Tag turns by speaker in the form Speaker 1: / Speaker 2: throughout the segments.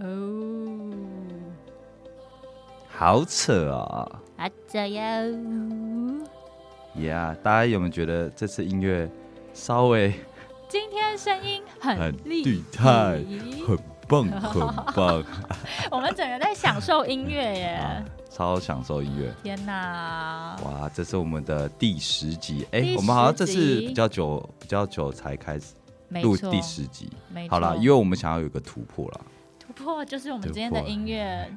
Speaker 1: 哦，
Speaker 2: 好扯啊！
Speaker 1: 啊这样。
Speaker 2: 呀、yeah,，大家有没有觉得这次音乐稍微
Speaker 1: 今天声音很
Speaker 2: 很
Speaker 1: 立
Speaker 2: 厉害
Speaker 1: 体，
Speaker 2: 很棒，很 棒
Speaker 1: 我们整个在享受音乐耶
Speaker 2: 啊！！超享受音乐。
Speaker 1: 天哪，
Speaker 2: 哇，这是我们的第十集，哎、
Speaker 1: 第
Speaker 2: 我们好像
Speaker 1: 十
Speaker 2: 这
Speaker 1: 集
Speaker 2: 次比较久，比较久才开始
Speaker 1: 没
Speaker 2: 录
Speaker 1: 错，
Speaker 2: 第十集。
Speaker 1: 没错。
Speaker 2: 好啦，因为我们想要有一个突破啦，
Speaker 1: 突破就是我们
Speaker 2: 突
Speaker 1: 今天的
Speaker 2: 破
Speaker 1: 音乐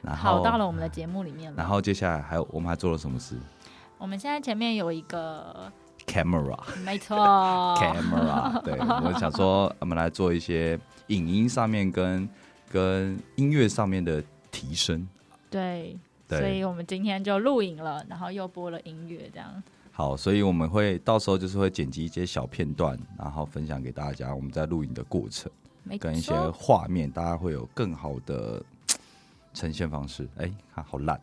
Speaker 2: 然后
Speaker 1: 跑到了我们的节目里面
Speaker 2: 然
Speaker 1: 了。
Speaker 2: 后接下来还有我们还做了什么事
Speaker 1: 我们现在前面有一个，
Speaker 2: ？Camera，
Speaker 1: 没 错
Speaker 2: camera，对我想说，我们来做一些影音上面跟跟音乐上面的提升。
Speaker 1: 对，
Speaker 2: 对
Speaker 1: 所以我们今天就录影了，然后又播了音乐，这样
Speaker 2: 好，所以我们会到时候就是会剪辑一些小片段，然后分享给大家我们在录影的过程
Speaker 1: 没错
Speaker 2: 跟一些画面，大家会有更好的嘖呈现方式。哎、看好烂，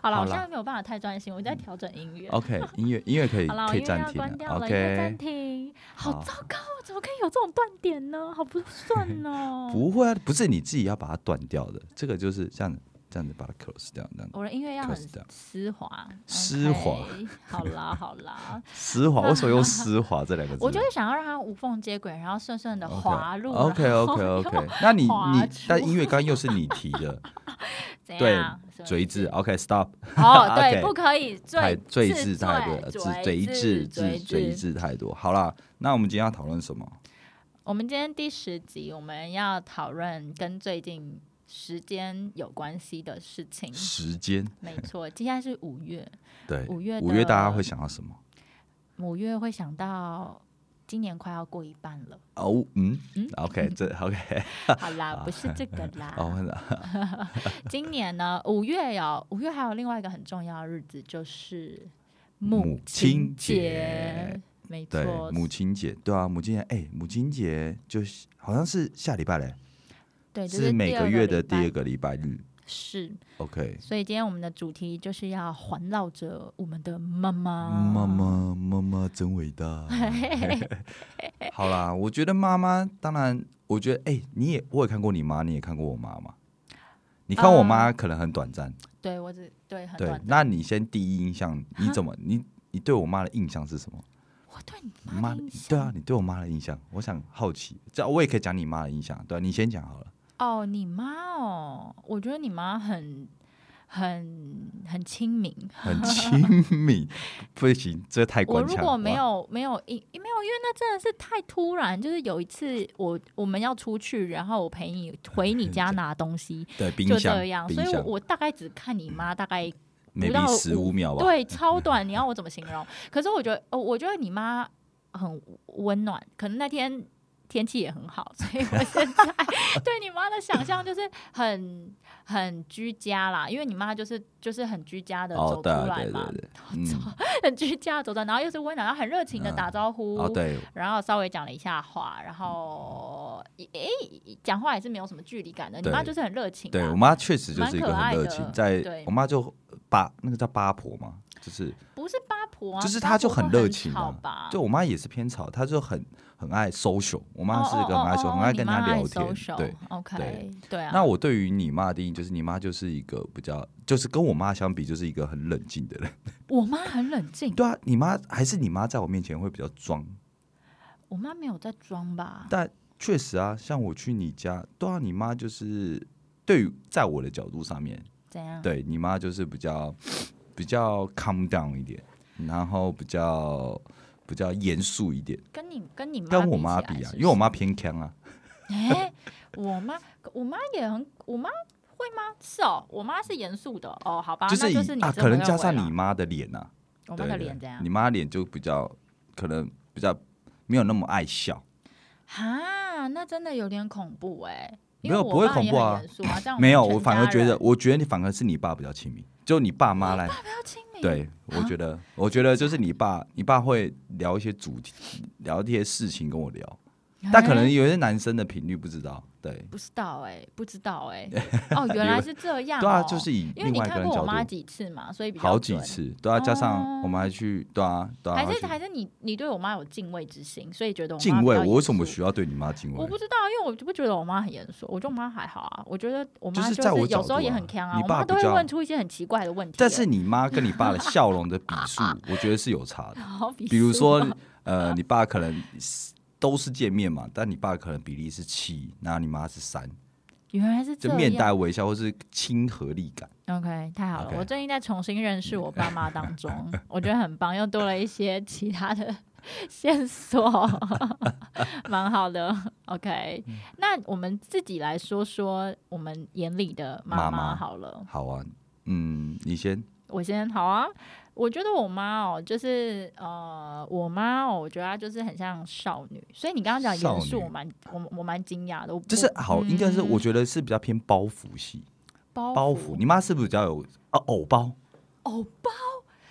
Speaker 1: 好了，
Speaker 2: 好
Speaker 1: 我
Speaker 2: 啦
Speaker 1: 现在没有办法太专心，我在调整音乐。
Speaker 2: OK，音乐音乐可以
Speaker 1: 好了，我
Speaker 2: 可以
Speaker 1: 音乐
Speaker 2: 暂
Speaker 1: 要
Speaker 2: 停
Speaker 1: 关掉了，音乐暂
Speaker 2: OK，
Speaker 1: 停。哦好
Speaker 2: 好
Speaker 1: 糟糕，怎么可以有这种断点呢？好不顺哦。
Speaker 2: 不会啊，不是你自己要把它断掉的，这个就是这样子，这样子把它 close 掉，这样子
Speaker 1: 我的音乐要很
Speaker 2: Close down
Speaker 1: 丝滑，
Speaker 2: 丝滑
Speaker 1: OK，好 啦好 啦，
Speaker 2: 丝滑，为什么用丝滑这两个 字？
Speaker 1: 我就是想要让它无缝接轨，然后顺顺的滑入。
Speaker 2: 啊 OK
Speaker 1: 然后
Speaker 2: OK
Speaker 1: 又
Speaker 2: OK，那你
Speaker 1: 滑
Speaker 2: 你
Speaker 1: 出
Speaker 2: 但音乐刚又是你提 的
Speaker 1: 怎
Speaker 2: 对
Speaker 1: 样？什么
Speaker 2: 嘴字。OK Stop，
Speaker 1: 哦，对，
Speaker 2: OK
Speaker 1: 不可以
Speaker 2: 太
Speaker 1: 最
Speaker 2: 罪字太多，字
Speaker 1: 嘴
Speaker 2: 嘴字
Speaker 1: 嘴
Speaker 2: 字嘴字太多。好啦，那我们今天要讨论什么？
Speaker 1: 我们今天第十集，我们要讨论跟最近时间有关系的事情。
Speaker 2: 时间
Speaker 1: 没错，接下来是五月，
Speaker 2: 对
Speaker 1: 五月
Speaker 2: 五
Speaker 1: 的
Speaker 2: 月大家会想到什么？
Speaker 1: 五月会想到今年快要过一半 了。
Speaker 2: 哦嗯
Speaker 1: 嗯
Speaker 2: ，OK 这 OK
Speaker 1: 好啦，不是这个 啦。
Speaker 2: 哦，我想
Speaker 1: 今年呢，五月有五月还有另外一个很重要的日子，就是
Speaker 2: 母
Speaker 1: 亲
Speaker 2: 亲节。
Speaker 1: 没
Speaker 2: 对
Speaker 1: 错，
Speaker 2: 母亲节对啊，母亲节哎，母亲节就是好像是下礼拜嘞，
Speaker 1: 对，就是
Speaker 2: 每
Speaker 1: 第
Speaker 2: 个
Speaker 1: 二
Speaker 2: 月的第二
Speaker 1: 礼拜
Speaker 2: 个礼拜日。
Speaker 1: 是。
Speaker 2: OK，
Speaker 1: 所以今天我们的主题就是要环绕着我们的妈妈，
Speaker 2: 妈，妈，妈妈真伟大。 好啦，我觉得妈妈，当然，我觉得，哎、你也，我也看过你妈，你也看过我妈嘛。你看我妈可能很短暂，
Speaker 1: 对我只对呃很
Speaker 2: 对
Speaker 1: 短。，
Speaker 2: 那你先第一印象，你怎么，你你对我妈的印象是什么？
Speaker 1: 我对你
Speaker 2: 你
Speaker 1: 妈
Speaker 2: 妈
Speaker 1: 的印，
Speaker 2: 对
Speaker 1: 象
Speaker 2: 啊，你对我妈的印象，我想好奇，这样我也可以讲你妈的印象，对啊、你先讲好了。
Speaker 1: 哦，你妈哦，我觉得你妈很很很亲民。
Speaker 2: 很亲密，不行，这太
Speaker 1: 我
Speaker 2: 官
Speaker 1: 如
Speaker 2: 腔。
Speaker 1: 果没
Speaker 2: 哇，
Speaker 1: 有没有因没有，因为那真的是太突然。就是有一次我我们要出去，然后我陪你回你 家拿东西，
Speaker 2: 对冰
Speaker 1: 就
Speaker 2: 箱
Speaker 1: 这样，，所
Speaker 2: 冰
Speaker 1: 以我
Speaker 2: 箱
Speaker 1: 我大概只看你妈大概到
Speaker 2: maybe 十五秒吧。
Speaker 1: 对，超短，你要我怎么形容？可是我觉得，哦，我觉得你妈很温暖，可能那天天气也很好，所以我现在 对你妈的想象就是很很居家啦，因为你妈就是就是很居家的
Speaker 2: 哦
Speaker 1: 走，出
Speaker 2: 对啊
Speaker 1: 来
Speaker 2: 对
Speaker 1: 嘛，
Speaker 2: 对对，嗯，
Speaker 1: 很居家地走出来，然后又是温暖，然后很热情的打招呼。
Speaker 2: 哦对，
Speaker 1: 然后稍微讲了一下话，然后诶，讲话也是没有什么距离感的。你
Speaker 2: 对
Speaker 1: 妈就是很热情、啊，
Speaker 2: 对我妈确实就是一个
Speaker 1: 蛮可
Speaker 2: 很
Speaker 1: 爱
Speaker 2: 热
Speaker 1: 的
Speaker 2: 情，在
Speaker 1: 对
Speaker 2: 我妈就八那个叫八婆嘛，就是
Speaker 1: 不是八婆啊，
Speaker 2: 就是
Speaker 1: 八
Speaker 2: 她就
Speaker 1: 婆都
Speaker 2: 很
Speaker 1: 很
Speaker 2: 热情
Speaker 1: 吵
Speaker 2: 啊
Speaker 1: 吧？
Speaker 2: 就我妈也是偏吵，她就很很爱 social，我妈是一个很爱 social，
Speaker 1: 哦哦哦
Speaker 2: 很
Speaker 1: 哦
Speaker 2: 爱
Speaker 1: 你
Speaker 2: 跟
Speaker 1: 妈
Speaker 2: 她聊
Speaker 1: 爱
Speaker 2: 天。
Speaker 1: social，
Speaker 2: 对，
Speaker 1: ，OK，
Speaker 2: 对
Speaker 1: 对啊。
Speaker 2: 那我对于你妈的定义就是，你妈就是一个比较，就是跟我妈相比，就是一个很冷静的人。
Speaker 1: 我妈很冷静，
Speaker 2: 对啊，你妈还是你妈在我面前会比较装，
Speaker 1: 我妈没有在装吧？
Speaker 2: 但确实啊，像我去你家，对啊，你妈就是对于在我的角度上面，
Speaker 1: 怎样？
Speaker 2: 对你妈就是比较比较 calm down 一点，然后比较比较严肃一点，
Speaker 1: 跟你跟你妈
Speaker 2: 跟我妈
Speaker 1: 比
Speaker 2: 比
Speaker 1: 起来
Speaker 2: 啊，
Speaker 1: 是不是
Speaker 2: 因为我妈偏强啊，
Speaker 1: 哎，我妈我妈也很我妈。会吗？是哦，我妈是严肃的哦。好吧，
Speaker 2: 就是
Speaker 1: 那
Speaker 2: 以
Speaker 1: 就是你
Speaker 2: 啊，
Speaker 1: 这
Speaker 2: 可
Speaker 1: 么
Speaker 2: 能加上
Speaker 1: 认为
Speaker 2: 你
Speaker 1: 啦，
Speaker 2: 妈的脸啊，
Speaker 1: 我妈
Speaker 2: 对
Speaker 1: 的
Speaker 2: 对
Speaker 1: 脸怎样
Speaker 2: 你？妈脸就比较可能比较没有那么爱笑，
Speaker 1: 哈，那真的有点恐怖哎。因
Speaker 2: 没有
Speaker 1: 为我
Speaker 2: 不会
Speaker 1: 妈
Speaker 2: 恐
Speaker 1: 也
Speaker 2: 怖
Speaker 1: 很
Speaker 2: 啊
Speaker 1: 严肃 啊，这样们
Speaker 2: 没有，
Speaker 1: 全
Speaker 2: 我反而
Speaker 1: 家
Speaker 2: 觉
Speaker 1: 人
Speaker 2: 得，我觉得你反而是你爸比较亲民，就你爸妈来，
Speaker 1: 不要亲你。啊
Speaker 2: 对我觉得，我觉得就是你爸，你爸会聊一些主题，聊一些事情跟我聊，
Speaker 1: 哎
Speaker 2: 但可能有些男生的频率不知道，对，
Speaker 1: 不知道哎、不知道 哎、哦，原来是这样、哦。
Speaker 2: 对啊，就是以
Speaker 1: 因为
Speaker 2: 另
Speaker 1: 你
Speaker 2: 外一个
Speaker 1: 看
Speaker 2: 人
Speaker 1: 过我
Speaker 2: 角
Speaker 1: 妈
Speaker 2: 度，
Speaker 1: 几次嘛，所以比较
Speaker 2: 好几
Speaker 1: 准。
Speaker 2: 次，对啊，加上
Speaker 1: 哦
Speaker 2: 我们还去，对啊，对啊，
Speaker 1: 还是
Speaker 2: 去
Speaker 1: 还是你你对我妈有敬畏之心，所以觉得我妈
Speaker 2: 敬
Speaker 1: 比
Speaker 2: 畏，
Speaker 1: 较
Speaker 2: 我为什
Speaker 1: 严
Speaker 2: 么
Speaker 1: 肃
Speaker 2: 需要对你妈敬畏
Speaker 1: 我？不知道，因为我就不觉得我妈很严肃，我觉得我妈还好啊。我觉得我
Speaker 2: 就
Speaker 1: 妈
Speaker 2: 是在我角
Speaker 1: 有时候
Speaker 2: 度
Speaker 1: 也
Speaker 2: 啊
Speaker 1: 很强啊，
Speaker 2: 你
Speaker 1: 我
Speaker 2: 爸
Speaker 1: 妈
Speaker 2: 比
Speaker 1: 都会
Speaker 2: 较
Speaker 1: 问出一些很奇怪的问题。
Speaker 2: 但是你妈跟你爸的笑容的比数，我觉得是有差的。
Speaker 1: 好比
Speaker 2: 比如说
Speaker 1: 啊，
Speaker 2: 呃，你爸可能是都是见面嘛，但你爸可能比例是七，然后你妈是三，
Speaker 1: 原来是这
Speaker 2: 就
Speaker 1: 样。
Speaker 2: 面带微笑或是亲和力感。
Speaker 1: OK，太好了
Speaker 2: OK
Speaker 1: 我最近在重新认识我爸妈当 中，我觉得很棒，又多了一些其他的 线索， 蛮好的。OK，、那
Speaker 2: 嗯
Speaker 1: 我们自己来说说我们眼里的妈
Speaker 2: 妈妈
Speaker 1: 好了。
Speaker 2: 好啊，嗯，你先，
Speaker 1: 我先好啊，我觉得我妈哦，就是呃，我妈哦，我觉得她就是很像少女，所以你刚刚讲严
Speaker 2: 少
Speaker 1: 肃，
Speaker 2: 女
Speaker 1: 我蛮我我蛮惊讶的，我
Speaker 2: 就是好，应该是
Speaker 1: 嗯
Speaker 2: 我觉得是比较偏包袱系，
Speaker 1: 包
Speaker 2: 包袱。你妈是不是比较有啊偶包？
Speaker 1: 哦，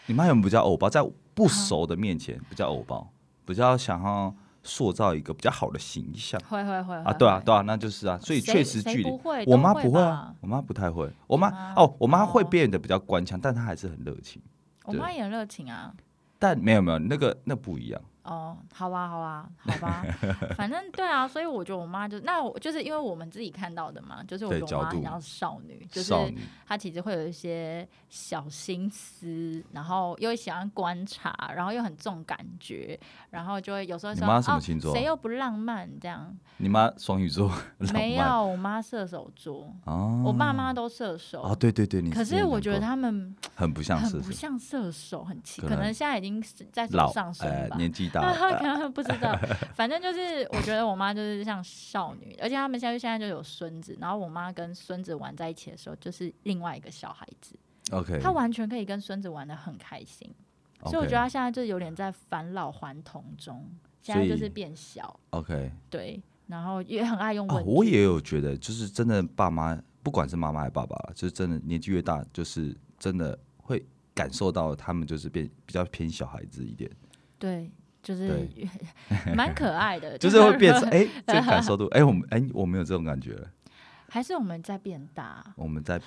Speaker 2: 你妈有没有比较偶包，在不熟的面前比较偶包，比较想要塑造一个比较好的形象。
Speaker 1: 会会会
Speaker 2: 啊，对啊，，对啊，那就是啊，所以
Speaker 1: 谁
Speaker 2: 确实
Speaker 1: 谁
Speaker 2: 距离
Speaker 1: 不会，
Speaker 2: 我
Speaker 1: 都
Speaker 2: 妈
Speaker 1: 会
Speaker 2: 不会啊
Speaker 1: 吧，
Speaker 2: 我妈不太会，我妈
Speaker 1: 妈
Speaker 2: 哦，我妈会
Speaker 1: 哦
Speaker 2: 变得比较官腔，但她还是很热情。
Speaker 1: 会我妈也很热情啊。
Speaker 2: 但没有没有，那个那不一样，
Speaker 1: 哦，好吧，好吧，好吧， 反正对啊，所以我觉得我妈就那我就是因为我们自己看到的嘛，就是我
Speaker 2: 对
Speaker 1: 觉得我
Speaker 2: 角
Speaker 1: 妈很
Speaker 2: 度
Speaker 1: 像少女，就是
Speaker 2: 少女
Speaker 1: 她其实会有一些小心思，然后又喜欢观察，然后又很重感觉，然后就会有时候
Speaker 2: 你
Speaker 1: 说
Speaker 2: 妈什么
Speaker 1: 哦
Speaker 2: 星座
Speaker 1: 谁
Speaker 2: 啊
Speaker 1: 又不浪漫这样？
Speaker 2: 你妈双鱼座， 浪
Speaker 1: 没有，
Speaker 2: 漫
Speaker 1: 我妈射手座，
Speaker 2: 哦，
Speaker 1: 我爸妈都射手。
Speaker 2: 哦，对对对，你
Speaker 1: 可
Speaker 2: 之
Speaker 1: 是
Speaker 2: 前
Speaker 1: 我
Speaker 2: 讲
Speaker 1: 觉得
Speaker 2: 过
Speaker 1: 他们
Speaker 2: 很不像
Speaker 1: 很
Speaker 2: 是
Speaker 1: 不像射手，很奇，
Speaker 2: 可
Speaker 1: 可能
Speaker 2: 能
Speaker 1: 现在已经是在
Speaker 2: 老
Speaker 1: 上升
Speaker 2: 呃
Speaker 1: 吧。
Speaker 2: 年纪大了，
Speaker 1: 他可 能 不知道，反正就是我觉得我妈就是像少女，而且他们现在现在就有孙子，然后我妈跟孙子玩在一起的时候，就是另外一个小孩子，
Speaker 2: OK，
Speaker 1: 她完全可以跟孙子玩的很开心，所以我觉得她现在就有点在返老还童中，现在就是
Speaker 2: 所以
Speaker 1: 变小，
Speaker 2: OK，
Speaker 1: 对，然后也很爱用
Speaker 2: 哦
Speaker 1: 文，具，
Speaker 2: 我也有觉得，就是真的爸妈，不管是妈妈还是爸爸，就是真的年纪越大，就是真的会感受到他们就是变比较偏小孩子 一点，
Speaker 1: 对，就是蛮可爱的，
Speaker 2: 就是会变成哎、这个感受度，哎、我们哎、我们有这种感觉了，
Speaker 1: 还是我们在变大，
Speaker 2: 我们在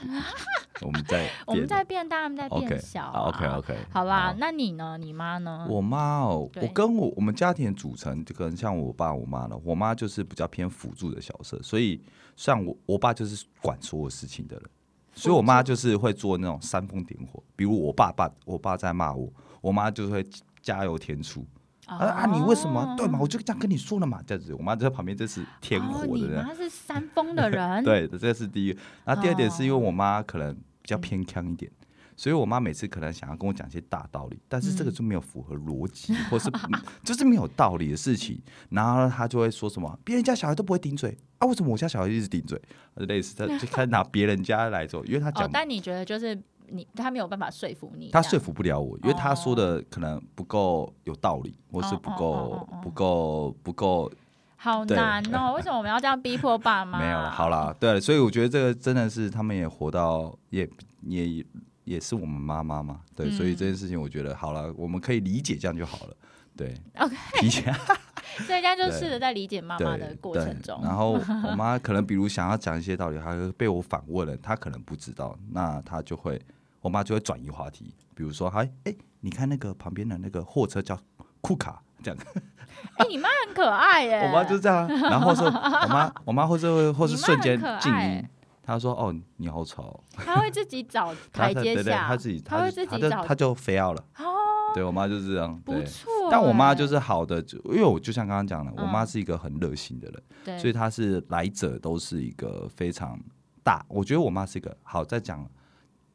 Speaker 2: 我们在
Speaker 1: 我们
Speaker 2: 变
Speaker 1: 在变大，他们在
Speaker 2: OK
Speaker 1: 变小、啊、
Speaker 2: OK OK，
Speaker 1: 好啦，那你呢？你妈呢？
Speaker 2: 我妈哦，
Speaker 1: 嗯对
Speaker 2: 我跟我我们家庭的组成，就可能像我爸我妈了。我妈就是比较偏辅助的角色，所以像我我爸就是管所有事情的人，所以我妈就是会做那种煽风点火。比如我爸爸我爸在骂我，我妈就会加油添醋。
Speaker 1: 哦
Speaker 2: 啊啊！你为什么？对嘛？我就这样跟你说了嘛，这样子。我妈就在旁边，这是添
Speaker 1: 哦，
Speaker 2: 火
Speaker 1: 你
Speaker 2: 的人。
Speaker 1: 妈是山峰的人，，
Speaker 2: 对，这是第一个。然后第二点是因为
Speaker 1: 哦
Speaker 2: 我妈可能比
Speaker 1: 嗯
Speaker 2: 较偏强一点，所以我妈每次可能想要跟我讲一些大道理，但是
Speaker 1: 嗯
Speaker 2: 这个就没有符合逻 辑，或是嗯就是没有道理的事情。然后她就会说什么，别人家小孩都不会顶嘴啊，为什么我家小孩一直顶嘴？呃类似她就开始拿别人家来做，因为她
Speaker 1: 哦
Speaker 2: 讲，。
Speaker 1: 但你觉得就是你，他没有办法说服你，
Speaker 2: 她
Speaker 1: 这
Speaker 2: 说
Speaker 1: 样
Speaker 2: 服不了我，因为她说的可能不够有道理，或是
Speaker 1: 哦
Speaker 2: 不
Speaker 1: 哦
Speaker 2: 够
Speaker 1: 哦哦哦
Speaker 2: 不够不够
Speaker 1: 好
Speaker 2: 对
Speaker 1: 难哦，为什么我们要这样逼迫爸妈？
Speaker 2: 没有了，好啦，对了，所以我觉得这个真的是他们也活到也也也是我们妈妈嘛，对，所以
Speaker 1: 嗯
Speaker 2: 这件事情我觉得好了，我们可以理解这样就好了，对
Speaker 1: OK
Speaker 2: 理解
Speaker 1: 所以大家就
Speaker 2: 对
Speaker 1: 试着在理解妈妈的
Speaker 2: 对
Speaker 1: 过
Speaker 2: 对
Speaker 1: 程中，
Speaker 2: 然后我妈可能比如想要讲一些道理，她会被我反问了，她可能不知道，那她就会我妈就会转移话题，比如说哎哎，你看那个旁边的那个货车叫库卡。这样，
Speaker 1: 哎，你妈很可爱耶，
Speaker 2: 我妈就这样啊，然后是我妈，我妈或是会或是
Speaker 1: 你妈
Speaker 2: 瞬
Speaker 1: 很
Speaker 2: 间
Speaker 1: 可
Speaker 2: 静
Speaker 1: 爱
Speaker 2: 音，她说：“哦，你好吵哦。”
Speaker 1: 她会自己 找台
Speaker 2: 他
Speaker 1: 阶
Speaker 2: 对对
Speaker 1: 下，
Speaker 2: 他自己，
Speaker 1: 她会
Speaker 2: 就
Speaker 1: 自
Speaker 2: 他
Speaker 1: 己
Speaker 2: 就
Speaker 1: 找
Speaker 2: 他，就非要了。
Speaker 1: 哦，
Speaker 2: 对我妈就是这样，
Speaker 1: 不
Speaker 2: 对。
Speaker 1: 错，，
Speaker 2: 但我妈就是
Speaker 1: 哎
Speaker 2: 是好的，就因为我就像刚刚讲的，
Speaker 1: 嗯
Speaker 2: 我妈是一个很热心的人，
Speaker 1: 对，
Speaker 2: 所以她是来者都是一个非常大。我觉得我妈是一个好在讲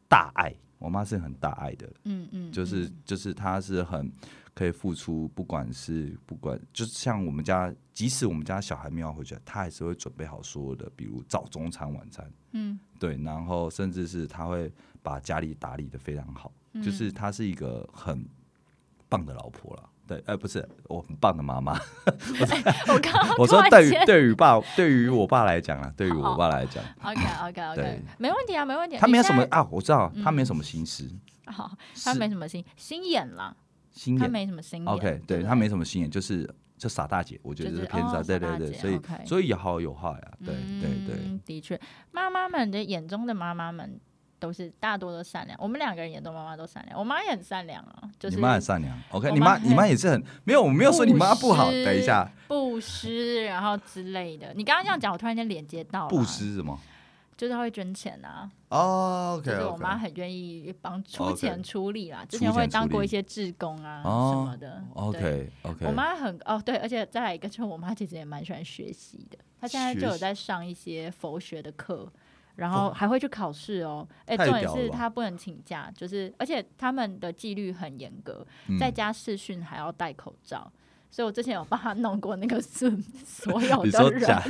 Speaker 2: 大爱，我妈是很大爱的人，
Speaker 1: 嗯嗯，
Speaker 2: 就是
Speaker 1: 嗯
Speaker 2: 就是她是很可以付出，不管是不管，就是像我们家，即使我们家小孩没有回去，她还是会准备好所有的，比如早中餐晚餐。
Speaker 1: 嗯，
Speaker 2: 对，然后甚至是他会把家里打理的非常好，
Speaker 1: 嗯
Speaker 2: 就是她是一个很棒的老婆了。对，呃，不是，我很棒的妈妈。
Speaker 1: 我刚刚
Speaker 2: 我
Speaker 1: 突
Speaker 2: 说
Speaker 1: 然
Speaker 2: 对
Speaker 1: 间哦
Speaker 2: 于对于爸，对于我爸来讲啊，对于我爸来讲，
Speaker 1: OK OK OK，
Speaker 2: 对
Speaker 1: 没问题啊，没问题啊。
Speaker 2: 他
Speaker 1: 你
Speaker 2: 没有什
Speaker 1: 现
Speaker 2: 么
Speaker 1: 在嗯
Speaker 2: 啊，我知道他没有什么心思，
Speaker 1: 好，他
Speaker 2: 是
Speaker 1: 没什么心心眼啦，
Speaker 2: 心
Speaker 1: 他
Speaker 2: 眼。
Speaker 1: 没什么心眼。
Speaker 2: OK，对
Speaker 1: 不
Speaker 2: 他没什么心眼，就是就傻大姐，我觉得
Speaker 1: 就是
Speaker 2: 是偏傻，
Speaker 1: 哦
Speaker 2: 对
Speaker 1: 傻大
Speaker 2: 对对，
Speaker 1: 姐
Speaker 2: 所以
Speaker 1: OK
Speaker 2: 所以有好有坏啊，对对对，
Speaker 1: 嗯，的确，妈妈们的眼中的妈妈们都是大多都善良。我们两个人眼中妈妈都善良，我妈也很善良啊，就是
Speaker 2: 你妈很善良，OK，
Speaker 1: 我
Speaker 2: 你
Speaker 1: 妈
Speaker 2: 妈你妈也是很没有，我没有说你妈不好，
Speaker 1: 布施
Speaker 2: 等一下，
Speaker 1: 布施，然后之类的。你刚刚这样讲，我突然间连接到了
Speaker 2: 布，施什么？
Speaker 1: 就是她会捐钱啊
Speaker 2: 哦
Speaker 1: 就
Speaker 2: ，OK
Speaker 1: 是我
Speaker 2: OK，
Speaker 1: 妈很愿意帮出
Speaker 2: OK
Speaker 1: 钱出力啦之
Speaker 2: 出
Speaker 1: 前会
Speaker 2: 钱
Speaker 1: 当
Speaker 2: 出
Speaker 1: 过
Speaker 2: 力
Speaker 1: 一些志工啊
Speaker 2: 哦
Speaker 1: 什么的。对
Speaker 2: OK OK，
Speaker 1: 我妈很哦对，而且再来一个，就是我妈其实也蛮喜欢学习的，她现在
Speaker 2: 学
Speaker 1: 就有
Speaker 2: 习
Speaker 1: 在上一些佛学的课，然后还会去考试哦。哎，
Speaker 2: 太
Speaker 1: 重点
Speaker 2: 屌了
Speaker 1: 是
Speaker 2: 吧
Speaker 1: 她不能请假，就是而且他们的纪律很严格，
Speaker 2: 嗯
Speaker 1: 在家视讯还要戴口罩。所以我之前有帮她弄过那个 Zoom，所有
Speaker 2: 你
Speaker 1: 的
Speaker 2: 说
Speaker 1: 人
Speaker 2: 假，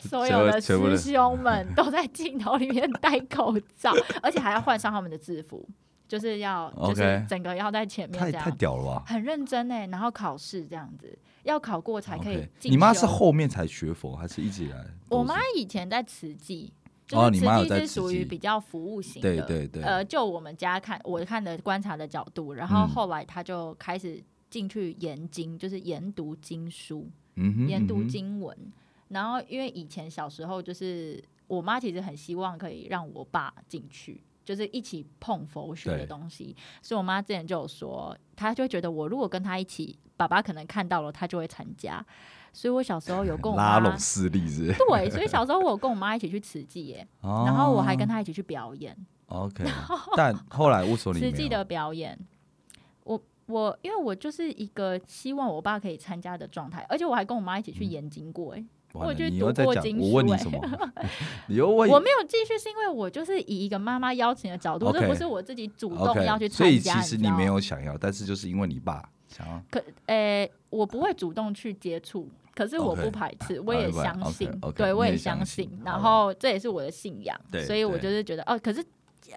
Speaker 1: 所有的
Speaker 2: 全部
Speaker 1: 师
Speaker 2: 的
Speaker 1: 兄 们都在镜头里面戴口罩，而且还要换上他们的制服，就是要就是
Speaker 2: OK
Speaker 1: 整个要在前面
Speaker 2: 太
Speaker 1: 这
Speaker 2: 太
Speaker 1: 样，
Speaker 2: 屌了吧
Speaker 1: 很认真哎，然后考试这样子，要考过才可以
Speaker 2: ？OK，
Speaker 1: 进修。
Speaker 2: 你妈是后面才学佛，还是一直以来？
Speaker 1: 我妈以前在慈济。就
Speaker 2: 哦
Speaker 1: 是
Speaker 2: 你
Speaker 1: 慈
Speaker 2: 妈有
Speaker 1: 济
Speaker 2: 在
Speaker 1: 是
Speaker 2: 慈
Speaker 1: 属于
Speaker 2: 济
Speaker 1: 比较服务型的，
Speaker 2: 对对对
Speaker 1: 呃，就我们家看我看的观察的角度，然后
Speaker 2: 嗯
Speaker 1: 后来她就开始进去研经，就是研读经书。
Speaker 2: 嗯哼
Speaker 1: 研
Speaker 2: 嗯
Speaker 1: 读
Speaker 2: 哼
Speaker 1: 经文。然后因为以前小时候，就是我妈其实很希望可以让我爸进去，就是一起碰佛学的
Speaker 2: 对
Speaker 1: 东西。所以我妈之前就有说，她就会觉得我如果跟她一起，爸爸可能看到了，她就会参加。所以我小时候有跟我
Speaker 2: 拉
Speaker 1: 妈。
Speaker 2: 拢势力是不是，
Speaker 1: 对，所以小时候我有跟我妈一起去慈济耶，然
Speaker 2: 然
Speaker 1: 后我还跟她一起去表演。
Speaker 2: 哦 OK，但后来为什么你
Speaker 1: 实
Speaker 2: 没
Speaker 1: 际
Speaker 2: 有
Speaker 1: 的表演，我我因为我就是一个希望我爸可以参加的状态，而且我还跟我妈一起
Speaker 2: 嗯
Speaker 1: 去研经过、哎、
Speaker 2: 完
Speaker 1: 我
Speaker 2: 了
Speaker 1: 去
Speaker 2: 你
Speaker 1: 读
Speaker 2: 又在
Speaker 1: 过
Speaker 2: 讲
Speaker 1: 经
Speaker 2: 我问
Speaker 1: 书
Speaker 2: 你
Speaker 1: 欸
Speaker 2: 什么？ 你又问
Speaker 1: 我没有继续是因为我就是以一个妈妈邀请的角度
Speaker 2: OK
Speaker 1: 这不是我自己主动
Speaker 2: OK，
Speaker 1: 要去
Speaker 2: 所以
Speaker 1: 参加。
Speaker 2: 其实
Speaker 1: 你知
Speaker 2: 你
Speaker 1: 道
Speaker 2: 没有想要，但是就是因为你爸想要，
Speaker 1: 可，呃，我不会主动去接触，可是我
Speaker 2: OK 啊
Speaker 1: 不排斥，我也
Speaker 2: 明白
Speaker 1: 相信
Speaker 2: OK，OK，
Speaker 1: 对我
Speaker 2: 你也
Speaker 1: 相
Speaker 2: 相
Speaker 1: 信
Speaker 2: 信，
Speaker 1: 然
Speaker 2: 好
Speaker 1: 后这也是我的信仰，
Speaker 2: 对
Speaker 1: 所以我
Speaker 2: 对
Speaker 1: 就是觉得哦，可是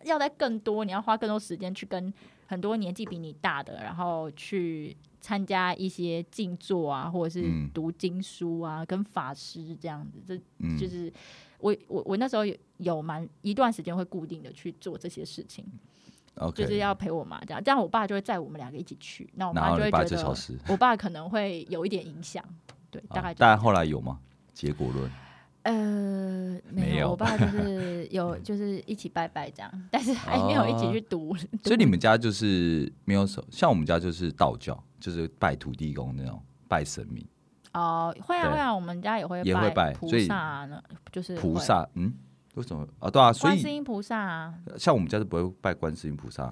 Speaker 1: 要在更多，你要花更多时间去跟很多年纪比你大的，然后去。参加一些静坐啊，或者是
Speaker 2: 嗯
Speaker 1: 读经书啊，跟法师这样子，这
Speaker 2: 嗯，
Speaker 1: 就是我我我那时候有有蛮一段时间会固定的去做这些事情，
Speaker 2: OK，
Speaker 1: 就是要陪我妈这样，这样我爸就会载我们两个一起去，那我
Speaker 2: 然
Speaker 1: 妈
Speaker 2: 后
Speaker 1: 就
Speaker 2: 你
Speaker 1: 会
Speaker 2: 爸
Speaker 1: 觉
Speaker 2: 就消
Speaker 1: 得
Speaker 2: 失，
Speaker 1: 我爸可能会有一点影响，对，大
Speaker 2: 啊
Speaker 1: 概就
Speaker 2: 但后来有吗？结果论
Speaker 1: 呃
Speaker 2: 没
Speaker 1: 没有，
Speaker 2: 有
Speaker 1: 我爸 就是有就是一起拜拜这样，但是还没有一
Speaker 2: 哦
Speaker 1: 起去读，
Speaker 2: 所以你们家就是没有什，像我们家就是道教，就是拜土地公那种，拜神明、
Speaker 1: 哦，会啊
Speaker 2: 对
Speaker 1: 会啊，我们家也会
Speaker 2: 也会拜
Speaker 1: 菩
Speaker 2: 所以
Speaker 1: 萨啊呢，就是会
Speaker 2: 菩、萨，嗯，为什么啊？对啊，所
Speaker 1: 观世
Speaker 2: 以
Speaker 1: 音菩萨啊，
Speaker 2: 像我们家是不会拜观世音菩萨，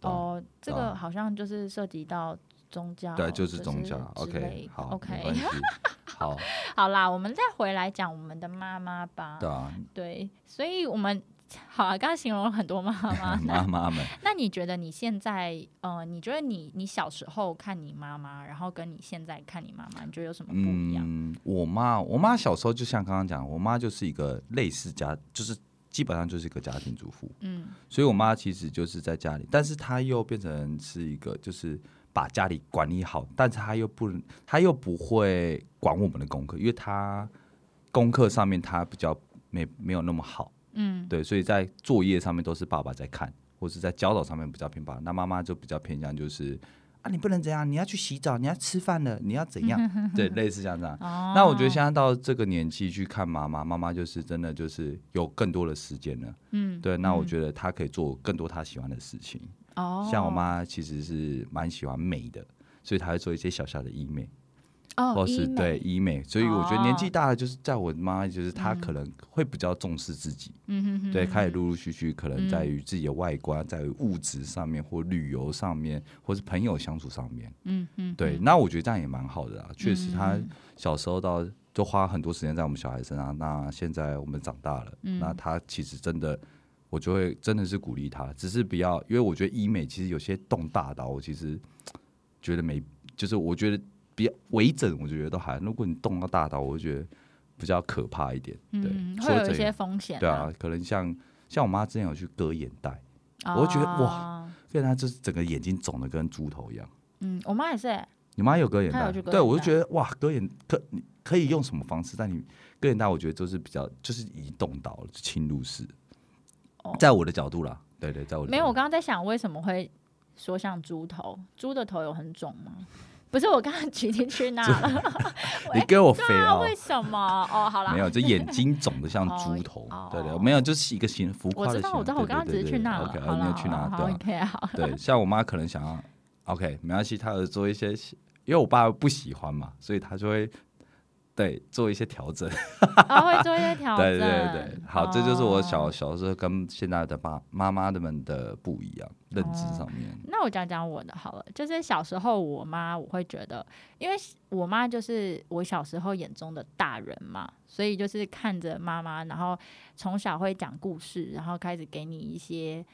Speaker 2: 对啊
Speaker 1: 哦，这
Speaker 2: 对
Speaker 1: 个
Speaker 2: 啊
Speaker 1: 好像就是涉及到宗教，
Speaker 2: 对，就是宗教。
Speaker 1: 之类
Speaker 2: OK，
Speaker 1: 的
Speaker 2: 好
Speaker 1: OK，
Speaker 2: 没关系，好，
Speaker 1: 好啦，我们再回来讲我们的妈妈吧。
Speaker 2: 对 啊，
Speaker 1: 对，所以我们好啊，刚刚形容了很多妈妈。
Speaker 2: 嗯妈妈们，
Speaker 1: 那你觉得你现在，呃，你觉得你你小时候看你妈妈，然后跟你现在看你妈妈，你觉得有什么不一样？
Speaker 2: 嗯，我妈，我妈小时候就像刚刚讲，我妈就是一个类似家，就是基本上就是一个家庭主妇，
Speaker 1: 嗯，
Speaker 2: 所以我妈其实就是在家里，但是她又变成是一个就是把家里管理好，但是她又不能，她又不会管我们的功课，因为她功课上面她比较没没有那么好，
Speaker 1: 嗯，
Speaker 2: 对，所以在作业上面都是爸爸在看，或是在教导上面比较偏爸爸，那妈妈就比较偏向就是啊，你不能这样，你要去洗澡，你要吃饭了，你要怎样？对， 类似像这样。
Speaker 1: 哦
Speaker 2: 那我觉得现在到这个年纪去看妈妈，妈妈就是真的就是有更多的时间了。
Speaker 1: 嗯，
Speaker 2: 对，那我
Speaker 1: 嗯
Speaker 2: 觉得她可以做更多她喜欢的事情。
Speaker 1: 哦，
Speaker 2: 像我妈其实是蛮喜欢美的，所以她会做一些小小的医美，
Speaker 1: 哦，
Speaker 2: 或是
Speaker 1: 医美
Speaker 2: 对，医美。所以我觉得年纪
Speaker 1: 哦
Speaker 2: 大了，就是在我妈，就是她可能会比较重视自己。
Speaker 1: 嗯哼哼，嗯
Speaker 2: 对，开始
Speaker 1: 录，
Speaker 2: 陆陆续续，可能在于自己的外观，在于物质上面，或旅游上面，或是朋友相处上面。
Speaker 1: 嗯嗯，
Speaker 2: 对，
Speaker 1: 嗯，
Speaker 2: 那我觉得这样也蛮好的啊。确实，他
Speaker 1: 嗯
Speaker 2: 小时候到就花很多时间在我们小孩身上，那现在我们长大了，
Speaker 1: 嗯
Speaker 2: 那他其实真的，我就会真的是鼓励他，只是不要，因为我觉得医美其实有些动大刀，我其实觉得没，就是我觉得比较微整，我就觉得都还，如果你动到大刀，我就觉得比较可怕一点。对，
Speaker 1: 嗯
Speaker 2: 说
Speaker 1: 会有一
Speaker 2: 整
Speaker 1: 些风险，
Speaker 2: 对啊，可能像像我妈之前有去割眼袋，
Speaker 1: 哦，
Speaker 2: 我会觉得哇所以她就是整个眼睛肿的跟猪头一样。
Speaker 1: 嗯，我妈也是欸，
Speaker 2: 你妈有割眼
Speaker 1: 她有
Speaker 2: 袋？
Speaker 1: 去割
Speaker 2: 对，
Speaker 1: 眼
Speaker 2: 我就
Speaker 1: 袋
Speaker 2: 觉得哇，割眼可你可以用什么方式？但你割眼袋，我觉得就是比较就是移动到了侵入式
Speaker 1: 哦，
Speaker 2: 在我的角度啦。对对，在我的
Speaker 1: 没有，
Speaker 2: 角
Speaker 1: 我
Speaker 2: 度
Speaker 1: 刚刚在想为什么会说像猪头，猪的头有很肿吗？不是我刚刚举进去那了，
Speaker 2: 你给我肥
Speaker 1: 对啊，
Speaker 2: 哦，
Speaker 1: 为什么？哦，好啦
Speaker 2: 没，有，就眼睛肿的像猪头
Speaker 1: 哦，
Speaker 2: 对对，
Speaker 1: 哦
Speaker 2: 没有，就是一个形浮
Speaker 1: 我
Speaker 2: 夸的
Speaker 1: 知
Speaker 2: 形
Speaker 1: 道，
Speaker 2: 容。
Speaker 1: 我知道，我刚刚只是去那了
Speaker 2: OK，，
Speaker 1: 好
Speaker 2: 你
Speaker 1: 啦
Speaker 2: 要去那，
Speaker 1: 好
Speaker 2: 对啊
Speaker 1: ，OK，好，
Speaker 2: 对，像我妈可能想要，OK，没关系，她有做一些，因为我爸不喜欢嘛，所以她就会对做一些调整。
Speaker 1: 啊，会做一些调整，
Speaker 2: 对对对，好，这就是我小
Speaker 1: 哦。
Speaker 2: 小时候跟现在的爸妈妈们的不一样，认知上面。
Speaker 1: 那我讲讲我的好了，就是小时候我妈，我会觉得，因为我妈就是我小时候眼中的大人嘛，所以就是看着妈妈，然后从小会讲故事，然后开始给你一些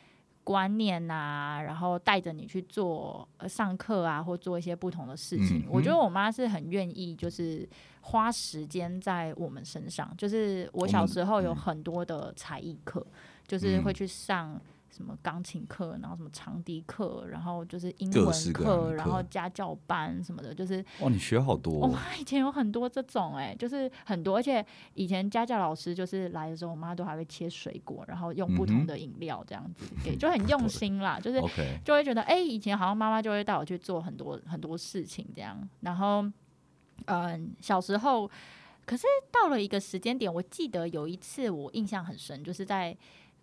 Speaker 1: 观念啊，然后带着你去做呃上课啊，或做一些不同的事情。
Speaker 2: 嗯
Speaker 1: 我觉得我妈是很愿意，就是花时间在我们身上。就是我小时候有
Speaker 2: 嗯
Speaker 1: 很多的才艺课，就是会去上。什么钢琴课，然后什么长笛课，然后就是英
Speaker 2: 各
Speaker 1: 文
Speaker 2: 式各样的
Speaker 1: 课，然
Speaker 2: 课
Speaker 1: 后家教班什么的，就是
Speaker 2: 哇，你学好多
Speaker 1: 我
Speaker 2: 哦、
Speaker 1: 妈以前有很多这种哎、就是很多，而且以前家教老师就是来的时候，我妈都还会切水果，然后用不
Speaker 2: 嗯
Speaker 1: 同
Speaker 2: 哼
Speaker 1: 的饮料这样子给， 就很用心啦，就是
Speaker 2: o k
Speaker 1: 就会觉得哎、以前好像妈妈就会带我去做很多很多事情这样，然后嗯，小时候。可是到了一个时间点，我记得有一次我印象很深，就是在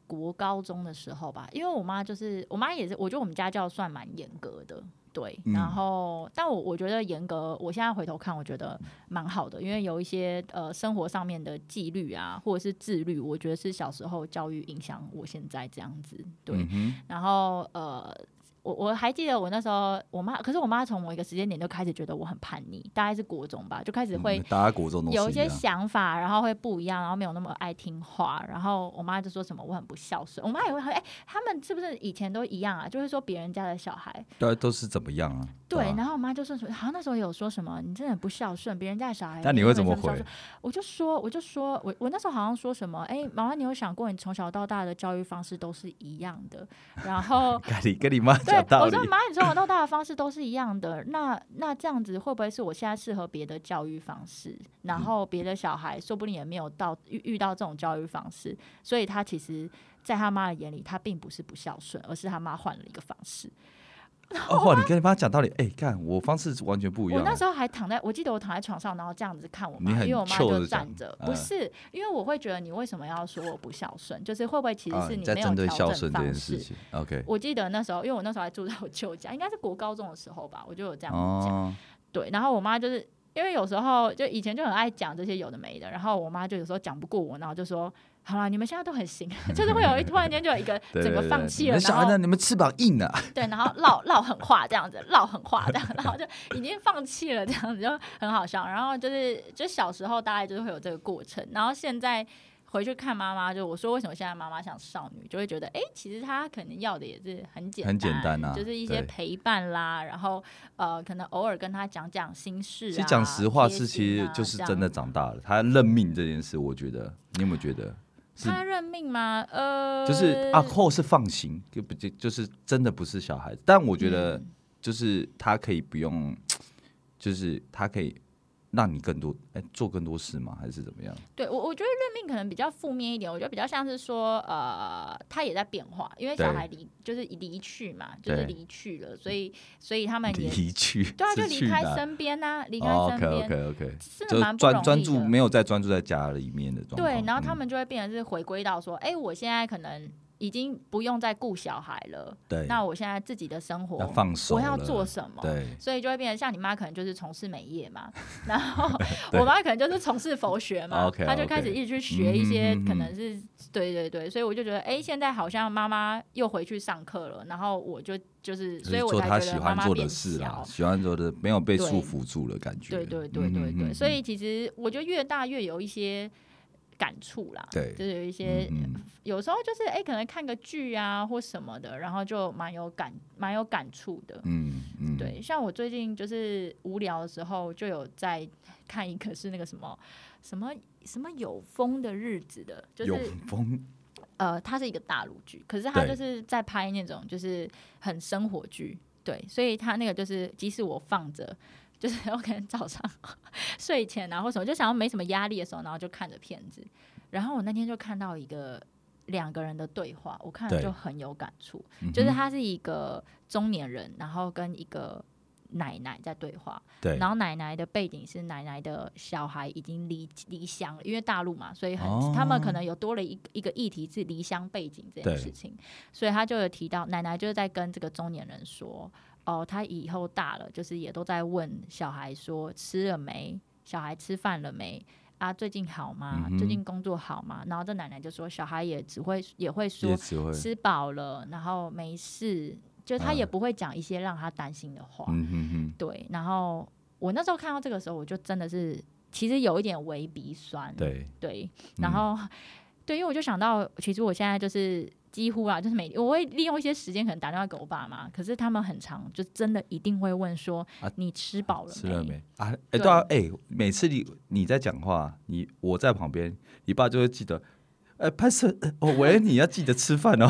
Speaker 1: 国高中的时候吧，因为我妈就是我妈也是，我觉得我们家教算蛮严格的，对。
Speaker 2: 嗯
Speaker 1: 然后，但我我觉得严格，我现在回头看，我觉得蛮好的，因为有一些呃生活上面的纪律啊，或者是自律，我觉得是小时候教育影响我现在这样子，对。
Speaker 2: 嗯哼，
Speaker 1: 然后呃，我我还记得我那时候我妈，可是我妈从某一个时间点就开始觉得我很叛逆，大概是国中吧，就开始会
Speaker 2: 嗯大家国中都是
Speaker 1: 有一些
Speaker 2: 样
Speaker 1: 想法，然后会不一样，然后没有那么爱听话。然后我妈就说什么我很不孝顺，我妈也会很哎、他们是不是以前都一样啊？就会说别人家的小孩，
Speaker 2: 大家都是怎么样啊？
Speaker 1: 对。
Speaker 2: 吧
Speaker 1: 然后我妈就说什么，好啊像那时候有说什么你真的很不孝顺，别人家的小孩。
Speaker 2: 那你
Speaker 1: 你
Speaker 2: 会
Speaker 1: 为
Speaker 2: 怎
Speaker 1: 什
Speaker 2: 么
Speaker 1: 不孝
Speaker 2: 回
Speaker 1: 顺？我就说，我就说我我那时候好像说什么，哎、妈妈，你有想过你从小到大的教育方式都是一样的，然后
Speaker 2: 跟你跟你妈
Speaker 1: 对
Speaker 2: 讲，道
Speaker 1: 我
Speaker 2: 理
Speaker 1: 说，妈，你从小到大的方式都是一样的，那那这样子会不会是我现在适合别的教育方式？然后别的小孩说不定也没有到遇遇到这种教育方式，所以他其实在他妈的眼里，他并不是不孝顺，而是他妈换了一个方式。
Speaker 2: 哦，你跟你妈讲道理，哎、看我方式完全不一
Speaker 1: 我
Speaker 2: 样。啊
Speaker 1: 那时候还躺在，我记得我躺在床上，然后这样子看我妈
Speaker 2: 你，很
Speaker 1: 因为我妈
Speaker 2: chill
Speaker 1: 就
Speaker 2: 地讲
Speaker 1: 站着，
Speaker 2: 嗯
Speaker 1: 不是因为我会觉得你为什么要说我不孝顺？就是会不会其实
Speaker 2: 啊，
Speaker 1: 是
Speaker 2: 你在
Speaker 1: 没
Speaker 2: 针
Speaker 1: 有
Speaker 2: 对孝
Speaker 1: 调
Speaker 2: 顺
Speaker 1: 整
Speaker 2: 这
Speaker 1: 方
Speaker 2: 件事
Speaker 1: 式？
Speaker 2: 情，OK，
Speaker 1: 我记得那时候，因为我那时候还住在我舅家，应该是国高中的时候吧，我就有这样子讲。
Speaker 2: 哦，
Speaker 1: 对，然后我妈就是因为有时候就以前就很爱讲这些有的没的，然后我妈就有时候讲不过我，然后就说。好啦，你们现在都很行， 就是会有一突然间就有一个
Speaker 2: 对
Speaker 1: 整
Speaker 2: 对
Speaker 1: 个
Speaker 2: 对，
Speaker 1: 放弃
Speaker 2: 你
Speaker 1: 了，
Speaker 2: 们小孩呢？
Speaker 1: 然后
Speaker 2: 你们翅膀硬啊，
Speaker 1: 对，然后唠唠狠话这样子，唠狠话这样，然后就已经放弃了这样子，就很好笑。然后就是就小时候大概就是会有这个过程，然后现在回去看妈妈，就我说为什么现在妈妈像少女，就会觉得哎、诶其实她可能要的 也是很简
Speaker 2: 很简单啊
Speaker 1: 就是一些
Speaker 2: 对
Speaker 1: 陪伴啦，然后呃，可能偶尔跟她讲讲心事、啊。
Speaker 2: 其实讲实话，
Speaker 1: 贴
Speaker 2: 是其
Speaker 1: 心
Speaker 2: 实
Speaker 1: 啊
Speaker 2: 就是
Speaker 1: 这样
Speaker 2: 真的长大了。他认命这件事，我觉得你有没有觉得是？
Speaker 1: 她认命吗？呃，
Speaker 2: 就是啊阿后是放行，就不就就是真的不是小孩子，但我觉得
Speaker 1: 嗯
Speaker 2: 就是他可以不用，就是他可以让你更多哎、做更多事吗？还是怎么样？
Speaker 1: 对我，我觉得认命可能比较负面一点，我觉得比较像是说，呃，他也在变化，因为
Speaker 2: 对
Speaker 1: 小孩离就是离去嘛，就是
Speaker 2: 对
Speaker 1: 离去了，所以所以他们也
Speaker 2: 离去，
Speaker 1: 对啊，就是
Speaker 2: 去
Speaker 1: 离开
Speaker 2: 哪
Speaker 1: 身边呐、离开身
Speaker 2: OK
Speaker 1: 边、
Speaker 2: OK OK，
Speaker 1: 是
Speaker 2: 就
Speaker 1: 蛮不容易
Speaker 2: 专
Speaker 1: 的
Speaker 2: 专注没有再专注在家里面的状况。
Speaker 1: 对，然后他
Speaker 2: 嗯、
Speaker 1: 们就会变成是回归到说，哎、我现在可能已经不用再顾小孩了，
Speaker 2: 对
Speaker 1: 那我现在自己的生活
Speaker 2: 要放手
Speaker 1: 我要
Speaker 2: 了
Speaker 1: 做什么？
Speaker 2: 对
Speaker 1: 所以就会变成像你妈可能就是从事美业 嘛，然后
Speaker 2: 对
Speaker 1: 我妈可能就是从事佛学嘛，
Speaker 2: OK，
Speaker 1: 她就开始
Speaker 2: OK
Speaker 1: 一直去学一些
Speaker 2: 嗯哼嗯哼
Speaker 1: 可能是对对对，所以我就觉得哎、诶现在好像妈妈又回去上课了，然后我就就是，
Speaker 2: 就
Speaker 1: 所以
Speaker 2: 是
Speaker 1: 我
Speaker 2: 做
Speaker 1: 才
Speaker 2: 他
Speaker 1: 觉
Speaker 2: 喜
Speaker 1: 得妈
Speaker 2: 欢
Speaker 1: 妈
Speaker 2: 做
Speaker 1: 变
Speaker 2: 的事
Speaker 1: 小
Speaker 2: 啦，。喜欢做的没有被
Speaker 1: 对
Speaker 2: 束缚住了感觉。
Speaker 1: 对对对对
Speaker 2: 嗯嗯嗯
Speaker 1: 对，
Speaker 2: 嗯
Speaker 1: 所以其实我觉得越大越有一些感触啦，
Speaker 2: 对
Speaker 1: 就是有一些、
Speaker 2: 嗯嗯
Speaker 1: 有时候就是哎、诶可能看个剧啊或什么的，然后就蛮有感蛮有感触的，
Speaker 2: 嗯嗯，
Speaker 1: 对，像我最近就是无聊的时候，就有在看一个是那个什么什么什么有风的日子的，就
Speaker 2: 永
Speaker 1: 是
Speaker 2: 丰
Speaker 1: 呃，它是一个大陆剧，可是它
Speaker 2: 对
Speaker 1: 就是在拍那种就是很生活剧，对，所以它那个就是即使我放着。就是 我可能早上睡前啊或什么，就想要没什么压力的时候，然后就看着片子。然后我那天就看到一个两个人的对话，我看了
Speaker 2: 对嗯
Speaker 1: 就很有感触。就是他是一个中年人，然后跟一个奶奶在对话，
Speaker 2: 对
Speaker 1: 然，后奶奶的背景是奶奶的小孩已经离离乡了，因为大陆嘛，所以很、
Speaker 2: 哦
Speaker 1: 他们可能有多了一一个议题是离乡背景这件
Speaker 2: 对
Speaker 1: 事情，所以他就有提到奶奶就是在跟这个中年人说，哦，他以后大了，就是也都在问小孩说吃了没，小孩吃饭了没。啊，最近好吗？
Speaker 2: 嗯哼
Speaker 1: 最近工作好吗？然后这奶奶就说，小孩也只会也会说
Speaker 2: 也只会，
Speaker 1: 吃饱了，然后没事，就他
Speaker 2: 嗯
Speaker 1: 也不会讲一些让他担心的话。
Speaker 2: 嗯哼哼，
Speaker 1: 对，然后我那时候看到这个时候，我就真的是其实有一点微鼻酸，
Speaker 2: 对，
Speaker 1: 对
Speaker 2: 嗯
Speaker 1: 然后、对，因为我就想到，其实我现在就是几乎啊，就是每我会利用一些时间可能打电话给我爸妈，可是他们很常就真的一定会问说、
Speaker 2: 啊
Speaker 1: 你吃饱了
Speaker 2: 吃了没？啊？哎、
Speaker 1: 对
Speaker 2: 对啊，哎、每次你你在讲话，你我在旁边，你爸就会记得，哎、潘 Sir，呃哦，喂，你要记得吃饭哦。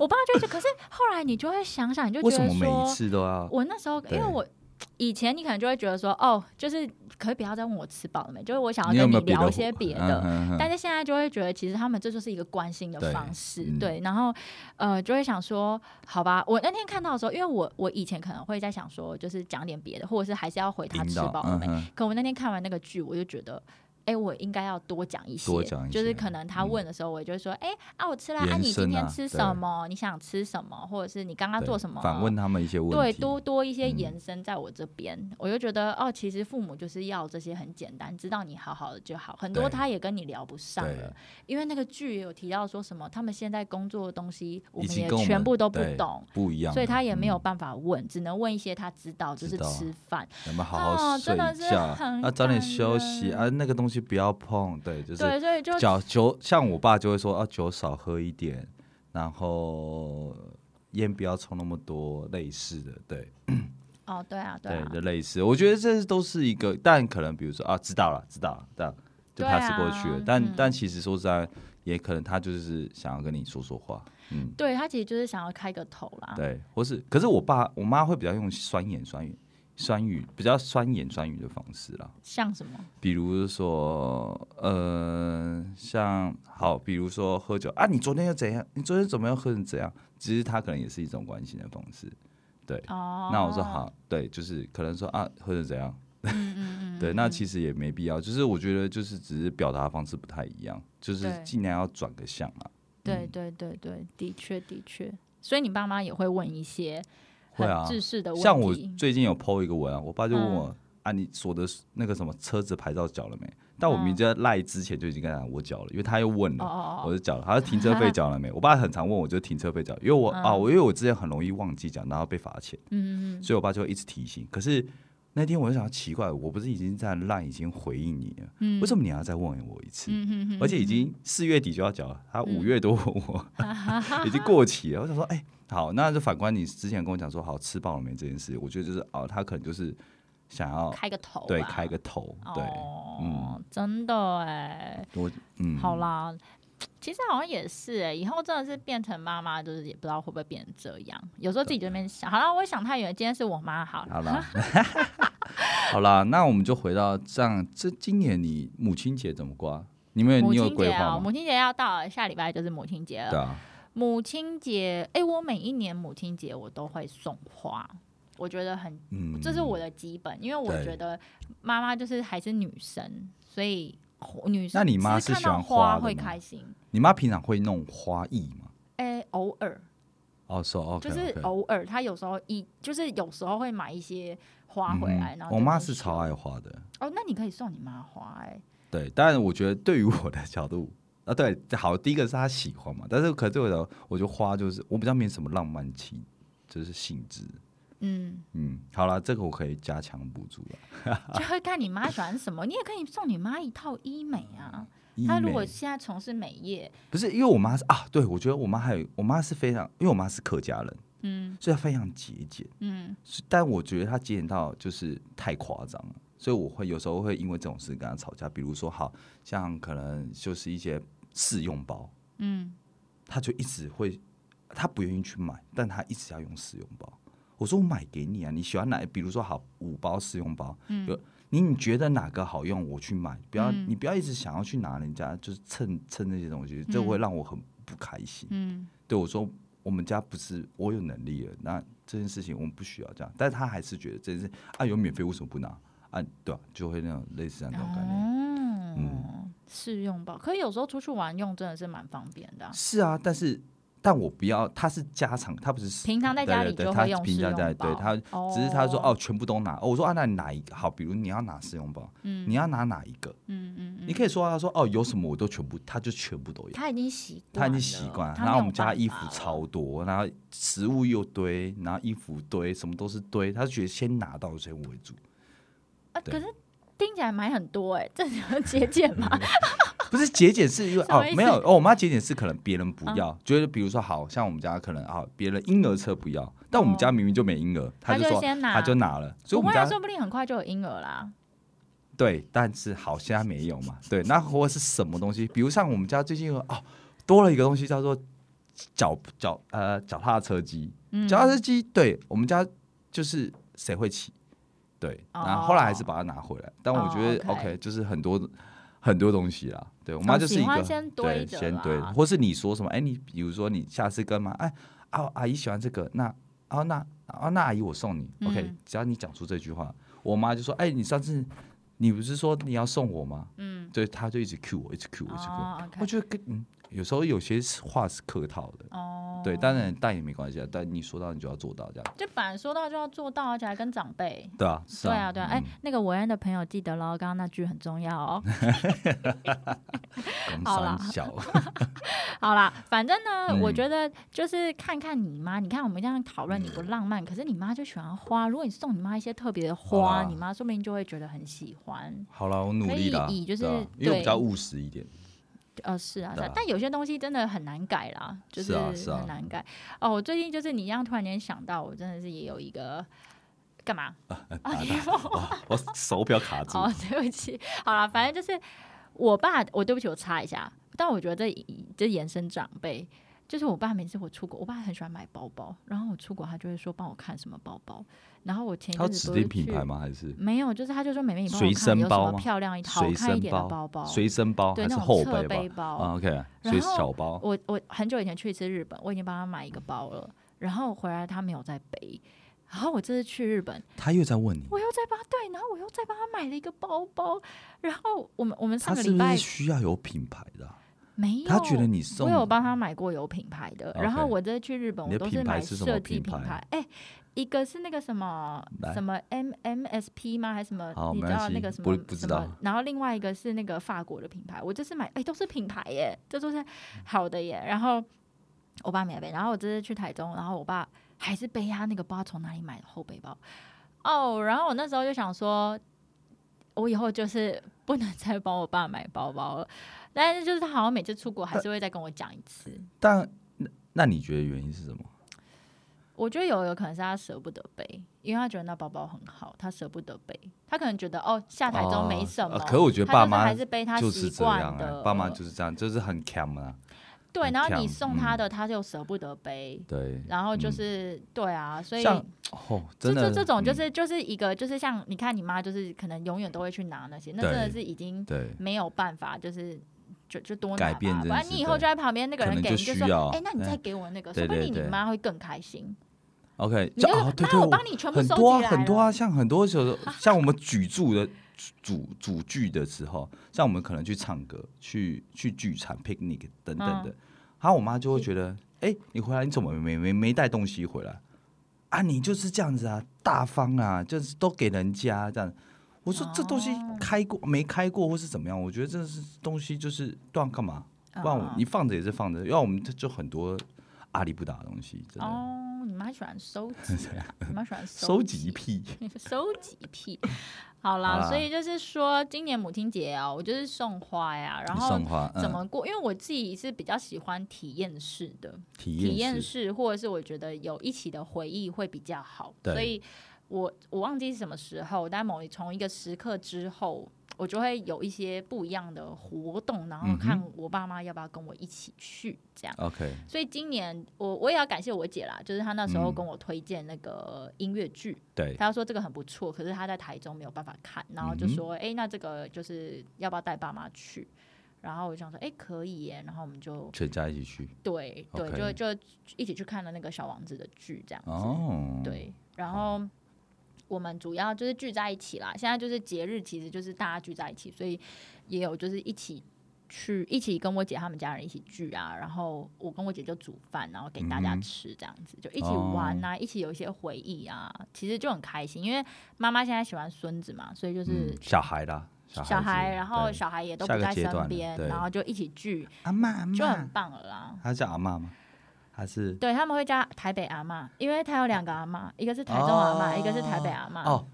Speaker 1: 我爸就会觉得，可是后来你就会想想，你就
Speaker 2: 为
Speaker 1: 觉
Speaker 2: 什
Speaker 1: 得
Speaker 2: 么每一
Speaker 1: 说，
Speaker 2: 次都要？
Speaker 1: 我那时候因为
Speaker 2: 哦对
Speaker 1: 我。以前你可能就会觉得说，哦，就是可以不要再问我吃饱了没，就是我想要跟
Speaker 2: 有没
Speaker 1: 你
Speaker 2: 有别
Speaker 1: 聊一
Speaker 2: 的
Speaker 1: 些
Speaker 2: 活
Speaker 1: 别
Speaker 2: 嗯
Speaker 1: 的，
Speaker 2: 哼哼
Speaker 1: 但是现在就会觉得，其实他们这就是一个关心的
Speaker 2: 对
Speaker 1: 方式，
Speaker 2: 嗯
Speaker 1: 对。然后，呃，就会想说，好吧，我那天看到的时候，因为我我以前可能会在想说，就是讲点别的，或者是还是要回他
Speaker 2: 引
Speaker 1: 吃
Speaker 2: 导
Speaker 1: 饱了没。
Speaker 2: 嗯哼
Speaker 1: 可我那天看完那个剧，我就觉得。哎、我应该要多讲一些，
Speaker 2: 多讲一
Speaker 1: 就是
Speaker 2: 些嗯
Speaker 1: 可能他问的时候，我就会说，哎、啊，我吃了，啊，
Speaker 2: 延
Speaker 1: 你今
Speaker 2: 伸
Speaker 1: 天
Speaker 2: 啊
Speaker 1: 吃
Speaker 2: 对
Speaker 1: 什么？你想吃什么？或者是你刚刚
Speaker 2: 对
Speaker 1: 做什么？哦
Speaker 2: 反问他们一些问
Speaker 1: 对，
Speaker 2: 题。
Speaker 1: 多多一些
Speaker 2: 嗯
Speaker 1: 延伸在我这边，我就觉得哦，其实父母就是要这些很简单，知道你好好的就好。很多
Speaker 2: 对
Speaker 1: 他也跟你聊不上了
Speaker 2: 对，
Speaker 1: 因为那个剧也有提到说什么，他们现在工作的东西，我
Speaker 2: 已
Speaker 1: 们
Speaker 2: 经
Speaker 1: 也
Speaker 2: 跟我
Speaker 1: 全
Speaker 2: 们
Speaker 1: 部都不
Speaker 2: 对
Speaker 1: 懂，
Speaker 2: 不一样了，
Speaker 1: 所以他也没有
Speaker 2: 嗯
Speaker 1: 办法问，只能问一些他知道，就是
Speaker 2: 知道
Speaker 1: 吃饭。
Speaker 2: 我们好好
Speaker 1: 哦
Speaker 2: 睡
Speaker 1: 真的
Speaker 2: 一
Speaker 1: 是
Speaker 2: 觉，
Speaker 1: 很
Speaker 2: 啊，早点
Speaker 1: 感
Speaker 2: 休息
Speaker 1: 人
Speaker 2: 啊，那个东西不要碰，对，就是
Speaker 1: 对，所以就
Speaker 2: 酒酒，像我爸就会说啊，酒少喝一点，然后烟不要抽那么多，类似的，对
Speaker 1: 哦，对啊，对
Speaker 2: 对，
Speaker 1: 啊，
Speaker 2: 就类似。我觉得这都是一个，但可能比如说啊，知道了，知道了，这样就
Speaker 1: 对
Speaker 2: pass
Speaker 1: 啊
Speaker 2: 过去了。
Speaker 1: 嗯
Speaker 2: 但但其实说实在，也可能他就是想要跟你说说话，嗯，
Speaker 1: 对他其实就是想要开个头啦。
Speaker 2: 对，或是可是我爸我妈会比较用酸言酸语。酸语比较酸言酸语的方式啦，
Speaker 1: 像什么？
Speaker 2: 比如说，呃，像好，比如说喝酒啊，你昨天又怎样？你昨天怎么又喝成怎样？其实他可能也是一种关心的方式。
Speaker 1: 哦，
Speaker 2: 那我说，好，对，就是可能说啊，喝成怎样？
Speaker 1: 嗯嗯嗯，
Speaker 2: 对，那其实也没必要，就是我觉得就是只是表达方式不太一样，就是
Speaker 1: 对
Speaker 2: 尽量要转个向啊。
Speaker 1: 对对对对，的确的确。所以你爸妈也会问一些
Speaker 2: 会
Speaker 1: 很
Speaker 2: 啊
Speaker 1: 制式的问题，嗯
Speaker 2: 像我最近有 PO 一个文案，我爸就问我、啊，你锁的那个什么车子牌照缴了没？但我明明就在赖之前就已经跟他讲我缴了，因为他又问了。
Speaker 1: 嗯哦哦
Speaker 2: 我
Speaker 1: 哦，
Speaker 2: 就缴了，他说停车费缴了没？我 爸很常问我，就停车费缴，因为我、啊，我因为我之前很容易忘记缴，然后被罚钱，
Speaker 1: 嗯嗯嗯，
Speaker 2: 所以我爸就会一直提醒。可是那天我就想奇怪，我不是已经在烂已经回应你了，
Speaker 1: 嗯
Speaker 2: 为什么你还要再问我一次？
Speaker 1: 嗯嗯嗯，
Speaker 2: 而且已经四月底就要缴了，他五月多问我，
Speaker 1: 嗯
Speaker 2: 已经过期了。我想说，哎、好，那就反观你之前跟我讲说，好吃饱了没这件事，我觉得就是哦，他可能就是想要
Speaker 1: 开个头吧，
Speaker 2: 哦对开个头，对，
Speaker 1: 啊哦，真的哎，
Speaker 2: 我嗯，
Speaker 1: 好啦。其实好像也是哎、以后真的是变成妈妈，就是也不知道会不会变成这样。有时候自己就在那边想，好了，我想太远，今天是我妈好了。
Speaker 2: 啊好 啦， 好啦，那我们就回到这样。这今年你母亲节怎么过？啊你们有
Speaker 1: 母
Speaker 2: 你有
Speaker 1: 亲节
Speaker 2: 规
Speaker 1: 哦，
Speaker 2: 划
Speaker 1: 母
Speaker 2: 吗？
Speaker 1: 亲节要到了，下礼拜就是母亲节了
Speaker 2: 对。啊，
Speaker 1: 母亲节，哎、我每一年母亲节我都会送花，我觉得很，
Speaker 2: 嗯，
Speaker 1: 这是我的基本，因为我
Speaker 2: 对
Speaker 1: 觉得妈妈就是还是女生，所以女生
Speaker 2: 那你妈
Speaker 1: 其实看
Speaker 2: 是
Speaker 1: 到
Speaker 2: 喜欢花的
Speaker 1: 会
Speaker 2: 吗
Speaker 1: 开心，
Speaker 2: 你妈平常会弄花艺吗？
Speaker 1: 哎、偶尔
Speaker 2: 哦，说 OK，
Speaker 1: 就是偶尔，她有时候一就是有时候会买一些花回来，然后
Speaker 2: 嗯我
Speaker 1: 就
Speaker 2: 妈
Speaker 1: 跟
Speaker 2: 是
Speaker 1: 她
Speaker 2: 超
Speaker 1: 说
Speaker 2: 爱花的，
Speaker 1: 哦，那你可以送你妈花、哎，
Speaker 2: 对。但我觉得对于我的角度 啊，对，好，第一个是她喜欢嘛，但是可是对我的，我觉得花就是我比较没什么浪漫气，就是性质。
Speaker 1: 嗯，
Speaker 2: 嗯，好啦，这个我可以加强补助了。
Speaker 1: 就会看你妈喜欢什么，你也可以送你妈一套医美啊。
Speaker 2: 医
Speaker 1: 她如
Speaker 2: E 美
Speaker 1: 果现在从事美业，
Speaker 2: 不是因为我妈是啊，对我觉得我妈还有我妈是非常，因为我妈是客家人，
Speaker 1: 嗯
Speaker 2: 所以她非常节俭，
Speaker 1: 嗯，
Speaker 2: 是但我觉得她节俭到就是太夸张了，所以我会有时候会因为这种事跟她吵架。比如说，好像可能就是一些试用包，
Speaker 1: 嗯，
Speaker 2: 她就一直会，她不愿意去买，但她一直要用试用包。我说我买给你啊，你喜欢哪？比如说好五包试用包，
Speaker 1: 嗯
Speaker 2: 有你你觉得哪个好用，我去买，不要、
Speaker 1: 嗯
Speaker 2: 你不要一直想要去拿人家，就是蹭蹭那些东西，这
Speaker 1: 嗯
Speaker 2: 会让我很不开心。
Speaker 1: 嗯
Speaker 2: 对我说，我们家不是我有能力了，那这件事情我们不需要这样，但是他还是觉得这件事啊有免费为什么不拿啊？对啊，就会那种类似那种概
Speaker 1: 啊
Speaker 2: 念。嗯
Speaker 1: 哦，试用吧。可是有时候出去玩用真的是蛮方便的啊、
Speaker 2: 是啊，但是但我不要，他是家常，他不是。
Speaker 1: 平常在家里
Speaker 2: 对
Speaker 1: 就
Speaker 2: 对，他
Speaker 1: 会用试
Speaker 2: 平常
Speaker 1: 用
Speaker 2: 在
Speaker 1: 包
Speaker 2: 对他，只是他说哦，，全部都拿。哦我说啊，那你哪一个好？比如你要拿试用包，
Speaker 1: 嗯
Speaker 2: 你要拿哪一个？
Speaker 1: 嗯嗯嗯，
Speaker 2: 你可以说他说哦，有什么我都全部，他就全部都要。
Speaker 1: 他已经习惯
Speaker 2: 他
Speaker 1: 了，
Speaker 2: 已经习惯了，
Speaker 1: 他
Speaker 2: 然后
Speaker 1: 没
Speaker 2: 我
Speaker 1: 有
Speaker 2: 们家
Speaker 1: 办
Speaker 2: 衣服
Speaker 1: 法了
Speaker 2: 超多，然后食物又堆，然后衣服堆，什么都是堆。他就觉得先拿到先为主，
Speaker 1: 啊，
Speaker 2: 对
Speaker 1: 可是听起来买很多哎、这叫节俭 嘛？
Speaker 2: 嗯不是节俭是因为
Speaker 1: 什
Speaker 2: 哦
Speaker 1: 么意思嗯
Speaker 2: 没有哦，我妈节俭是可能别人不要，觉得比如说好像我们家可能啊别人婴儿车不要，但我们家明明就没婴儿，她
Speaker 1: 她哦
Speaker 2: 就
Speaker 1: 就
Speaker 2: 说
Speaker 1: 先拿
Speaker 2: 她就拿了，所以
Speaker 1: 不
Speaker 2: 我们
Speaker 1: 会啊，
Speaker 2: 家
Speaker 1: 说不定很快就有婴儿啦。
Speaker 2: 对，但是好现在没有嘛，对，那或是什么东西，比如像我们家最近有哦多了一个东西叫做脚脚呃脚踏车机，
Speaker 1: 嗯，
Speaker 2: 脚踏车机，对我们家就是谁会骑，对，
Speaker 1: 哦
Speaker 2: 然后后来还是把它拿回来。但我觉得、
Speaker 1: 哦
Speaker 2: OK，,
Speaker 1: ，OK
Speaker 2: 就是很多很多东西啦。对我妈
Speaker 1: 哦
Speaker 2: 就是
Speaker 1: 喜
Speaker 2: 一
Speaker 1: 欢
Speaker 2: 个
Speaker 1: 先
Speaker 2: 对
Speaker 1: 堆着
Speaker 2: 先
Speaker 1: 啦
Speaker 2: 对，或是你说什么，哎，你比如说你下次跟妈，哎，啊阿姨喜欢这个，那啊那啊那阿姨我送你、OK，
Speaker 1: 嗯
Speaker 2: 只要你讲出这句话，我妈就说，哎，你上次你不是说你要送我吗？
Speaker 1: 嗯，
Speaker 2: 对，她就一直 cue 我，一直 cue 我，一直 cue 我。
Speaker 1: 哦
Speaker 2: 我
Speaker 1: ，OK，
Speaker 2: 觉得跟嗯，有时候有些话是客套的。
Speaker 1: 哦，
Speaker 2: 对，当然但也没关系啊，但你说到你就要做到这样。
Speaker 1: 就本来说到就要做到，而且还跟长辈。
Speaker 2: 对啊，是
Speaker 1: 对啊，对啊，哎、
Speaker 2: 嗯
Speaker 1: 那个维恩的朋友记得喽，刚刚那句很重要哦。
Speaker 2: 工
Speaker 1: 好啦
Speaker 2: 三嗯小，
Speaker 1: 好啦，反正呢，
Speaker 2: 嗯
Speaker 1: 我觉得就是看看你妈。你看我们这样讨论，你不浪漫，可是你妈就喜欢花。如果你送你妈一些特别的
Speaker 2: 嗯好
Speaker 1: 花，
Speaker 2: 啦
Speaker 1: 你妈说不定就会觉得很喜欢。
Speaker 2: 好了，我努力啦，
Speaker 1: 可以以就是
Speaker 2: 对啊因为我比
Speaker 1: 对
Speaker 2: 较务实一点，
Speaker 1: 呃，是啊，是
Speaker 2: 对
Speaker 1: 啊
Speaker 2: 啊，
Speaker 1: 但有些东西真的很难改啦，就是
Speaker 2: 啊是啊
Speaker 1: 很难改。哦，我最近就是你这样突然间想到，我真的是也有一个干嘛？啊，你
Speaker 2: 哇，我手表卡住，
Speaker 1: 哦， 对不起，好了，反正就是我爸，我对不起，我插一下，但我觉得这这延伸长辈，就是我爸每次我出国，我爸很喜欢买包包，然后我出国他就会说帮我看什么包包，然后我前一
Speaker 2: 它有
Speaker 1: 阵
Speaker 2: 指
Speaker 1: 子不是
Speaker 2: 定品
Speaker 1: 去
Speaker 2: 牌吗？还是
Speaker 1: 没有，就是他就说妹妹你帮我看
Speaker 2: 随
Speaker 1: 有
Speaker 2: 身
Speaker 1: 什
Speaker 2: 包
Speaker 1: 么
Speaker 2: 吗
Speaker 1: 漂亮一好
Speaker 2: 随
Speaker 1: 看一
Speaker 2: 身
Speaker 1: 点的
Speaker 2: 包
Speaker 1: 包，
Speaker 2: 随身包
Speaker 1: 对
Speaker 2: 还是
Speaker 1: 那种
Speaker 2: 后
Speaker 1: 侧
Speaker 2: 背
Speaker 1: 背
Speaker 2: 吧？
Speaker 1: 包
Speaker 2: 啊，OK，
Speaker 1: 然
Speaker 2: 随
Speaker 1: 后
Speaker 2: 小包，
Speaker 1: 我我很久以前去一次日本，我已经帮他买一个包了，然后回来他没有再背。然后我这次去日本，
Speaker 2: 他又在问你，
Speaker 1: 我又再帮他对，然后我又再帮他买了一个包包。然后我们我们上
Speaker 2: 他
Speaker 1: 个
Speaker 2: 是
Speaker 1: 礼
Speaker 2: 不
Speaker 1: 拜
Speaker 2: 是需要有品牌的啊？
Speaker 1: 没有，
Speaker 2: 他觉得你
Speaker 1: 我
Speaker 2: 送
Speaker 1: 有帮他买过有品牌的。然后
Speaker 2: OK
Speaker 1: 我这次去日本，
Speaker 2: 你
Speaker 1: 我
Speaker 2: 的
Speaker 1: 都
Speaker 2: 品
Speaker 1: 是
Speaker 2: 牌
Speaker 1: 买
Speaker 2: 是什么
Speaker 1: 设计
Speaker 2: 品
Speaker 1: 品
Speaker 2: 牌
Speaker 1: 牌。哎，一个是那个什么
Speaker 2: 来
Speaker 1: 什么 M M S P 吗？还是什么
Speaker 2: 好？
Speaker 1: 你
Speaker 2: 没
Speaker 1: 知
Speaker 2: 关
Speaker 1: 道那
Speaker 2: 系
Speaker 1: 个什
Speaker 2: 不
Speaker 1: 么
Speaker 2: 不知
Speaker 1: 什
Speaker 2: 道
Speaker 1: 么？然后另外一个是那个法国的品牌，我这次买哎都是品牌耶，这都是好的耶。然后我爸没有背，然后我这次去台中，然后我爸还是背他那个不知道从哪里买的后背包。哦，然后我那时候就想说，我以后就是不能再帮我爸买包包了。但是就是他好像每次出国还是会再跟我讲一次。
Speaker 2: 但那那你觉得原因是什么？
Speaker 1: 我觉得有有可能是他舍不得背，因为他觉得那包包很好，他舍不得背。他可能觉得哦，下台中没什么。
Speaker 2: 哦呃可我觉得
Speaker 1: 他
Speaker 2: 爸
Speaker 1: 就是
Speaker 2: 妈
Speaker 1: 还是背他
Speaker 2: 就是
Speaker 1: 习
Speaker 2: 这
Speaker 1: 惯
Speaker 2: 样啊
Speaker 1: 的，，
Speaker 2: 爸妈就是这样，就是很 cam 啊，
Speaker 1: 对。
Speaker 2: 很嗯
Speaker 1: 然后
Speaker 2: 强
Speaker 1: 你送他的，他就舍不得背。
Speaker 2: 对，
Speaker 1: 然后就是、对啊，所以
Speaker 2: 嗯像哦，
Speaker 1: 这
Speaker 2: 真
Speaker 1: 这
Speaker 2: 的
Speaker 1: 这种就
Speaker 2: 嗯
Speaker 1: 是、就是一个就是像你看你妈就是可能永远都会去拿那些，那真的
Speaker 2: 对
Speaker 1: 是已经
Speaker 2: 对。
Speaker 1: 没有办法，就是就就多拿
Speaker 2: 改
Speaker 1: 吧
Speaker 2: 变这
Speaker 1: 不
Speaker 2: 件
Speaker 1: 然
Speaker 2: 事
Speaker 1: 你以后
Speaker 2: 对
Speaker 1: 就在旁边那个
Speaker 2: 可
Speaker 1: 人
Speaker 2: 能
Speaker 1: 给
Speaker 2: 就
Speaker 1: 你就
Speaker 2: 需
Speaker 1: 说，
Speaker 2: 要
Speaker 1: 哎、那你
Speaker 2: 哎
Speaker 1: 再给我那个，
Speaker 2: 对
Speaker 1: 说不
Speaker 2: 对
Speaker 1: 定
Speaker 2: 对
Speaker 1: 你妈会更开心。
Speaker 2: OK，
Speaker 1: 你
Speaker 2: 就
Speaker 1: 就
Speaker 2: 哦，
Speaker 1: 说
Speaker 2: 对
Speaker 1: 妈
Speaker 2: 对，
Speaker 1: 我
Speaker 2: 我
Speaker 1: 帮你全部
Speaker 2: 很
Speaker 1: 收
Speaker 2: 多
Speaker 1: 集
Speaker 2: 啊，很
Speaker 1: 来
Speaker 2: 多
Speaker 1: 了
Speaker 2: 啊，像很多时候，像我们举住的组组剧的时候，像我们可能去唱歌、去去聚餐、picnic 等等的，
Speaker 1: 嗯
Speaker 2: 然后我妈就会觉得，哎，你回来你怎么没没没带东西回来啊？你就是这样子啊，大方啊，就是都给人家这样。我说这东西开
Speaker 1: 哦
Speaker 2: 过没开过，或是怎么样？我觉得这是东西就是断干嘛？不然我
Speaker 1: 嗯
Speaker 2: 你放着也是放着，要我们就就很多阿里不达的东西，真的
Speaker 1: 哦，你妈喜欢收 集啊，你妈喜欢
Speaker 2: 收集
Speaker 1: 集
Speaker 2: 癖。
Speaker 1: 收集癖。好啦，
Speaker 2: 好啦
Speaker 1: 所以就是说，今年母亲节啊，我就是送花呀，然后
Speaker 2: 送嗯花
Speaker 1: 怎么过？因为我自己是比较喜欢体验式的，
Speaker 2: 体
Speaker 1: 体验
Speaker 2: 验式？
Speaker 1: 式，或者是我觉得有一起的回忆会比较好。
Speaker 2: 对
Speaker 1: 所以我我忘记是什么时候，但某一从一个时刻之后，我就会有一些不一样的活动，然后
Speaker 2: 嗯哼
Speaker 1: 看我爸妈要不要跟我一起去这样。
Speaker 2: OK，
Speaker 1: 所以今年我我也要感谢我姐啦，就是她那时候
Speaker 2: 嗯
Speaker 1: 跟我推荐那个音乐剧，
Speaker 2: 对，
Speaker 1: 她说这个很不错，可是她在台中没有办法看，然后就
Speaker 2: 嗯哼
Speaker 1: 说，哎、那这个就是要不要带爸妈去？然后我就想说，哎，可以耶，然后我们就
Speaker 2: 全家一起去
Speaker 1: 对对
Speaker 2: OK
Speaker 1: 就就一起去看了那个小王子的剧这样子。
Speaker 2: 哦，，
Speaker 1: 对，然后我们主要就是聚在一起啦。现在就是节日，其实就是大家聚在一起，所以也有就是一起去一起跟我姐他们家人一起聚啊。然后我跟我姐就煮饭，然后给大家
Speaker 2: 嗯哼哦
Speaker 1: 吃，这样子、就一起玩啊，一起有一些回忆啊，其实就很开心。因为妈妈现在喜欢孙子嘛，所以就是
Speaker 2: 嗯，。小孩啦，
Speaker 1: 小
Speaker 2: 孩
Speaker 1: 孩，
Speaker 2: 子，
Speaker 1: 然后
Speaker 2: 对
Speaker 1: 小孩也都
Speaker 2: 下
Speaker 1: 不
Speaker 2: 个
Speaker 1: 在
Speaker 2: 阶段
Speaker 1: 身
Speaker 2: 了
Speaker 1: 边，
Speaker 2: 对嗯
Speaker 1: 然后就一起聚，
Speaker 2: 阿妈阿
Speaker 1: 就很
Speaker 2: 妈，
Speaker 1: 棒了啦。
Speaker 2: 他叫阿妈吗？还是
Speaker 1: 对他们会叫台北阿嬷，因为他有两个阿嬷，一个是台中阿嬷，
Speaker 2: 哦
Speaker 1: 一个是台北阿嬷。
Speaker 2: 哦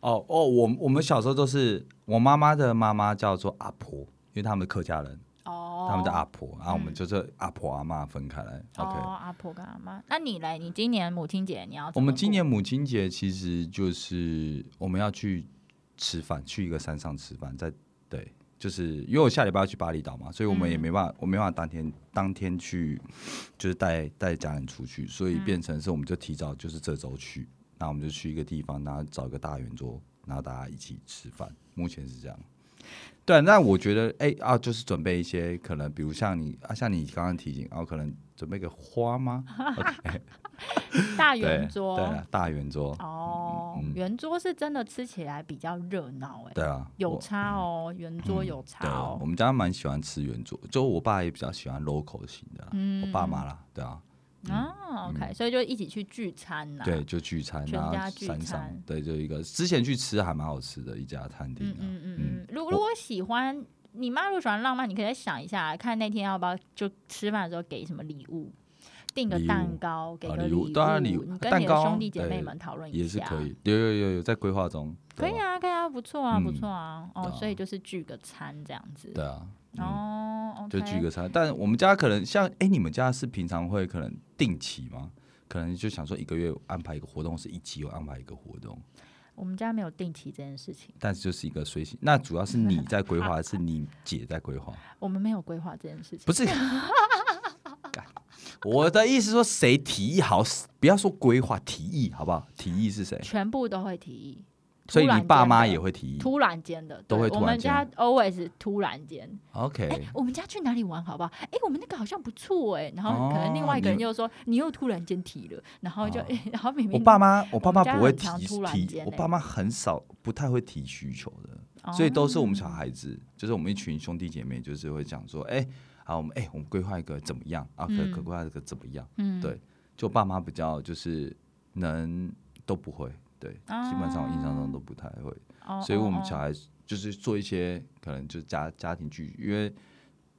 Speaker 2: 哦哦，我我们小时候都是我妈妈的妈妈叫做阿婆，因为他们是客家人，
Speaker 1: 哦，
Speaker 2: 他们叫阿婆，然后我们
Speaker 1: 嗯
Speaker 2: 就是阿婆阿妈分开来。
Speaker 1: 哦
Speaker 2: OK，
Speaker 1: 阿婆跟阿妈。那你嘞？你今年母亲节你要啊怎
Speaker 2: 我
Speaker 1: 么
Speaker 2: 们
Speaker 1: 过
Speaker 2: 今年母亲节其实就是我们要去吃饭，去一个山上吃饭，在对，就是因为我下礼拜要去巴厘岛嘛，所以我们也
Speaker 1: 嗯
Speaker 2: 没办法，我没办法当天当天去，就是带带家人出去，所以变成是我们就提早就是这周去，那我们就去一个地方，然后找一个大圆桌，然后大家一起吃饭，目前是这样。对，那我觉得，哎、啊，就是准备一些可能，比如像你啊，像你刚刚提醒，啊，可能准备个花吗？
Speaker 1: 大
Speaker 2: 对，
Speaker 1: 啊圆桌
Speaker 2: 对啊，大圆桌，
Speaker 1: 哦，圆桌是真的吃起来比较热闹哎，
Speaker 2: 对啊，
Speaker 1: 有
Speaker 2: 我嗯
Speaker 1: 差哦，圆桌有差
Speaker 2: 对啊，
Speaker 1: 哦
Speaker 2: 我。们家蛮喜欢吃圆桌，就我爸也比较喜欢 local 型的啦，我爸
Speaker 1: 嗯
Speaker 2: 妈啦，对啊，
Speaker 1: 啊，OK，所以就一起去聚餐呐。
Speaker 2: 对，，就聚餐，
Speaker 1: 全
Speaker 2: 然
Speaker 1: 家
Speaker 2: 后
Speaker 1: 聚
Speaker 2: 山上
Speaker 1: 餐，
Speaker 2: 对，就一个之前去吃还蛮好吃的一家餐厅
Speaker 1: 嗯
Speaker 2: 啊，
Speaker 1: 嗯嗯嗯。如如果喜欢你妈，如果喜欢浪漫，你可以再想一下，看那天要不要就吃饭的时候给什么礼物。订个
Speaker 2: 礼物
Speaker 1: 蛋糕，给
Speaker 2: 啊
Speaker 1: 个
Speaker 2: 礼物当然礼物
Speaker 1: 你跟
Speaker 2: 蛋
Speaker 1: 你的
Speaker 2: 糕
Speaker 1: 兄弟姐
Speaker 2: 对
Speaker 1: 妹们讨嗯论一下，
Speaker 2: 也是可以，有有有有在规划中，
Speaker 1: 可
Speaker 2: 对
Speaker 1: 以
Speaker 2: 吧，
Speaker 1: 啊，可以啊，不错啊，不
Speaker 2: 嗯
Speaker 1: 错啊，
Speaker 2: 对
Speaker 1: 哦，
Speaker 2: 啊
Speaker 1: 所以就是聚个餐这样子，
Speaker 2: 对啊，嗯，
Speaker 1: 哦，
Speaker 2: 就
Speaker 1: OK
Speaker 2: 聚个餐，但我们家可能像，哎，你们家是平常会可能定期吗？可能就想说一个月安排一个活动，是一期有安排一个活动，
Speaker 1: 我们家没有定期这件事情，
Speaker 2: 但是就是一个随性。那主要是你在规划，还是你姐在规划？
Speaker 1: 啊我们没有规划这件事情，
Speaker 2: 不是， 干我的意思说谁提议好，不要说规划提议好不好？提议是谁？
Speaker 1: 全部都会提议，
Speaker 2: 所以
Speaker 1: 突然
Speaker 2: 你
Speaker 1: 间
Speaker 2: 爸妈
Speaker 1: 的
Speaker 2: 也会提议。
Speaker 1: 突然间的，
Speaker 2: 嗯都
Speaker 1: 对
Speaker 2: 会
Speaker 1: 我
Speaker 2: 突然
Speaker 1: 们家 always 突然间，哎
Speaker 2: OK，，
Speaker 1: 我们家去哪里玩好不好？哎，我们那个好像不错哎，然后可能另
Speaker 2: 哦
Speaker 1: 外一个人
Speaker 2: 你
Speaker 1: 又说你又突然间提了，然后就
Speaker 2: 哦
Speaker 1: 然后明
Speaker 2: 我
Speaker 1: 明
Speaker 2: 爸妈，我爸妈
Speaker 1: 我们家
Speaker 2: 不会
Speaker 1: 很
Speaker 2: 提
Speaker 1: 常突然
Speaker 2: 提
Speaker 1: 间，
Speaker 2: 我
Speaker 1: 欸
Speaker 2: 爸妈很少，不太会提需求的，
Speaker 1: 哦
Speaker 2: 所以都是我们小孩子，就是我们一群兄弟姐妹，就是会讲说，哎，啊，我们哎，我们规划一个怎么样啊？可可
Speaker 1: 嗯
Speaker 2: 规划一个怎么样？
Speaker 1: 嗯
Speaker 2: 对就我爸妈比较就是能都不会，对，基本上我印象中都不太会。
Speaker 1: 哦
Speaker 2: 所以我们
Speaker 1: 哦
Speaker 2: 小孩就是做一些可能就是家家庭聚，因为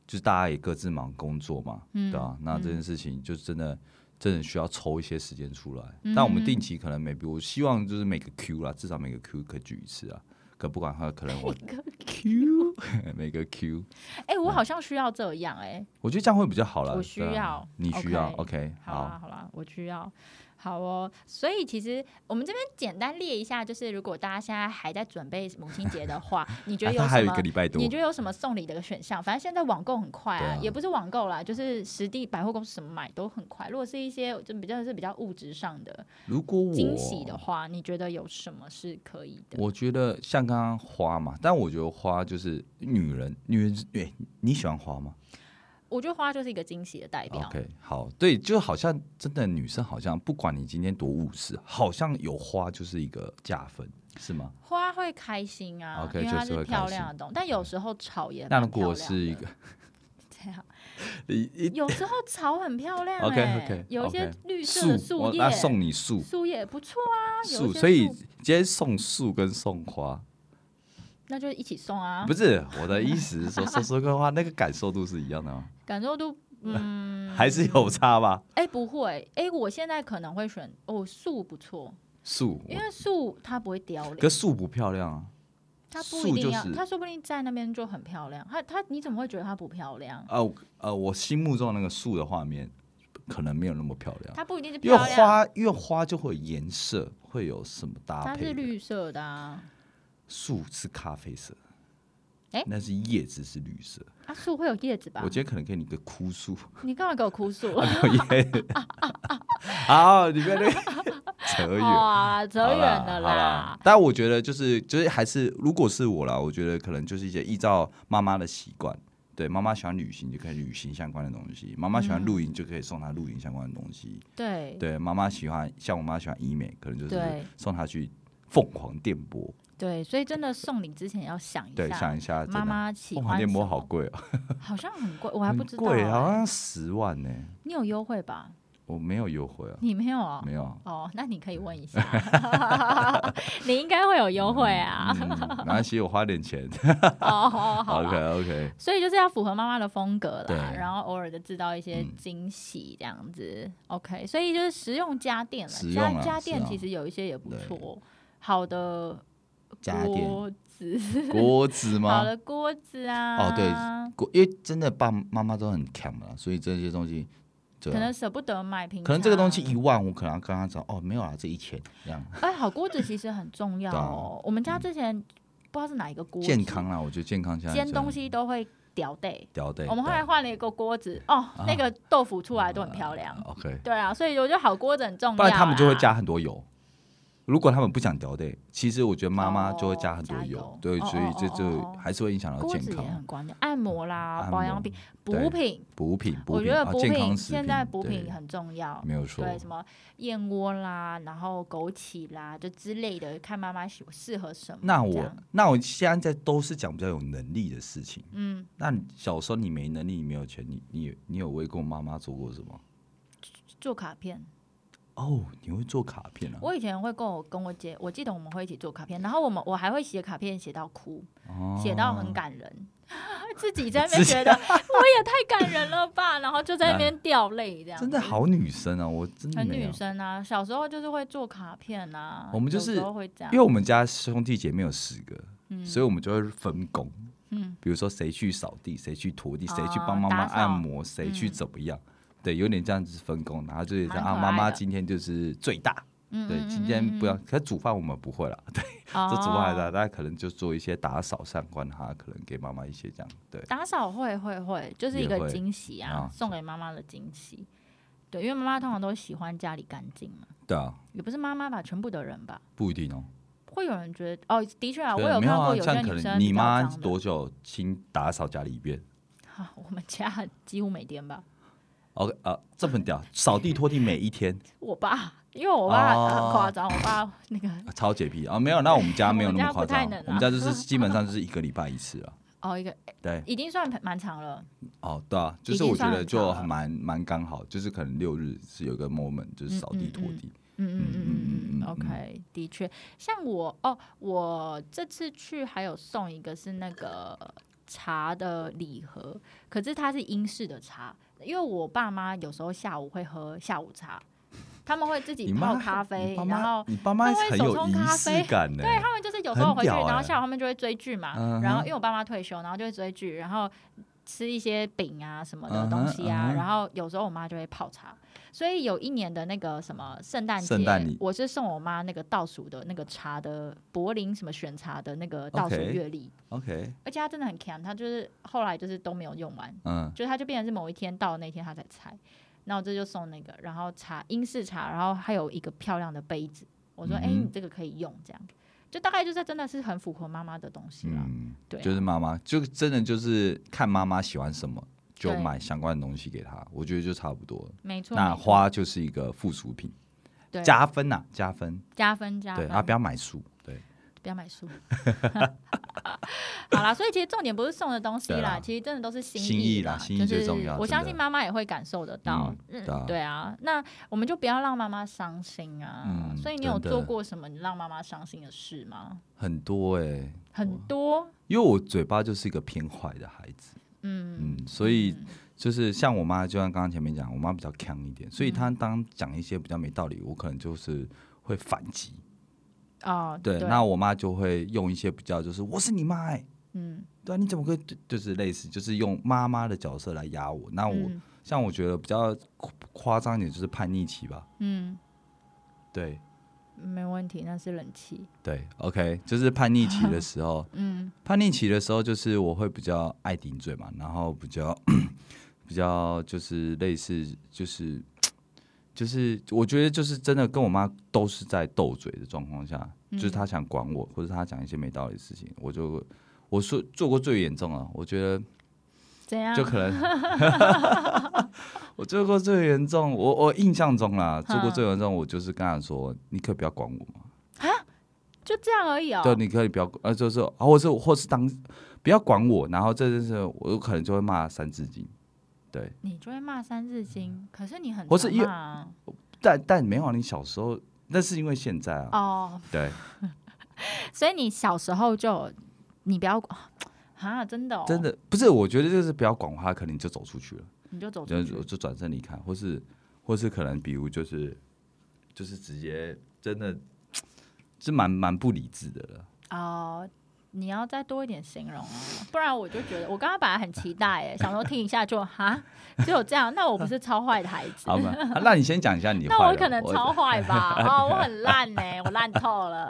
Speaker 2: 就是大家也各自忙工作嘛，
Speaker 1: 嗯
Speaker 2: 对啊，那这件事情就真的真的需要抽一些时间出来。
Speaker 1: 嗯
Speaker 2: 但我们定期可能每，比我希望就是每个 Q 啦，至少每个 Q 可聚一次啊。可不管他，可能我
Speaker 1: 个 Q，
Speaker 2: 每个 Q，
Speaker 1: 哎，
Speaker 2: 嗯
Speaker 1: 我好像需要这样哎，
Speaker 2: 我觉得这样会比较好啦。
Speaker 1: 我需
Speaker 2: 对啊
Speaker 1: 要
Speaker 2: 你需要
Speaker 1: OK
Speaker 2: ，OK，
Speaker 1: 好啊啦
Speaker 2: 好，
Speaker 1: 好啦，我需要。好哦，所以其实我们这边简单列一下，就是如果大家现在还在准备母亲节的 话，你觉
Speaker 2: 啊
Speaker 1: 得有
Speaker 2: 他还
Speaker 1: 什
Speaker 2: 有一
Speaker 1: 么
Speaker 2: 个？礼拜多
Speaker 1: 你，觉得有什么送礼的选项？反正现在网购很快
Speaker 2: 对
Speaker 1: 啊，
Speaker 2: 啊
Speaker 1: 也不是网购啦，就是实地百货公司什么买都很快。如果是一些就比较是比较物质上的
Speaker 2: 如果我
Speaker 1: 惊喜的话，你觉得有什么是可以的？
Speaker 2: 我觉得像刚刚花嘛，但我觉得花就是女人，女人，哎你喜欢花吗？
Speaker 1: 我觉得花就是一个惊喜的代表。
Speaker 2: OK，好，对，就好像真的女生好像不管你今天多务实，好像有花就是一个加分，是吗？
Speaker 1: 花会开心啊
Speaker 2: OK，
Speaker 1: 因为它
Speaker 2: 就是
Speaker 1: 是
Speaker 2: 会开
Speaker 1: 漂亮的
Speaker 2: 心嗯
Speaker 1: 东西，但有时候炒也
Speaker 2: 那
Speaker 1: 蛮
Speaker 2: 如果
Speaker 1: 漂
Speaker 2: 我
Speaker 1: 亮
Speaker 2: 是 一
Speaker 1: 的啊
Speaker 2: 个
Speaker 1: 这样。
Speaker 2: 一一
Speaker 1: 有时候草很漂 亮、欸
Speaker 2: OK，OK，
Speaker 1: 有一些
Speaker 2: OK
Speaker 1: 绿色
Speaker 2: 树
Speaker 1: 的，树
Speaker 2: 我
Speaker 1: 叶，
Speaker 2: 那送你树
Speaker 1: 树叶也不错啊，有一
Speaker 2: 树，
Speaker 1: 些
Speaker 2: 所以
Speaker 1: 树
Speaker 2: 今天送树跟送花，
Speaker 1: 那就一起送啊
Speaker 2: 不，是我的意思是说送树跟花那个感受度是一样的吗？
Speaker 1: 感受度。嗯，
Speaker 2: 还是有差吧？
Speaker 1: 哎、不会，哎、我现在可能会选哦，树不错，
Speaker 2: 树，
Speaker 1: 因为树它不会凋
Speaker 2: 可
Speaker 1: 零，
Speaker 2: 树不漂亮啊。
Speaker 1: 它不一定要，
Speaker 2: 树就是
Speaker 1: 它说不定在那边就很漂亮。它它你怎么会觉得它不漂亮？
Speaker 2: 呃呃，我心目中那个树的画面可能没有那么漂亮。
Speaker 1: 它不一定是
Speaker 2: 因为
Speaker 1: 漂亮，
Speaker 2: 花，因为花就会有颜色，会有什么搭
Speaker 1: 它
Speaker 2: 配
Speaker 1: 是
Speaker 2: 的？
Speaker 1: 绿色的啊，
Speaker 2: 树是咖啡色，
Speaker 1: 诶
Speaker 2: 那是叶子是绿色。
Speaker 1: 啊，树会有叶子吧
Speaker 2: 我？今啊天可能给你个枯树，
Speaker 1: 你干嘛给我哭 树？
Speaker 2: 没有叶。好，你 不要那个扯远。
Speaker 1: 哇，哦扯
Speaker 2: 好
Speaker 1: 远了
Speaker 2: 啦，好啦，但我觉得就是就是还是，如果是我啦，我觉得可能就是一些依照妈妈的习惯，对，妈妈喜欢旅行就可以旅行相关的东西，妈妈喜欢
Speaker 1: 嗯
Speaker 2: 露营就可以送她露营相关的东西。
Speaker 1: 对
Speaker 2: 对，妈妈喜欢像我妈喜欢医美，可能就是
Speaker 1: 对
Speaker 2: 送她去疯狂电波。
Speaker 1: 对，所以真的送礼之前要想一
Speaker 2: 对，
Speaker 1: 下，
Speaker 2: 想一下，真的
Speaker 1: 妈妈喜
Speaker 2: 疯
Speaker 1: 欢
Speaker 2: 狂电
Speaker 1: 什
Speaker 2: 波
Speaker 1: 么
Speaker 2: 好贵哦，
Speaker 1: 好像很贵，我还
Speaker 2: 很
Speaker 1: 不知道、
Speaker 2: 贵，啊好
Speaker 1: 欸。
Speaker 2: 像十万呢、
Speaker 1: 你有优惠吧？
Speaker 2: 我没有优惠啊，
Speaker 1: 你没有啊？
Speaker 2: 没有啊。
Speaker 1: 哦，那你可以问一 下， 你应该会有优惠啊。
Speaker 2: 嗯，没关系，我花点钱。
Speaker 1: 哦，好 好
Speaker 2: OK
Speaker 1: 啦
Speaker 2: OK，
Speaker 1: 所以就是要符合妈妈的风格
Speaker 2: 对
Speaker 1: 啦，然后偶尔的制造一些
Speaker 2: 嗯
Speaker 1: 惊喜这样子。OK，所以就是实用家电
Speaker 2: 实
Speaker 1: 了，
Speaker 2: 用
Speaker 1: 家家
Speaker 2: 啦实
Speaker 1: 电
Speaker 2: 用
Speaker 1: 其实有一些也不
Speaker 2: 对
Speaker 1: 错，好的
Speaker 2: 家电
Speaker 1: 锅子，
Speaker 2: 锅子吗
Speaker 1: 好？的锅子啊，
Speaker 2: 哦对锅因为真的爸妈妈都很强嘛，所以这些东西，对啊
Speaker 1: 可能舍不得买，平
Speaker 2: 可能这个东西
Speaker 1: 常
Speaker 2: 一万，我可能要跟他讲哦，没有啊，这一千这样
Speaker 1: 哎，好锅子其实很重要
Speaker 2: 对啊
Speaker 1: 哦。我们家之前不知道是哪一个锅子，
Speaker 2: 健康啦，我觉得健康现在
Speaker 1: 煎
Speaker 2: 真的
Speaker 1: 东西都会掉day。
Speaker 2: 屌对，
Speaker 1: 我们后来
Speaker 2: 对啊
Speaker 1: 换了一个锅子，哦，那个豆腐出来都很漂亮。
Speaker 2: OK，
Speaker 1: 对啊，所以我觉得好锅子很重要啊。
Speaker 2: 不然他们就会加很多油。如果他们不想屌对，其实我觉得妈妈就会加很多油，
Speaker 1: 哦加
Speaker 2: 对，
Speaker 1: 油
Speaker 2: 所以这
Speaker 1: 哦哦
Speaker 2: 就
Speaker 1: 哦哦
Speaker 2: 还是会影响到
Speaker 1: 锅
Speaker 2: 健
Speaker 1: 子也
Speaker 2: 康
Speaker 1: 很。关键，按摩啦
Speaker 2: 按、摩
Speaker 1: 保养品、
Speaker 2: 对
Speaker 1: 补品，
Speaker 2: 补品，补
Speaker 1: 我
Speaker 2: 品
Speaker 1: 觉得
Speaker 2: 啊
Speaker 1: 补
Speaker 2: 健康食
Speaker 1: 现在补
Speaker 2: 对
Speaker 1: 品很重要。
Speaker 2: 没有错，
Speaker 1: 对，什么燕窝啦，然后枸杞啦，就之类的，看妈妈喜适合什么。
Speaker 2: 那
Speaker 1: 这
Speaker 2: 我
Speaker 1: 样
Speaker 2: 那我现在都是讲比较有能力的事情。
Speaker 1: 嗯，
Speaker 2: 那你小时候你没能力，你没有钱，你你你有为过妈妈做过什么？
Speaker 1: 做卡片，
Speaker 2: 哦，你会做卡片啊？
Speaker 1: 我以前会跟我跟我姐，我记得我们会一起做卡片，然后我们我还会写卡片写到哭，
Speaker 2: 哦
Speaker 1: 写到很感人， 自己在那边
Speaker 2: 自己
Speaker 1: 觉得我也太感人了吧， 然后就在那边掉泪这样。
Speaker 2: 真的好女生啊，我真的
Speaker 1: 很
Speaker 2: 没有
Speaker 1: 女。生啊，小时候就是会做卡片啊，
Speaker 2: 我们就
Speaker 1: 有时
Speaker 2: 是
Speaker 1: 候会这样，
Speaker 2: 因为我们家兄弟姐妹有十个，
Speaker 1: 嗯
Speaker 2: 所以我们就会分工。
Speaker 1: 嗯，
Speaker 2: 比如说谁去扫地，谁去拖地，
Speaker 1: 哦
Speaker 2: 谁去帮妈
Speaker 1: 打
Speaker 2: 妈
Speaker 1: 扫
Speaker 2: 按摩，谁去
Speaker 1: 嗯
Speaker 2: 怎么样。对，有点这样子分工，然后就是
Speaker 1: 蛮可
Speaker 2: 啊，
Speaker 1: 爱
Speaker 2: 妈妈
Speaker 1: 的
Speaker 2: 今天就是最大，
Speaker 1: 嗯哦
Speaker 2: 对，今天不要，，可煮饭我们不会啦，
Speaker 1: 这
Speaker 2: 这之外的，大家可能就做一些打扫相关哈，可能给妈妈一些这样，对，
Speaker 1: 打扫会会会，就是一
Speaker 2: 也
Speaker 1: 个
Speaker 2: 会
Speaker 1: 惊喜啊
Speaker 2: 啊，
Speaker 1: 送给妈妈的惊喜。对，因为妈妈通常都喜欢家里干净嘛，
Speaker 2: 对啊，
Speaker 1: 也不是妈妈吧，全部的人吧，
Speaker 2: 不一定哦。
Speaker 1: 会有人觉得哦，的确啊，我
Speaker 2: 对
Speaker 1: 有
Speaker 2: 没
Speaker 1: 看
Speaker 2: 啊
Speaker 1: 过有
Speaker 2: 这
Speaker 1: 些
Speaker 2: 样可
Speaker 1: 女
Speaker 2: 能
Speaker 1: 生
Speaker 2: 你
Speaker 1: 比较
Speaker 2: 妈
Speaker 1: 脏的
Speaker 2: 多久清打扫家里一遍
Speaker 1: 啊， 我们家几乎每天吧，
Speaker 2: ？OK 啊，这么屌，扫地拖地每一天，
Speaker 1: 我爸，因为我爸
Speaker 2: 哦
Speaker 1: 很夸张，我爸那个
Speaker 2: 啊超洁癖啊，没有，那我们家没有那么夸张，
Speaker 1: 我们家不太能啊
Speaker 2: 我们家就是基本上就是一个礼拜一次啊。
Speaker 1: 哦一个
Speaker 2: 对，
Speaker 1: 已经算蛮长了，
Speaker 2: 哦，对啊，就
Speaker 1: 已
Speaker 2: 是
Speaker 1: 经
Speaker 2: 我觉
Speaker 1: 算
Speaker 2: 得
Speaker 1: 很长
Speaker 2: 就
Speaker 1: 了
Speaker 2: 蛮蛮刚好，就是可能六日是有个 moment，就是扫
Speaker 1: 嗯
Speaker 2: 地
Speaker 1: 嗯
Speaker 2: 拖地，
Speaker 1: 嗯嗯嗯嗯嗯
Speaker 2: 嗯嗯嗯嗯
Speaker 1: 嗯，OK，的确，像我哦，我这次去还有送一个是那个茶的礼盒，可是它是英式的茶，因为我爸妈有时候下午会喝下午茶，他们会自己
Speaker 2: 你妈
Speaker 1: 泡咖啡，
Speaker 2: 你爸
Speaker 1: 然
Speaker 2: 妈
Speaker 1: 后。
Speaker 2: 你爸妈
Speaker 1: 他会
Speaker 2: 很
Speaker 1: 手
Speaker 2: 有
Speaker 1: 冲
Speaker 2: 仪
Speaker 1: 咖
Speaker 2: 式
Speaker 1: 啡
Speaker 2: 感呢、
Speaker 1: 对他们就是有时候
Speaker 2: 很
Speaker 1: 回去，
Speaker 2: 屌
Speaker 1: 然后
Speaker 2: 欸
Speaker 1: 下午他们就会追剧嘛。
Speaker 2: 嗯哼
Speaker 1: 然后因为我爸妈退休，然后就会追剧，然后吃一些饼啊什么的
Speaker 2: 嗯哼
Speaker 1: 东西啊。
Speaker 2: 嗯哼
Speaker 1: 然后有时候我妈就会泡茶。所以有一年的那个什么圣诞节，
Speaker 2: 圣诞礼
Speaker 1: 我是送我妈那个倒数的那个茶的柏林什么选茶的那个倒数
Speaker 2: OK
Speaker 1: 月历
Speaker 2: o k
Speaker 1: 而且它真的很强，它就是后来就是都没有用完，
Speaker 2: 嗯，
Speaker 1: 就是它就变成是某一天到那天它才拆。那我这就送那个，然后茶英式茶，然后还有一个漂亮的杯子。我说，
Speaker 2: 嗯
Speaker 1: 哎、
Speaker 2: 哼
Speaker 1: 你这个可以用，这样就大概就是真的是很符合妈妈的东西啦。
Speaker 2: 嗯，
Speaker 1: 对啊
Speaker 2: 就是妈妈，就真的就是看妈妈喜欢什么，就
Speaker 1: 对
Speaker 2: 买相关的东西给她，我觉得就差不多了。
Speaker 1: 没错，
Speaker 2: 那
Speaker 1: 没错
Speaker 2: 花就是一个附属品，
Speaker 1: 对
Speaker 2: 加分呐、加分。
Speaker 1: 加分加
Speaker 2: 对
Speaker 1: 分，
Speaker 2: 啊，不要买书，对，
Speaker 1: 不要买书。 好啦，所以其实重点不是送的东西
Speaker 2: 对
Speaker 1: 啦，
Speaker 2: 啦
Speaker 1: 其实真的都是心
Speaker 2: 心意啦
Speaker 1: 啦，
Speaker 2: 心意
Speaker 1: 就
Speaker 2: 最
Speaker 1: 是
Speaker 2: 重要
Speaker 1: 我
Speaker 2: 真
Speaker 1: 相
Speaker 2: 的
Speaker 1: 信妈妈也会感受得到
Speaker 2: 嗯，
Speaker 1: 嗯
Speaker 2: 对啊，
Speaker 1: 对啊。那我们就不要让妈妈伤心啊。
Speaker 2: 嗯
Speaker 1: 所以你有
Speaker 2: 真的
Speaker 1: 做过什么你让妈妈伤心的事吗？
Speaker 2: 很多哎、
Speaker 1: 很多，
Speaker 2: 因为我嘴巴就是一个偏坏的孩子，
Speaker 1: 嗯
Speaker 2: 嗯，所以就是像我妈，就像刚刚前面讲，我妈比较强一点，所以她当讲一些比较没道理，我可能就是会反击。
Speaker 1: 哦，
Speaker 2: 对，那我妈就会用一些比较，就是我是你妈哎、
Speaker 1: 嗯
Speaker 2: 对啊，你怎么会就就是类似，就是用妈妈的角色来压我。那我、
Speaker 1: 嗯
Speaker 2: 像我觉得比较夸夸张一点，就是叛逆期吧。
Speaker 1: 嗯，
Speaker 2: 对
Speaker 1: 没问题，那是冷气，，
Speaker 2: 对，OK，就是叛逆期的时候
Speaker 1: 嗯
Speaker 2: 叛逆期的时候就是我会比较爱顶嘴嘛，然后比较比较就是类似就是。就是我觉得就是真的跟我妈都是在斗嘴的状况下，就是她想管我，或者她讲一些没道理的事情，我就我说做过最严重啊，我觉得
Speaker 1: 怎样
Speaker 2: 就？可能 我做过最严重，我我印象中啦，做过最严重，我就是跟他说，你可以不要管我嘛，
Speaker 1: 就这样而已哦。
Speaker 2: 对，你可以不要，呃，就是啊，或是或是当不要管我，然后这件事我有可能就会骂三字经，对，
Speaker 1: 你就会骂三字经，可是你很
Speaker 2: 嗯或是
Speaker 1: 常
Speaker 2: 一
Speaker 1: 骂啊
Speaker 2: 但但没有啊，你小时候那是因为现在啊，
Speaker 1: 哦，
Speaker 2: 对，
Speaker 1: 所以你小时候就有你不要啊，真的、哦，
Speaker 2: 真，的不是，我觉得就是不要管我他，可能你就走出去了，
Speaker 1: 你就走出
Speaker 2: 就
Speaker 1: 去
Speaker 2: 就，就转身离开，或是或是可能比如就是就是直接真的是蛮蛮不理智的了。
Speaker 1: 哦，你要再多一点形容哦，不然我就觉得我刚刚本来很期待哎，想说听一下就哈，只有这样，那我不是超坏的孩子
Speaker 2: 好。吧，啊那你先讲一下你 坏
Speaker 1: 那
Speaker 2: 了。
Speaker 1: 我可能超坏 吧，哦，我很烂呢、我烂透了。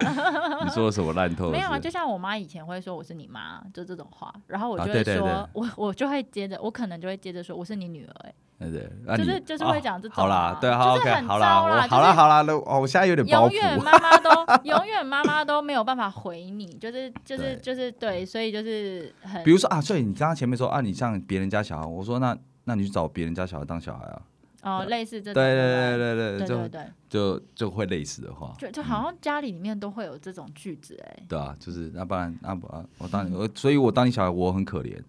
Speaker 2: 你说了什么烂透了？
Speaker 1: 没有啊，
Speaker 2: 哦是
Speaker 1: 就像我妈以前会说我是你妈，就这种话，然后我
Speaker 2: 啊
Speaker 1: 就
Speaker 2: 对
Speaker 1: 会
Speaker 2: 对
Speaker 1: 说，
Speaker 2: 对
Speaker 1: 我 我就会接着，我可能就会接着说我是你女儿、 欸，
Speaker 2: 对对，那
Speaker 1: 就是
Speaker 2: 你
Speaker 1: 就是
Speaker 2: 哦
Speaker 1: 会讲这种
Speaker 2: 好啦
Speaker 1: 啊，
Speaker 2: 对，好
Speaker 1: 就是
Speaker 2: OK，
Speaker 1: 很
Speaker 2: 好
Speaker 1: 糟
Speaker 2: 我
Speaker 1: 啦
Speaker 2: 好
Speaker 1: 就是
Speaker 2: 啦，好啦，那哦，我现在有点包
Speaker 1: 永远
Speaker 2: 袱。
Speaker 1: 妈妈 都永远妈妈都没有办法回你，就是就是
Speaker 2: 对
Speaker 1: 就是对，所以就是很
Speaker 2: 比如说啊，所以你刚刚前面说啊，你像别人家小孩，我说那那你去找别人家小孩当小孩啊？
Speaker 1: 哦，类似这种
Speaker 2: 对对
Speaker 1: 的
Speaker 2: 对对
Speaker 1: 对对
Speaker 2: 就
Speaker 1: 对，
Speaker 2: 就就会类似的话，
Speaker 1: 就就好像家里里面都会有这种句子哎。
Speaker 2: 对啊，就是那不然那不啊，我
Speaker 1: 嗯
Speaker 2: 当你，我所以我当你小孩我很可怜，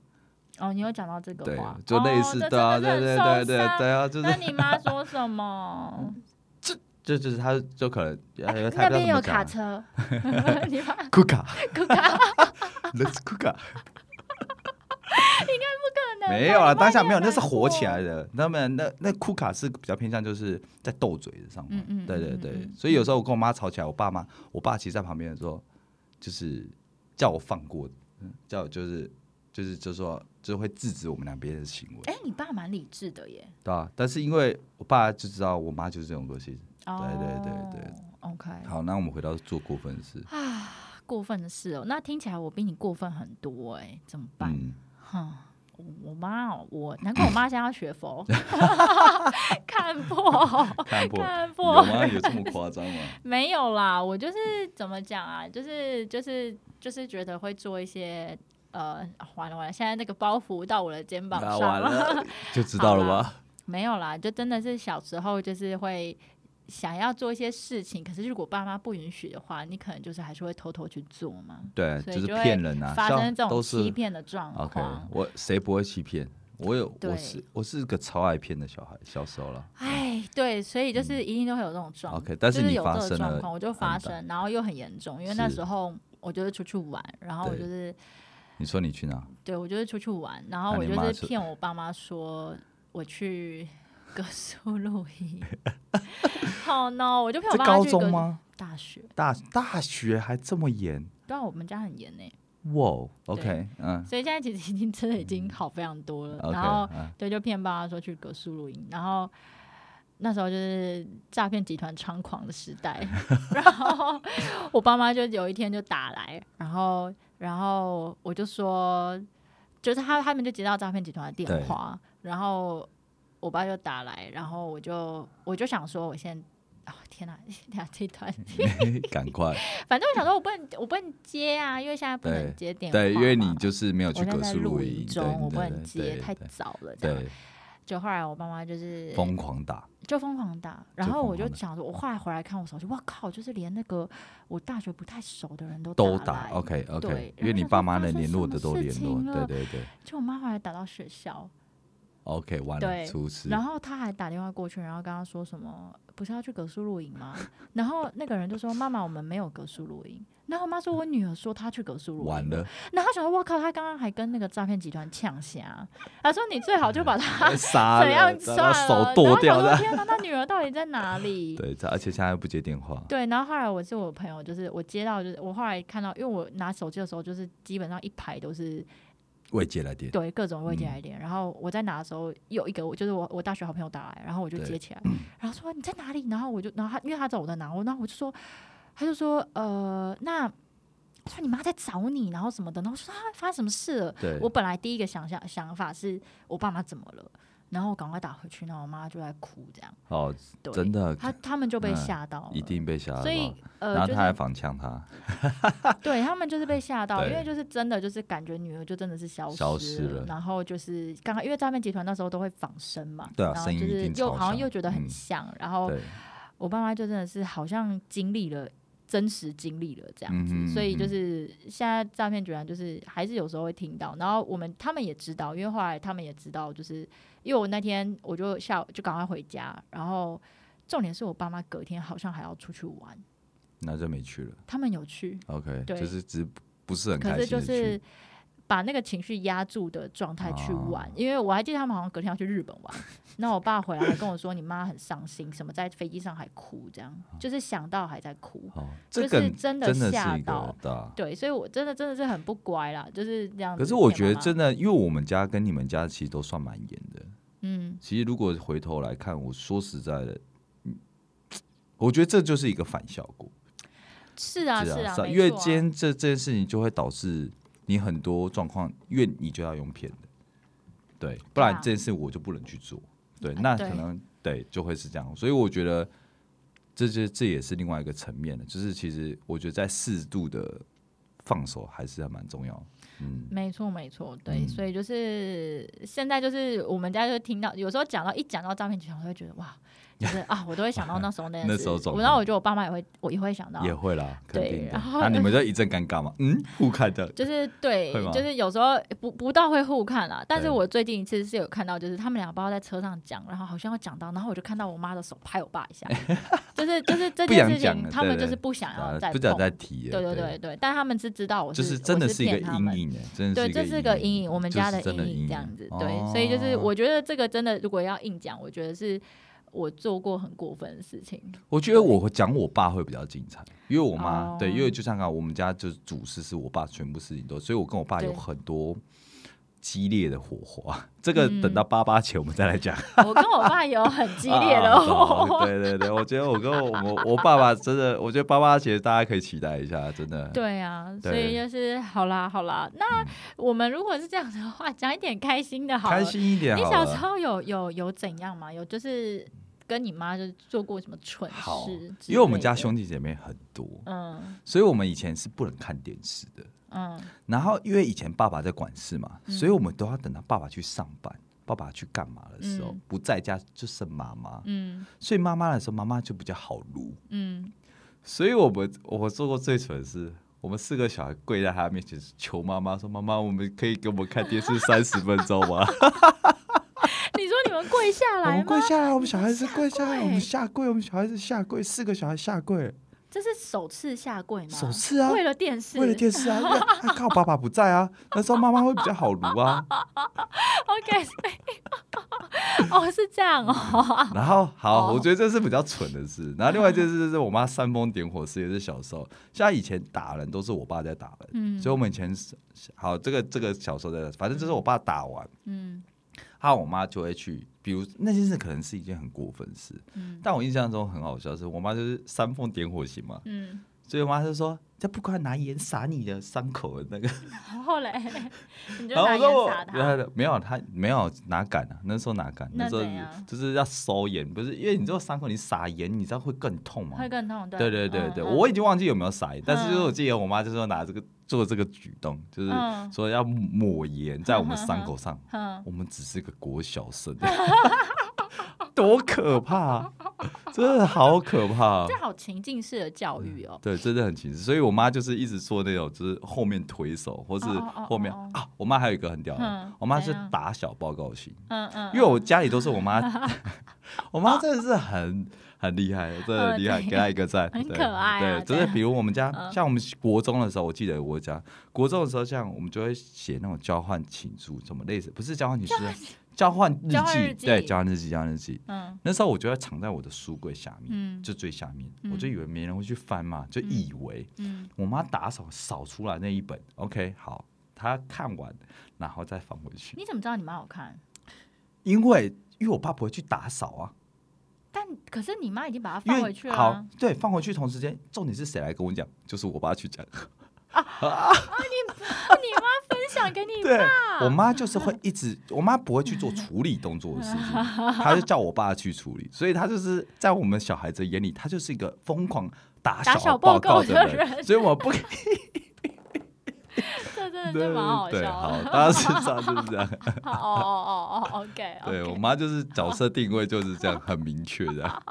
Speaker 1: 哦，你有讲到这个
Speaker 2: 对
Speaker 1: 话，，
Speaker 2: 就类似
Speaker 1: 哦这
Speaker 2: 对啊，
Speaker 1: 真的
Speaker 2: 对
Speaker 1: 是很
Speaker 2: 对对
Speaker 1: 受
Speaker 2: 对
Speaker 1: 伤
Speaker 2: 对啊，就是
Speaker 1: 那你妈说什 么？
Speaker 2: 就就是他就可能
Speaker 1: 哎
Speaker 2: 呃
Speaker 1: 那
Speaker 2: 他不知道
Speaker 1: 边
Speaker 2: 怎么
Speaker 1: 有
Speaker 2: 讲
Speaker 1: 卡
Speaker 2: 啊
Speaker 1: 车， 你妈哎
Speaker 2: Kuka
Speaker 1: 不 可
Speaker 2: Let's Kuka。
Speaker 1: 能
Speaker 2: 没有
Speaker 1: 吧
Speaker 2: 啦，
Speaker 1: 你妈
Speaker 2: 当下
Speaker 1: 应该
Speaker 2: 没有，那
Speaker 1: 很
Speaker 2: 是火起
Speaker 1: 难
Speaker 2: 来的。那么那那库卡是比较偏向就是在斗嘴的上面，
Speaker 1: 嗯嗯
Speaker 2: 对对
Speaker 1: 嗯
Speaker 2: 对。
Speaker 1: 嗯嗯
Speaker 2: 所以有时候我跟我妈吵起来，我爸妈，我爸其实在旁边说，就是叫我放过，嗯叫我就是就是就说就会制止我们两边的行为，
Speaker 1: 过。哎，你爸蛮理智的耶。
Speaker 2: 对吧、但是因为我爸就知道我妈就是这种东西。
Speaker 1: 哦
Speaker 2: 对对对
Speaker 1: ，OK。
Speaker 2: 好，那我们回到做过分的事，
Speaker 1: 啊，过分的事哦，那听起来我比你过分很多哎、怎么办？
Speaker 2: 嗯，
Speaker 1: 哼，我我妈哦，我难怪我妈现在要学 佛，看破
Speaker 2: 看破。
Speaker 1: 看
Speaker 2: 有
Speaker 1: 破，
Speaker 2: 吗？有这么夸张 吗？
Speaker 1: 没有啦，我就是怎么讲啊，就是就是就是觉得会做一些呃，完了完了，现在那个包袱到我的肩膀
Speaker 2: 那
Speaker 1: 上
Speaker 2: 完了，就知道了吧？
Speaker 1: 没有啦，就真的是小时候就是会想要做一些事情，可是如果爸妈不允许的话，你可能就是还是会偷偷去做嘛。
Speaker 2: 对，
Speaker 1: 所以
Speaker 2: 就是
Speaker 1: 就会
Speaker 2: 骗人啊，
Speaker 1: 发
Speaker 2: 像
Speaker 1: 生这
Speaker 2: 都
Speaker 1: 种
Speaker 2: 是
Speaker 1: 欺骗的状
Speaker 2: OK，
Speaker 1: 况。
Speaker 2: 我谁不会欺骗？我有，我
Speaker 1: 对
Speaker 2: 是我是个超爱骗的小孩，小时候了。
Speaker 1: 哎、对，所以就是一定都会有这种状况。
Speaker 2: 嗯 OK，但
Speaker 1: 就是
Speaker 2: 你
Speaker 1: 有
Speaker 2: 发
Speaker 1: 这个
Speaker 2: 生
Speaker 1: 状
Speaker 2: 了
Speaker 1: 况，我就发
Speaker 2: 很大
Speaker 1: 生，然后又很严重，因为那
Speaker 2: 是
Speaker 1: 时候我就是出去玩，然后我
Speaker 2: 对
Speaker 1: 就是
Speaker 2: 你说你去哪？
Speaker 1: 对我就是出去玩，然后
Speaker 2: 那
Speaker 1: 我
Speaker 2: 你
Speaker 1: 就
Speaker 2: 妈
Speaker 1: 是
Speaker 2: 是
Speaker 1: 骗我爸妈说我去格苏露 营。好 no，我就骗我
Speaker 2: 这
Speaker 1: 爸妈
Speaker 2: 高
Speaker 1: 去格
Speaker 2: 中？吗？
Speaker 1: 大学，
Speaker 2: 大大学还这么严？
Speaker 1: 对啊，我们家很严呢、
Speaker 2: 哇哦，OK，嗯
Speaker 1: 所以现在其实已经真的已经好非常多了。
Speaker 2: ，OK，
Speaker 1: 然后
Speaker 2: 嗯
Speaker 1: 对，就骗爸爸说去格苏露营，然后那时候就是诈骗集团猖狂的时 代，然后我爸妈就有一天就打来，然后然后我就说，就是他他们就接到诈骗集团的电话，然后我爸就打来，然后我就我就想说，我先。哦天哪！ 天哪，这段，
Speaker 2: 嗯赶快，
Speaker 1: 反正我想说，我不能，我不能接啊，因为现在不能
Speaker 2: 对
Speaker 1: 接电话嘛。
Speaker 2: 对，因为你就是没有去
Speaker 1: 我正
Speaker 2: 格
Speaker 1: 在
Speaker 2: 数
Speaker 1: 录
Speaker 2: 录
Speaker 1: 音
Speaker 2: 音，对
Speaker 1: 中，我不
Speaker 2: 对
Speaker 1: 能
Speaker 2: 对
Speaker 1: 接，太
Speaker 2: 对
Speaker 1: 早了。这样，
Speaker 2: 对，
Speaker 1: 就后来我爸妈就是
Speaker 2: 疯狂打，
Speaker 1: 就疯狂打，然
Speaker 2: 就
Speaker 1: 后
Speaker 2: 疯
Speaker 1: 我就
Speaker 2: 狂打
Speaker 1: 想说，我后来回来看我手机，哇靠，就是连那个我大学不太熟的人都
Speaker 2: 都
Speaker 1: 打
Speaker 2: 打
Speaker 1: 来
Speaker 2: ，OK
Speaker 1: 对
Speaker 2: OK，
Speaker 1: 然
Speaker 2: 因为
Speaker 1: 后
Speaker 2: 你
Speaker 1: 想
Speaker 2: 爸
Speaker 1: 说
Speaker 2: 妈
Speaker 1: 发
Speaker 2: 能
Speaker 1: 生什
Speaker 2: 联络
Speaker 1: 么
Speaker 2: 的都
Speaker 1: 事
Speaker 2: 联
Speaker 1: 情
Speaker 2: 络，
Speaker 1: 了
Speaker 2: 对对对
Speaker 1: 就我妈后来打到学校，
Speaker 2: ，OK，完
Speaker 1: 对
Speaker 2: 了，出事，
Speaker 1: 然后她还打电话过去，然后跟她说什么不是要去格数露营吗？ 然后那个人就说妈妈，我们没有格数露营。然后我妈说，我女儿说她去格数露营，
Speaker 2: 完了。，
Speaker 1: 然后她想说，哇靠，她刚刚还跟那个诈骗集团呛虾，她说你最好就把她
Speaker 2: 杀
Speaker 1: 怎
Speaker 2: 了
Speaker 1: 样，
Speaker 2: 把
Speaker 1: 算
Speaker 2: 他
Speaker 1: 了，
Speaker 2: 手剁掉
Speaker 1: 然后想说天
Speaker 2: 的，
Speaker 1: 哪，她女儿到底在哪里？
Speaker 2: 对，这而且现在又不接电话，
Speaker 1: 对，然后后来我是我朋友，就是我接到，就是我后来看到，因为我拿手机的时候，就是基本上一排都是
Speaker 2: 未接来电，
Speaker 1: 对各种未接
Speaker 2: 嗯
Speaker 1: 来电。然后我在拿的时候，有一个我就是我我大学好朋友打来，然后我就
Speaker 2: 对嗯
Speaker 1: 接起来，然后说你在哪里？然后我就，然后他因为他找我在哪，我然后我就说，他就说呃，那他说你妈在找你，然后什么的，然后我说啊，发生什么事了？
Speaker 2: 对，
Speaker 1: 我本来第一个想想想法是我爸妈怎么了，然后我赶快打回去，然后我妈就在哭，这样
Speaker 2: 哦，
Speaker 1: 对，
Speaker 2: 真的
Speaker 1: 他他们就被
Speaker 2: 嗯
Speaker 1: 吓到了，
Speaker 2: 一定被吓到
Speaker 1: 所以
Speaker 2: 吧，
Speaker 1: 呃，
Speaker 2: 然后
Speaker 1: 就
Speaker 2: 他还
Speaker 1: 是
Speaker 2: 反呛他，
Speaker 1: 对他们就是被吓到，因
Speaker 2: 对
Speaker 1: 为就是真的就是感觉女儿就真的是消
Speaker 2: 消
Speaker 1: 失
Speaker 2: 失了
Speaker 1: 然后就是刚刚因为诈骗集团那时候都会仿生嘛，
Speaker 2: 对啊
Speaker 1: 然后
Speaker 2: 声音
Speaker 1: 就
Speaker 2: 一
Speaker 1: 是又
Speaker 2: 定超
Speaker 1: 好像
Speaker 2: 像
Speaker 1: 又觉得很
Speaker 2: 嗯
Speaker 1: 像，然后
Speaker 2: 对，
Speaker 1: 我爸妈就真的是好像经历了。真实经历了这样子，
Speaker 2: 嗯哼
Speaker 1: 所以就
Speaker 2: 嗯哼
Speaker 1: 是现在诈骗集团就是还是有时候会听到，然后我们他们也知道，因为后来他们也知道，就是因为我那天我就下午就赶快回家，然后重点是我爸妈隔天好像还要出去玩，
Speaker 2: 那就没去了。
Speaker 1: 他们有去，
Speaker 2: OK，
Speaker 1: 对
Speaker 2: 就是只不是很
Speaker 1: 可
Speaker 2: 开
Speaker 1: 是
Speaker 2: 心
Speaker 1: 就
Speaker 2: 的
Speaker 1: 是
Speaker 2: 去，
Speaker 1: 把那个情绪压住的状态去玩，
Speaker 2: 哦
Speaker 1: 因为我还记得他们好像隔天要去日本玩，那我爸回来还跟我说你妈很伤心，什么在飞机上还哭，这样就是想到还在哭，
Speaker 2: 哦，
Speaker 1: 就是
Speaker 2: 这个
Speaker 1: 真的
Speaker 2: 真的
Speaker 1: 吓
Speaker 2: 是一
Speaker 1: 到嗯
Speaker 2: 个。大。
Speaker 1: 对，所以我真的真的是很不乖啦，就是这样子骗妈妈。
Speaker 2: 可是我觉得真的，因为我们家跟你们家其实都算蛮严的。
Speaker 1: 嗯，
Speaker 2: 其实如果回头来看，我说实在的，嗯，我觉得这就是一个反效果。
Speaker 1: 是啊
Speaker 2: 是
Speaker 1: 是
Speaker 2: 是
Speaker 1: 没
Speaker 2: 因为
Speaker 1: 错啊
Speaker 2: 今天这这件事情就会导致你很多状况，因为你就要用骗的，对，不然
Speaker 1: 对啊
Speaker 2: 这件事我就不能去做，对，
Speaker 1: 啊
Speaker 2: 那
Speaker 1: 对
Speaker 2: 可能对就会是这样，所以我觉得这这这也是另外一个层面的，就是其实我觉得在适度的放手还是还蛮重要的，嗯，
Speaker 1: 没错，没错，对，
Speaker 2: 嗯
Speaker 1: 所以就是现在就是我们家就听到，有时候讲到一讲到诈骗集团，我会觉得哇，就是啊，我都会想到那时候那件事。
Speaker 2: 那时候状
Speaker 1: 我
Speaker 2: 况
Speaker 1: 然后我觉得我爸妈也会，我也会想到，
Speaker 2: 也会啦，肯
Speaker 1: 哦对
Speaker 2: 定的
Speaker 1: 然，后
Speaker 2: 那你们就一阵尴尬嘛，嗯，互看的，
Speaker 1: 就是对
Speaker 2: 会，吗
Speaker 1: 就是有时候不不到会互看啦。但是
Speaker 2: 对
Speaker 1: 我最近一次是有看到，就是他们俩不知道在车上讲，然后好像要讲到，然后我就看到我妈的手拍我爸一 下，就是就是这
Speaker 2: 不
Speaker 1: 件
Speaker 2: 想
Speaker 1: 事
Speaker 2: 讲
Speaker 1: 情，
Speaker 2: 了
Speaker 1: 他们
Speaker 2: 对
Speaker 1: 就是
Speaker 2: 对
Speaker 1: 不想要再
Speaker 2: 啊不想
Speaker 1: 碰
Speaker 2: 再提了，
Speaker 1: 对对对对，但他们是知道我是
Speaker 2: 就是真的
Speaker 1: 我是
Speaker 2: 是一个
Speaker 1: 骗他们
Speaker 2: 阴影欸，真的
Speaker 1: 对，这是个阴影，我们
Speaker 2: 就
Speaker 1: 家
Speaker 2: 是
Speaker 1: 的
Speaker 2: 真的
Speaker 1: 阴
Speaker 2: 阴
Speaker 1: 影
Speaker 2: 影
Speaker 1: 这样子。
Speaker 2: 哦
Speaker 1: 对，所以就是我觉得这个真的，如果要硬讲，我觉得是我做过很过分的事 情。
Speaker 2: 我觉得我会讲我爸会比较精彩，因为我妈、
Speaker 1: 哦
Speaker 2: 对，因为就像啊，我们家就是主事是我爸全部事情都，所以我跟我爸有
Speaker 1: 对
Speaker 2: 很多激烈的火花。 这个等到八八前我们再来讲。
Speaker 1: 我跟我爸有很嗯激烈的
Speaker 2: 啊
Speaker 1: 火，
Speaker 2: 对对对，我觉得我跟我我我爸爸真的，我觉得八八节大家可以期待一下，真的。
Speaker 1: 对啊，所
Speaker 2: 对嗯
Speaker 1: 以就是好啦好啦，那我们如果是这样的话，讲一点开心的好了。
Speaker 2: 开心一点
Speaker 1: 你
Speaker 2: 好
Speaker 1: 小时
Speaker 2: 了。
Speaker 1: 候有有有怎样吗？有就是跟你妈就是做过什么蠢
Speaker 2: 好
Speaker 1: 事？，
Speaker 2: 因为我们家，兄弟啊姐妹很多，
Speaker 1: 嗯
Speaker 2: 所以我们以前是不能看电视的。
Speaker 1: 嗯，
Speaker 2: 然后因为以前爸爸在管事嘛，所以我们都要等到爸爸去上班、爸爸去干嘛的时候，
Speaker 1: 嗯
Speaker 2: 不在家就剩妈妈。
Speaker 1: 嗯
Speaker 2: 所以妈妈的时候，妈妈就比较好撸。
Speaker 1: 嗯，
Speaker 2: 所以我们我做过最蠢的事，我们四个小孩跪在她面前求妈妈说：“妈妈，我们可以给我们看电视三十分钟 吗
Speaker 1: 你说你们跪下？”
Speaker 2: 我
Speaker 1: 来
Speaker 2: 们
Speaker 1: 吗哎
Speaker 2: 跪？下来，我们小孩子跪下来，
Speaker 1: 跪
Speaker 2: 我们下跪，我们小孩子下跪，四个小孩下跪，
Speaker 1: 这是首次下跪吗？
Speaker 2: 首次啊，
Speaker 1: 为了电视，
Speaker 2: 为了电视啊，因为啊靠，爸爸不在啊，那时候妈妈会比较好撸啊。
Speaker 1: OK，所 以哦是这样哦，
Speaker 2: 然后好，
Speaker 1: 哦
Speaker 2: 我觉得这是比较蠢的事。然后另外一件事就是我 妈煽风点火事，也是小时候。像以前打人都是我爸在打人，
Speaker 1: 嗯
Speaker 2: 所以我们以前是好这个这个小时候在，反正就是我爸打完，
Speaker 1: 嗯
Speaker 2: 他我妈就会去，比如那件事可能是一件很过分的事，
Speaker 1: 嗯
Speaker 2: 但我印象中很好笑的是，我妈就是煽风点火型嘛，
Speaker 1: 嗯，
Speaker 2: 所以我妈就说。这不管拿盐撒你的伤口的那个，
Speaker 1: 然后嘞， 你就
Speaker 2: 然后
Speaker 1: 拿
Speaker 2: 我说
Speaker 1: 盐
Speaker 2: 我
Speaker 1: 撒他，
Speaker 2: 呃没有，他没有哪敢啊，那时候哪敢？
Speaker 1: 那
Speaker 2: 时候
Speaker 1: 怎样
Speaker 2: 就是要收盐，不是因为你知道伤口你撒盐，你知道会更痛吗？
Speaker 1: 会更痛，
Speaker 2: 对
Speaker 1: 对
Speaker 2: 对对对，
Speaker 1: 嗯
Speaker 2: 我已经忘记有没有撒盐，但是就是我记得我妈就是拿这个做这个举动，就是
Speaker 1: 嗯
Speaker 2: 说要抹盐在我们伤口上。
Speaker 1: 嗯，
Speaker 2: 我们只是个国小生， 多可怕！ 真的好可怕
Speaker 1: 这。好情境式的教育哦，
Speaker 2: 对，真的很歧视，所以我妈就是一直做那种，就是后面推手，或是
Speaker 1: 哦哦哦
Speaker 2: 后面
Speaker 1: 哦
Speaker 2: 啊，我妈还有一个很屌的
Speaker 1: 嗯，
Speaker 2: 我妈
Speaker 1: 怎
Speaker 2: 是
Speaker 1: 样
Speaker 2: 打小报告型，
Speaker 1: 嗯嗯，
Speaker 2: 因为我家里都是我 妈，我妈真的是很很厉害，真的很厉害，
Speaker 1: 嗯对
Speaker 2: 给她一个赞，
Speaker 1: 很
Speaker 2: 对
Speaker 1: 可爱啊
Speaker 2: 对，就是
Speaker 1: 对
Speaker 2: 比如我们家，
Speaker 1: 嗯
Speaker 2: 像我们国中的时候，我记得我家国中的时候，像我们就会写那种交换情书，什么类似，不是交换情书，是交换日
Speaker 1: 交换
Speaker 2: 记
Speaker 1: 日，记
Speaker 2: 对，交换日记，交换日记。
Speaker 1: 嗯
Speaker 2: 那时候我就要藏在我的书柜下面，
Speaker 1: 嗯
Speaker 2: 就最下面，
Speaker 1: 嗯
Speaker 2: 我就以为没人会去翻嘛，就以为。
Speaker 1: 嗯
Speaker 2: 我妈打扫扫出来那一本，OK，好，她看完然后再放回去，
Speaker 1: 你怎么知道你妈好看？
Speaker 2: 因为因为我爸不会去打扫啊，
Speaker 1: 但可是你妈已经把它
Speaker 2: 因
Speaker 1: 放
Speaker 2: 为
Speaker 1: 回去了
Speaker 2: 好
Speaker 1: 啊，，
Speaker 2: 对，放回去同时间，重点是谁来跟我讲？就是我爸去讲。
Speaker 1: 你妈分分享给你
Speaker 2: 对
Speaker 1: 爸。
Speaker 2: 我妈就是会一直，我妈不会去做处理动作的事情，她就叫我爸去处理，所以她就是在我们小孩子眼里，她就是一个疯狂打
Speaker 1: 打
Speaker 2: 小
Speaker 1: 小
Speaker 2: 报
Speaker 1: 报
Speaker 2: 告
Speaker 1: 告
Speaker 2: 的
Speaker 1: 的
Speaker 2: 人，
Speaker 1: 人
Speaker 2: 所以我 不可以
Speaker 1: 这真的是蛮好
Speaker 2: 对，
Speaker 1: 笑
Speaker 2: 好，
Speaker 1: 的。
Speaker 2: 大家是知道就是这样。
Speaker 1: 好哦哦哦哦，OK。
Speaker 2: 对我妈就是角色定位就是这样，很明确 的。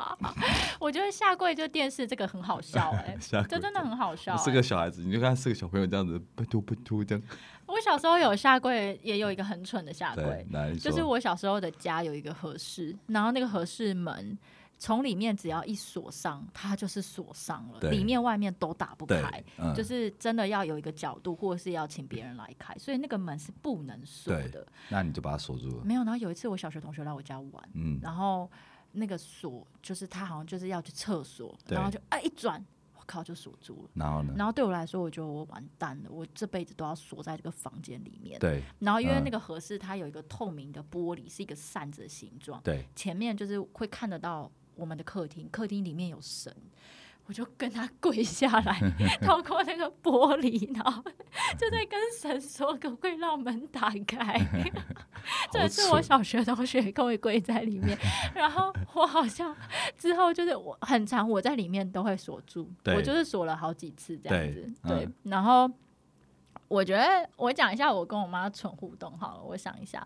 Speaker 1: 我觉得下跪就电视这个很好笑哎、
Speaker 2: 下
Speaker 1: 这
Speaker 2: 跪
Speaker 1: 真的很好笑、
Speaker 2: 我是
Speaker 1: 哎
Speaker 2: 个小孩子，你就看是个小朋友这样子，拜托拜托这样。
Speaker 1: 我小时候有下跪，也有一个很蠢的下
Speaker 2: 对
Speaker 1: 跪，，
Speaker 2: 哪里
Speaker 1: 啊
Speaker 2: 说？
Speaker 1: 就是我小时候的家有一个和室，然后那个和室门从里面只要一锁上，它就是锁上了，
Speaker 2: 对
Speaker 1: 里面外面都打不
Speaker 2: 对
Speaker 1: 开。，
Speaker 2: 嗯，
Speaker 1: 就是真的要有一个角度，或者是要请别人来开，所以那个门是不能锁
Speaker 2: 对
Speaker 1: 的。
Speaker 2: 那你就把它锁住了。
Speaker 1: 没有，然后有一次我小学同学来我家玩，
Speaker 2: 嗯，
Speaker 1: 然后那个锁就是他好像就是要去厕所，
Speaker 2: 对嗯
Speaker 1: 然后就啊一转，我靠就锁住了。
Speaker 2: 然后呢？
Speaker 1: 然后对我来说，我觉得我完蛋了，我这辈子都要锁在这个房间里面。
Speaker 2: 对
Speaker 1: 然后因为
Speaker 2: 嗯
Speaker 1: 那个合适，它有一个透明的玻璃，是一个扇子的形状，
Speaker 2: 对，
Speaker 1: 前面就是会看得到我们的客厅，客厅里面有神。我就跟他跪下来， 透过那个玻璃，然后就在跟神说：“可不可以让门打 开？”这也是
Speaker 2: 好
Speaker 1: 我
Speaker 2: 蠢
Speaker 1: 小学同学跟我跪在里 面，然后我好像之后就是我很长我在里面都会锁住，
Speaker 2: 对
Speaker 1: 我就是锁了好几次这样
Speaker 2: 对
Speaker 1: 子，
Speaker 2: 嗯
Speaker 1: 对，然后。我觉得我讲一下我跟我妈蠢互动好了，我想一下，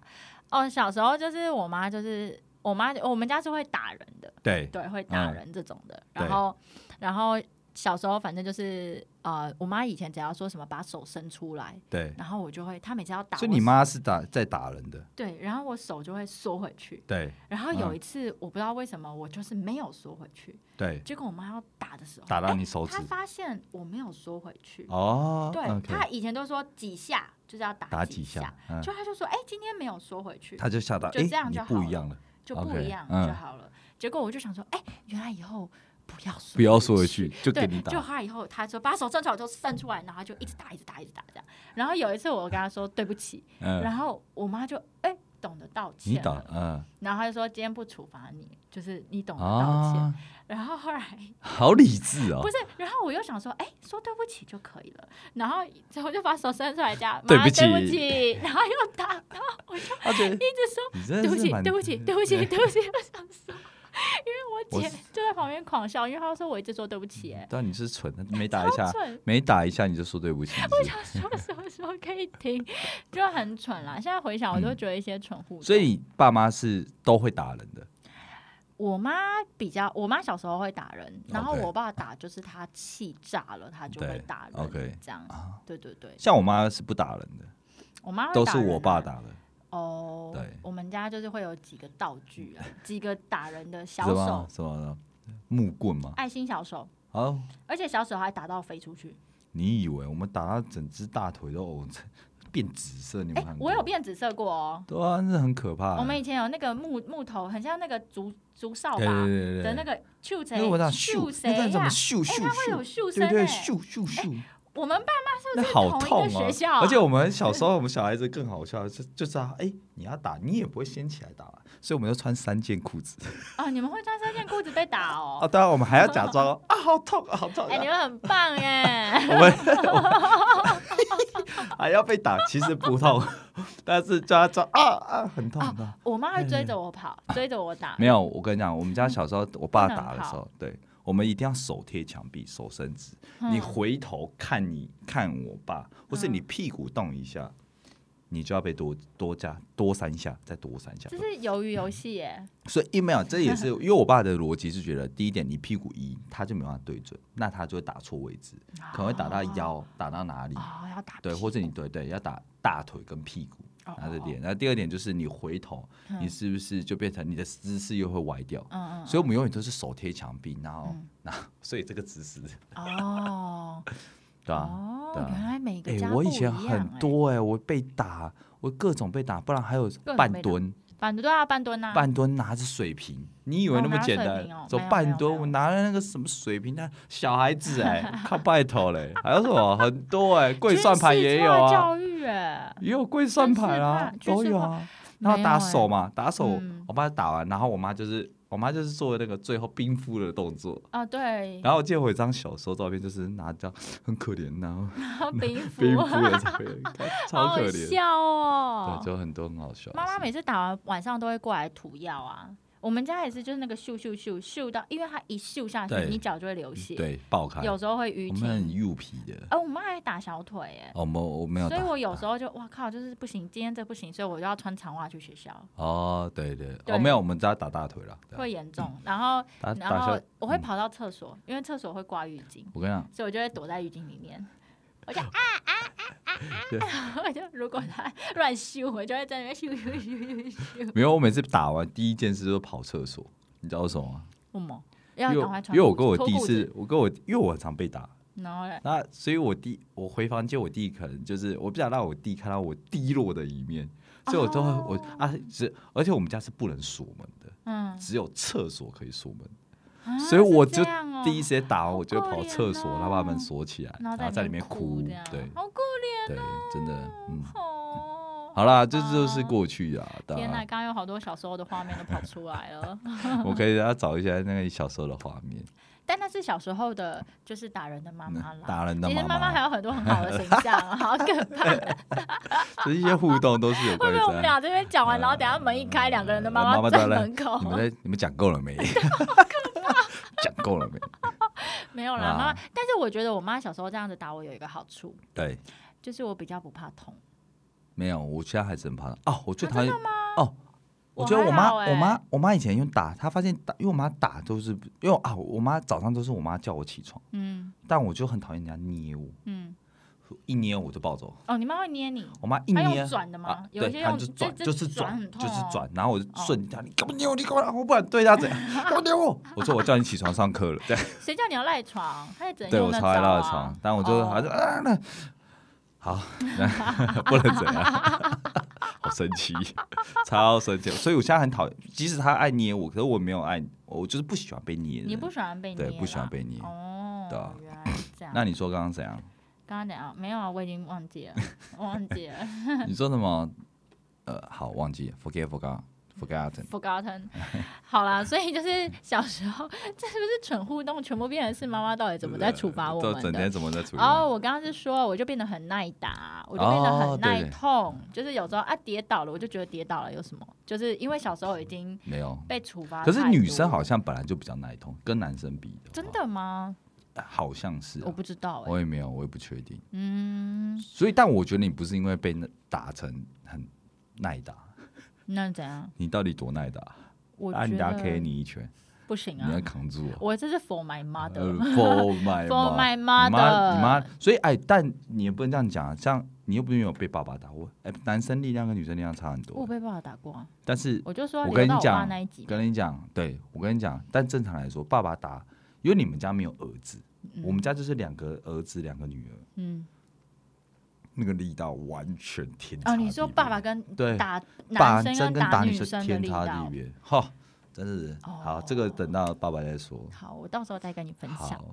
Speaker 1: 哦，小时候就是我妈就是我妈，我们家是会打人的，
Speaker 2: 对
Speaker 1: 对，会打
Speaker 2: 嗯
Speaker 1: 人这种的，
Speaker 2: 对
Speaker 1: 然后然后小时候反正就是呃，我妈以前只要说什么把手伸出来，
Speaker 2: 对，
Speaker 1: 然后我就会，她每次要打我手，
Speaker 2: 所以你妈是打在打人的，
Speaker 1: 对，然后我手就会缩回去。
Speaker 2: 对
Speaker 1: 然后有
Speaker 2: 嗯
Speaker 1: 一次，我不知道为什么，我就是没有缩回去。
Speaker 2: 对，
Speaker 1: 结果我妈要打的时候，
Speaker 2: 打到
Speaker 1: 哎
Speaker 2: 你手指
Speaker 1: 她发现我没有缩回去。
Speaker 2: 哦，
Speaker 1: 对
Speaker 2: o
Speaker 1: 她
Speaker 2: k
Speaker 1: 以前都说几下就是要打
Speaker 2: 打
Speaker 1: 几
Speaker 2: 几下，嗯，
Speaker 1: 就她就说：“哎，今天没有缩回去，
Speaker 2: 她就吓到，
Speaker 1: 就这
Speaker 2: 哎，
Speaker 1: 样
Speaker 2: 你
Speaker 1: 就
Speaker 2: 不
Speaker 1: 好
Speaker 2: 一样了，
Speaker 1: 就不
Speaker 2: OK，
Speaker 1: 一样
Speaker 2: 嗯
Speaker 1: 就好了。”结果我就想说：“哎，原来以后不要缩，
Speaker 2: 不要缩回去，就
Speaker 1: 对，
Speaker 2: 给你
Speaker 1: 就
Speaker 2: 打，
Speaker 1: 他以后他说把手伸出来，我就伸出来，然后他就一直打，一直打，一直打这样。然后有一次我跟他说对不起，
Speaker 2: 嗯，
Speaker 1: 然后我妈就哎、懂得道歉
Speaker 2: 你
Speaker 1: 了，
Speaker 2: 打，嗯
Speaker 1: 然后他就说今天不处罚你，就是你懂得道歉。
Speaker 2: 啊，
Speaker 1: 然后后来
Speaker 2: 好理智哦
Speaker 1: 不，是，然后我又想说哎、说对不起就可以了，然后所以我就把手伸出来加，
Speaker 2: 对
Speaker 1: 妈
Speaker 2: 不
Speaker 1: 对
Speaker 2: 起
Speaker 1: 不起，然后又打，然后我就
Speaker 2: 她觉得
Speaker 1: 一直说
Speaker 2: 你真
Speaker 1: 哎对
Speaker 2: 的
Speaker 1: 不
Speaker 2: 是
Speaker 1: 起，
Speaker 2: 蛮，嗯
Speaker 1: 对不起，对不起，对不起，我想说。因
Speaker 2: 我
Speaker 1: 为我姐
Speaker 2: 是
Speaker 1: 就在旁边狂笑，因为她说我一直说对不起、哎，
Speaker 2: 啊但你是蠢的，没打一下
Speaker 1: 超，蠢
Speaker 2: 没打一下你就说对不起，是不是
Speaker 1: 他说什么时候可以停，就很蠢啦。现在回想，我都觉得一些蠢互动。
Speaker 2: 嗯所以你爸妈是都会打人的，
Speaker 1: 我妈比较，我妈小时候会打人，然后
Speaker 2: OK
Speaker 1: 我爸打就是他气炸了，他就会
Speaker 2: 对
Speaker 1: 打人。
Speaker 2: OK
Speaker 1: 这样，对对对，
Speaker 2: 像我妈是不打人的，
Speaker 1: 我妈会
Speaker 2: 都
Speaker 1: 打
Speaker 2: 是
Speaker 1: 人
Speaker 2: 我爸
Speaker 1: 啊。
Speaker 2: 打的，
Speaker 1: 哦，
Speaker 2: 对
Speaker 1: 我们家就是会有几个道具 啊，几个打人的小
Speaker 2: 什么
Speaker 1: 手，
Speaker 2: 什么木棍吗？
Speaker 1: 爱心小手，
Speaker 2: 哦，
Speaker 1: 而且小手还打到飞出去。
Speaker 2: 你以为我们打到整只大腿都哦变紫色？你们
Speaker 1: 哎、
Speaker 2: 看过？
Speaker 1: 我有变紫色过哦。
Speaker 2: 对啊，那很可怕欸。
Speaker 1: 我们以前有那个木木头，很像那个竹竹扫把
Speaker 2: 对对对对
Speaker 1: 的
Speaker 2: 对
Speaker 1: 那个咻
Speaker 2: 那
Speaker 1: 谁
Speaker 2: 个我想
Speaker 1: 咻
Speaker 2: 咻，
Speaker 1: 谁
Speaker 2: 那
Speaker 1: 呀
Speaker 2: 个？怎么咻咻
Speaker 1: 啊它会有
Speaker 2: 咻？
Speaker 1: 咻声
Speaker 2: 对
Speaker 1: 哎、
Speaker 2: 对，咻咻咻，
Speaker 1: 我们爸妈是
Speaker 2: 那
Speaker 1: 不是
Speaker 2: 好
Speaker 1: 同
Speaker 2: 痛
Speaker 1: 一个
Speaker 2: 啊
Speaker 1: 学校啊、！
Speaker 2: 而且我们小时候，我们小孩子更好笑，就就知道，哎，你要打，你也不会掀起来打，啊所以我们就穿三件裤子
Speaker 1: 哦，你们会穿三件裤子被打
Speaker 2: 啊。
Speaker 1: 哦。
Speaker 2: 当然，我们还要 假装啊，好痛啊，好痛
Speaker 1: 哎、
Speaker 2: 啊
Speaker 1: 你，们很棒 哎！
Speaker 2: 我 们我们还要被打，其实不痛， 但是叫他装啊啊，很痛很痛。
Speaker 1: 我妈会追着我跑，追着我打。
Speaker 2: 嗯没有，我跟你讲，我们家小时候我爸
Speaker 1: 不能
Speaker 2: 打的时
Speaker 1: 跑
Speaker 2: 候，对我们一定要手贴墙壁，手伸直。
Speaker 1: 嗯
Speaker 2: 你回头看你看我爸，或是你屁股动一
Speaker 1: 嗯
Speaker 2: 下，你就要被多多加多三下，再多三下
Speaker 1: 这。是鱿鱼游戏耶，
Speaker 2: 所以一没有，这也是因为我爸的逻辑是觉得，第一点你屁股一，他就没办法对准，那他就会打错位置，可能会打
Speaker 1: 啊
Speaker 2: 到腰，打到哪里，
Speaker 1: 哦，要打
Speaker 2: 对，
Speaker 1: 屁
Speaker 2: 或者你对对要打大腿跟屁股。
Speaker 1: 哦
Speaker 2: 然后这
Speaker 1: 哦
Speaker 2: 点，然后第二点就是你回头，你是不是就变成你的姿势又会歪掉？
Speaker 1: 嗯
Speaker 2: 所以我们永远都是手贴墙壁，然后
Speaker 1: 嗯
Speaker 2: 那、所以这个姿势，
Speaker 1: 嗯哦
Speaker 2: 对吧、
Speaker 1: 哦
Speaker 2: 对，啊
Speaker 1: 原来每个
Speaker 2: 哎、
Speaker 1: 家不
Speaker 2: 我
Speaker 1: 一
Speaker 2: 以
Speaker 1: 样
Speaker 2: 前很多哎、我被打，我各种被打，不然还有
Speaker 1: 被
Speaker 2: 半
Speaker 1: 打
Speaker 2: 蹲，
Speaker 1: 哎板凳都要半蹲呐，
Speaker 2: 半蹲拿着水瓶，你以为
Speaker 1: 哦
Speaker 2: 那么
Speaker 1: 拿
Speaker 2: 简
Speaker 1: 水
Speaker 2: 单
Speaker 1: 瓶哦？
Speaker 2: 走
Speaker 1: 没有没
Speaker 2: 半
Speaker 1: 有
Speaker 2: 蹲，
Speaker 1: 没
Speaker 2: 我
Speaker 1: 有
Speaker 2: 拿了那个什么水瓶，那小孩 子哎、靠拜托嘞，还有什么很多哎、跪
Speaker 1: 军
Speaker 2: 算盘
Speaker 1: 事
Speaker 2: 也
Speaker 1: 化
Speaker 2: 有啊，
Speaker 1: 教育哎，
Speaker 2: 也有跪算
Speaker 1: 军事
Speaker 2: 盘啊
Speaker 1: 化，军
Speaker 2: 都
Speaker 1: 事
Speaker 2: 有
Speaker 1: 化
Speaker 2: 啊。然后
Speaker 1: 没
Speaker 2: 打
Speaker 1: 有
Speaker 2: 手
Speaker 1: 哎
Speaker 2: 嘛，打手
Speaker 1: 嗯，
Speaker 2: 我爸打完，然后我妈就是我妈就是做那个最后冰敷的动作。
Speaker 1: 啊，对，
Speaker 2: 然后我记得我有一张小时候照片，就是拿着很可怜然后
Speaker 1: 冰敷
Speaker 2: 冰敷的照片，
Speaker 1: 好
Speaker 2: 超
Speaker 1: 好
Speaker 2: 可怜。
Speaker 1: 笑哦
Speaker 2: 对，。就很多很好笑的事。
Speaker 1: 妈妈每次打完晚上都会过来涂药啊。我们家也是，就是那个咻咻咻咻到，因为它一咻下去，
Speaker 2: 对嗯
Speaker 1: 你脚就会流血，
Speaker 2: 对爆开，
Speaker 1: 有时候会淤
Speaker 2: 我们
Speaker 1: 青。
Speaker 2: 很
Speaker 1: 哦
Speaker 2: 幼皮的。
Speaker 1: 而我妈还打小腿哎耶，
Speaker 2: 哦，我们我没有
Speaker 1: 所
Speaker 2: 打，
Speaker 1: 以我有时候就哇靠，就是不行，今天这不行，所以我就要穿长袜去学校，
Speaker 2: 哦，对对，
Speaker 1: 对
Speaker 2: 哦没有，我们家打大腿了，对啊
Speaker 1: 会严重。然后，
Speaker 2: 打
Speaker 1: 然
Speaker 2: 打
Speaker 1: 后
Speaker 2: 小。
Speaker 1: 我会跑到厕所，因为厕所会挂浴巾，
Speaker 2: 我跟你讲，
Speaker 1: 所以我就会躲在浴巾里面。我就啊
Speaker 2: 对
Speaker 1: 啊啊啊啊！我就如果他乱咻，我就会在那边咻咻咻咻咻。
Speaker 2: 没有，我每次打完第一件事就是跑厕所，你知道为什么吗？
Speaker 1: 为什么？
Speaker 2: 因
Speaker 1: 要
Speaker 2: 为
Speaker 1: 赶快
Speaker 2: 我
Speaker 1: 穿
Speaker 2: 因
Speaker 1: 裤子。
Speaker 2: 为我跟我
Speaker 1: 脱
Speaker 2: 弟
Speaker 1: 裤子
Speaker 2: 是，我跟我因为我很常被打，
Speaker 1: 然后嘞，
Speaker 2: 那所以我弟我回房间，我弟可能就是我不想让我弟看到我低落的一面，所以我都会、
Speaker 1: 哦
Speaker 2: 我啊只而且我们家是不能锁门的，
Speaker 1: 嗯，
Speaker 2: 只有厕所可以锁门，
Speaker 1: 啊
Speaker 2: 所以我
Speaker 1: 是这
Speaker 2: 就
Speaker 1: 样哦
Speaker 2: 第一时间打完我就
Speaker 1: 好可
Speaker 2: 跑厕所，
Speaker 1: 怜哦
Speaker 2: 然后把门锁起来，
Speaker 1: 然后
Speaker 2: 然后在
Speaker 1: 里
Speaker 2: 里面
Speaker 1: 哭
Speaker 2: 哭，
Speaker 1: 这样，啊
Speaker 2: 对
Speaker 1: 好可怜
Speaker 2: 对，真 的嗯。
Speaker 1: 哦。
Speaker 2: 好啦，这就是过去啊，当
Speaker 1: 天哪，
Speaker 2: 然
Speaker 1: 刚刚有好多小时候的画面都跑出来了，
Speaker 2: 我可以让他找一下那个小时候的画面，
Speaker 1: 但那是小时候的，就是打人的妈妈啦。
Speaker 2: 嗯打人的
Speaker 1: 其实
Speaker 2: 妈
Speaker 1: 妈妈还
Speaker 2: 妈，
Speaker 1: 有很多很好的形象，好可 怕！
Speaker 2: 就是一些互动都是有
Speaker 1: 会
Speaker 2: 关
Speaker 1: 不
Speaker 2: 于
Speaker 1: 会 我们
Speaker 2: 这
Speaker 1: 俩
Speaker 2: 样。
Speaker 1: 这边讲完，然后等下门一开，两个人的
Speaker 2: 嗯妈
Speaker 1: 妈
Speaker 2: 妈
Speaker 1: 在
Speaker 2: 在那嗯
Speaker 1: 门口
Speaker 2: 你？们在你们讲够 了没？ 讲够了没？
Speaker 1: 没有啦，妈
Speaker 2: 啊
Speaker 1: 妈。但是我觉得我妈小时候这样子打我有一个好处，
Speaker 2: 对，
Speaker 1: 就是我比较不怕痛。
Speaker 2: 没有，我现在还是很怕哦，我最
Speaker 1: 啊
Speaker 2: 讨厌、哦。
Speaker 1: 我
Speaker 2: 我觉得我
Speaker 1: 还
Speaker 2: 妈，
Speaker 1: 好欸
Speaker 2: 我妈，我妈以前用打，她发现打，因为我妈打都是因为啊，我妈早上都是我妈叫我起床，
Speaker 1: 嗯
Speaker 2: 但我就很讨厌人家捏我，
Speaker 1: 嗯，
Speaker 2: 一捏我就暴走。
Speaker 1: 哦，你妈会捏你，
Speaker 2: 我妈一
Speaker 1: 她用
Speaker 2: 捏，
Speaker 1: 转的吗
Speaker 2: 啊、
Speaker 1: 有一
Speaker 2: 对，
Speaker 1: 些
Speaker 2: 她
Speaker 1: 用
Speaker 2: 就
Speaker 1: 这
Speaker 2: 转，
Speaker 1: 这
Speaker 2: 就是
Speaker 1: 转很
Speaker 2: 就是
Speaker 1: 痛哦
Speaker 2: 转，然后我就
Speaker 1: 哦
Speaker 2: 顺她，你干嘛捏我？你干嘛？我不敢对她怎样？干嘛 捏我？我说我叫你起床上课了，对，
Speaker 1: 谁叫你要赖床？她也只能
Speaker 2: 对
Speaker 1: 用
Speaker 2: 我
Speaker 1: 那招
Speaker 2: 超爱
Speaker 1: 啊
Speaker 2: 赖床，但我就
Speaker 1: 哦
Speaker 2: 还是、啊那好，那 不能怎样， 好神奇， 超神奇。所以我现在很讨厌，即使他爱捏我，可是我没有爱，我就是不喜欢被捏的人。
Speaker 1: 你不喜欢被捏啦，
Speaker 2: 对不喜欢被捏
Speaker 1: 哦，
Speaker 2: 对啊
Speaker 1: 原来是这样。
Speaker 2: 那你说刚刚 怎样？
Speaker 1: 刚刚怎样？没有啊，我已经忘 记了，我忘记了
Speaker 2: 你说什么？呃，好，忘记了，forget forgot forgotten。
Speaker 1: ，forgotten。好 啦，所以就是小时候，这是不是蠢互动全部变成是妈妈到底怎么在处罚我
Speaker 2: 都
Speaker 1: 们
Speaker 2: 整
Speaker 1: 的
Speaker 2: 天？怎么在处理？
Speaker 1: 哦，我刚刚是说，我就变得很耐打，我就变得
Speaker 2: 哦
Speaker 1: 很
Speaker 2: 对
Speaker 1: 耐
Speaker 2: 对
Speaker 1: 痛，就是有时候啊跌倒了，我就觉得跌倒了有什么，就是因为小时候已经
Speaker 2: 没有。
Speaker 1: 被处罚太
Speaker 2: 可
Speaker 1: 多了。
Speaker 2: 是女生好像本来就比较耐痛，跟男生比的话
Speaker 1: 真的吗？
Speaker 2: 好像是啊、
Speaker 1: 我不知道哎、
Speaker 2: 我也没有，我也不确定。
Speaker 1: 嗯，
Speaker 2: 所以，但我觉得你不是因为被那打成很耐打，
Speaker 1: 那怎样？
Speaker 2: 你到底多耐打？
Speaker 1: 我
Speaker 2: 啊，
Speaker 1: 觉
Speaker 2: 你打
Speaker 1: 得
Speaker 2: K 你一拳，
Speaker 1: 不行
Speaker 2: 你
Speaker 1: 啊
Speaker 2: 要，扛住 啊！
Speaker 1: 我这是 for my mother，、
Speaker 2: 呃 For my
Speaker 1: For my
Speaker 2: 你
Speaker 1: mother
Speaker 2: 妈你妈，所以哎，但你也不能这样讲啊，这样你又不是没有被爸爸打过。哎，男生力量跟女生力量差很
Speaker 1: 我有
Speaker 2: 多。
Speaker 1: 被爸爸打过、啊，
Speaker 2: 但是
Speaker 1: 我就说
Speaker 2: 我
Speaker 1: 留
Speaker 2: 跟你
Speaker 1: 到我爸
Speaker 2: 讲
Speaker 1: 那一集，
Speaker 2: 跟你讲，对我跟你讲，但正常来说，爸爸打，因为你们家没有儿子，我们家就是两个儿子，两个女儿，
Speaker 1: 嗯，
Speaker 2: 那个力道完全天
Speaker 1: 哦，
Speaker 2: 差地别。
Speaker 1: 你说爸爸跟
Speaker 2: 对
Speaker 1: 打
Speaker 2: 爸
Speaker 1: 男
Speaker 2: 真
Speaker 1: 生
Speaker 2: 跟打
Speaker 1: 女
Speaker 2: 生
Speaker 1: 生的
Speaker 2: 天
Speaker 1: 力
Speaker 2: 差
Speaker 1: 道
Speaker 2: 地，别，哈，真是
Speaker 1: 哦
Speaker 2: 好，这个等到爸爸再说。
Speaker 1: 好，我到时候再跟你分享。
Speaker 2: 好，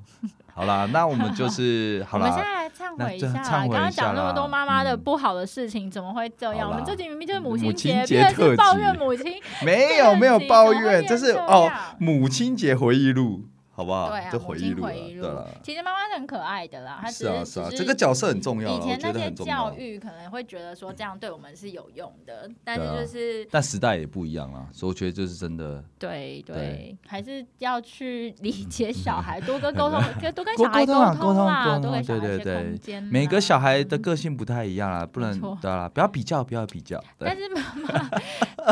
Speaker 2: 好啦，那我 们就是好
Speaker 1: 我们现
Speaker 2: 啦，
Speaker 1: 在来忏
Speaker 2: 那
Speaker 1: 悔一
Speaker 2: 就
Speaker 1: 下
Speaker 2: 忏
Speaker 1: 啦，刚
Speaker 2: 悔一
Speaker 1: 刚
Speaker 2: 下
Speaker 1: 讲那么多
Speaker 2: 啦
Speaker 1: 妈妈的
Speaker 2: 嗯
Speaker 1: 不好的事情，怎么会这样？
Speaker 2: 好
Speaker 1: 我们
Speaker 2: 啦嗯
Speaker 1: 这集明明就是
Speaker 2: 母
Speaker 1: 亲
Speaker 2: 亲
Speaker 1: 节，
Speaker 2: 节
Speaker 1: 变成
Speaker 2: 特
Speaker 1: 是抱
Speaker 2: 辑
Speaker 1: 怨母亲，
Speaker 2: 没有没有
Speaker 1: 这
Speaker 2: 抱
Speaker 1: 怎么会
Speaker 2: 怨，
Speaker 1: 变
Speaker 2: 这是
Speaker 1: 这
Speaker 2: 哦
Speaker 1: 样
Speaker 2: 母亲节回忆录，好不 好？
Speaker 1: 啊对啊，
Speaker 2: 这
Speaker 1: 母
Speaker 2: 回
Speaker 1: 亲
Speaker 2: 忆录了，
Speaker 1: 回忆
Speaker 2: 对
Speaker 1: 录
Speaker 2: 了。
Speaker 1: 其实妈妈是很可爱的啦，她只
Speaker 2: 是啊
Speaker 1: 只
Speaker 2: 是啊，
Speaker 1: 是
Speaker 2: 这个角色很重要
Speaker 1: 以
Speaker 2: 啊，我
Speaker 1: 前
Speaker 2: 觉
Speaker 1: 那
Speaker 2: 得
Speaker 1: 些
Speaker 2: 很重要
Speaker 1: 教。育可能会觉得说这样对我们是有用的，但是
Speaker 2: 对啊
Speaker 1: 就是。
Speaker 2: 但时代也不一样啊，所以我觉得就是真的
Speaker 1: 对对，
Speaker 2: 对
Speaker 1: 还是要去理解小孩，多跟 沟通，跟多跟小
Speaker 2: 多
Speaker 1: 孩
Speaker 2: 沟通啊
Speaker 1: 沟
Speaker 2: 沟通
Speaker 1: 啦，
Speaker 2: 沟通
Speaker 1: 多给小孩一
Speaker 2: 对
Speaker 1: 些
Speaker 2: 对对
Speaker 1: 空间啦。啊
Speaker 2: 每个小孩的个性不太一样啊，
Speaker 1: 嗯
Speaker 2: 不
Speaker 1: 没
Speaker 2: 能
Speaker 1: 错
Speaker 2: 对啦，不要比较，不要比较。对
Speaker 1: 但是妈妈，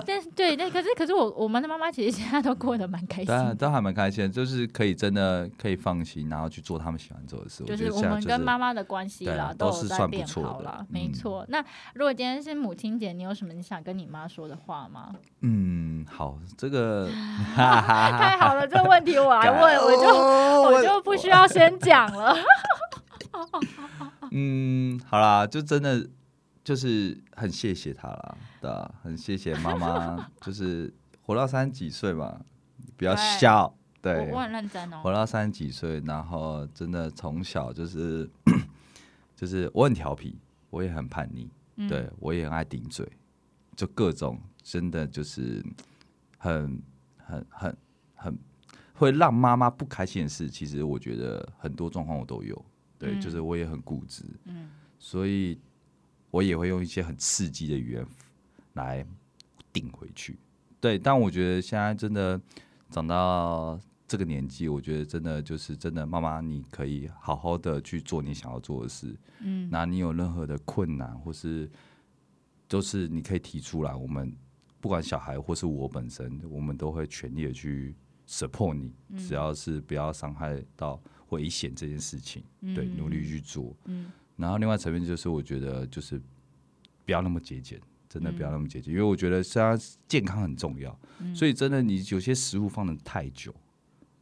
Speaker 1: 但是对，但可是可是我我们的妈妈其实现在都过得蛮开心
Speaker 2: 对啊，
Speaker 1: 的，
Speaker 2: 都还蛮开心的，就是可以真的可以放心，然后去做他们喜欢做的事。
Speaker 1: 就
Speaker 2: 觉得
Speaker 1: 是我
Speaker 2: 现在
Speaker 1: 们
Speaker 2: 就
Speaker 1: 跟
Speaker 2: 是
Speaker 1: 妈妈的关系
Speaker 2: 对
Speaker 1: 啦，
Speaker 2: 啊
Speaker 1: 都
Speaker 2: 都
Speaker 1: 有
Speaker 2: 是
Speaker 1: 在
Speaker 2: 算不
Speaker 1: 变
Speaker 2: 错的
Speaker 1: 好啦，
Speaker 2: 嗯
Speaker 1: 没错。那如果今天是母亲节，你有什么你想跟你妈说的话吗？
Speaker 2: 嗯，好，这个啊
Speaker 1: 太好了，这个问题我 来问，我就
Speaker 2: 就
Speaker 1: 我就不需要先讲了。啊
Speaker 2: 嗯，好啦，就真的就是很谢谢他啦，对啊、很谢谢 妈妈，就是活到三十几岁嘛，不要
Speaker 1: 对
Speaker 2: 笑， 对，
Speaker 1: 我我很认真哦，
Speaker 2: 活到三十几岁，然后真的从小就是 就是我很调皮，我也很叛逆，
Speaker 1: 嗯
Speaker 2: 对我也很爱顶嘴，就各种真的就是很很很很会让妈妈不开心的事，其实我觉得很多状况我都有。对，
Speaker 1: 嗯
Speaker 2: 就是我也很固执，
Speaker 1: 嗯，
Speaker 2: 所以我也会用一些很刺激的语言来顶回去。对，但我觉得现在真的长到这个年纪，我觉得真的就是真的，妈妈，你可以好好的去做你想要做的事。
Speaker 1: 嗯，
Speaker 2: 那你有任何的困难或是就是你可以提出来，我们不管小孩或是我本身，我们都会全力的去 support 你，
Speaker 1: 嗯
Speaker 2: 只要是不要伤害到或危险这件事情，对，努力去做。
Speaker 1: 嗯
Speaker 2: 然后另外层面就是，我觉得就是不要那么节俭，真的不
Speaker 1: 嗯
Speaker 2: 要那么节俭，因为我觉得虽然健康很重要，所以真的你有些食物放的太久，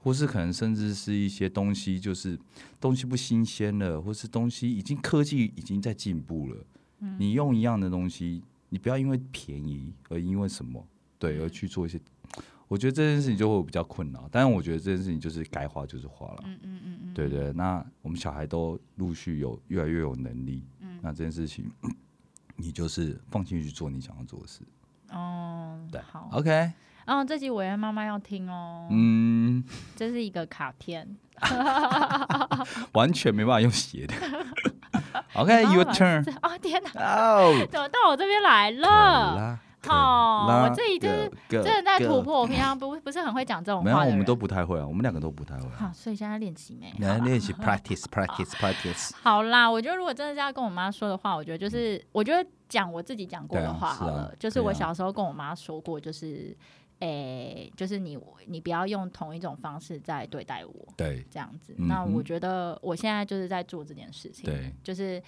Speaker 2: 或是可能甚至是一些东西就是东西不新鲜了，或是东西已经科技已经在进步了，
Speaker 1: 嗯
Speaker 2: 你用一样的东西，你不要因为便宜而因为什么
Speaker 1: 嗯
Speaker 2: 对而去做一些。我觉得这件事情就会比较困扰，但是我觉得这件事情就是该花就是花了，
Speaker 1: 嗯嗯嗯嗯，
Speaker 2: 对对，那我们小孩都陆续有越来越有能力，那
Speaker 1: 嗯
Speaker 2: 这件事情 你就是放心去做你想要做的事。
Speaker 1: 哦，
Speaker 2: 对
Speaker 1: 好，
Speaker 2: OK，
Speaker 1: 哦，这集伟恩妈妈要听哦，
Speaker 2: 嗯，
Speaker 1: 这是一个卡片，
Speaker 2: 完全没办法用 写的。
Speaker 1: 你妈
Speaker 2: OK，your、
Speaker 1: 妈
Speaker 2: turn。
Speaker 1: 这哦天哪，
Speaker 2: 哦，
Speaker 1: 怎么到我这边来了？啊好我自己就是真的在突。破，我平常不不是很会讲这种
Speaker 2: 没有，
Speaker 1: 话的
Speaker 2: 我
Speaker 1: 人。
Speaker 2: 们都不太会啊，我们两个都不太会啊。
Speaker 1: 好，所以现在练习没？
Speaker 2: 你来练习 practice，practice，practice。
Speaker 1: 好啦，我觉得如果真的是要跟我妈说的话，我觉得就是，我觉得讲我自己讲过
Speaker 2: 嗯对
Speaker 1: 的
Speaker 2: 啊
Speaker 1: 话
Speaker 2: 是
Speaker 1: 好了，
Speaker 2: 啊
Speaker 1: 就是
Speaker 2: 对
Speaker 1: 我
Speaker 2: 啊
Speaker 1: 小时候跟我妈说过，就是，诶、就是你你不要用同一种方式在对待我
Speaker 2: 对
Speaker 1: 这样子。
Speaker 2: 嗯哼
Speaker 1: 那我觉得我现在就是在做这件事情，
Speaker 2: 对，
Speaker 1: 就是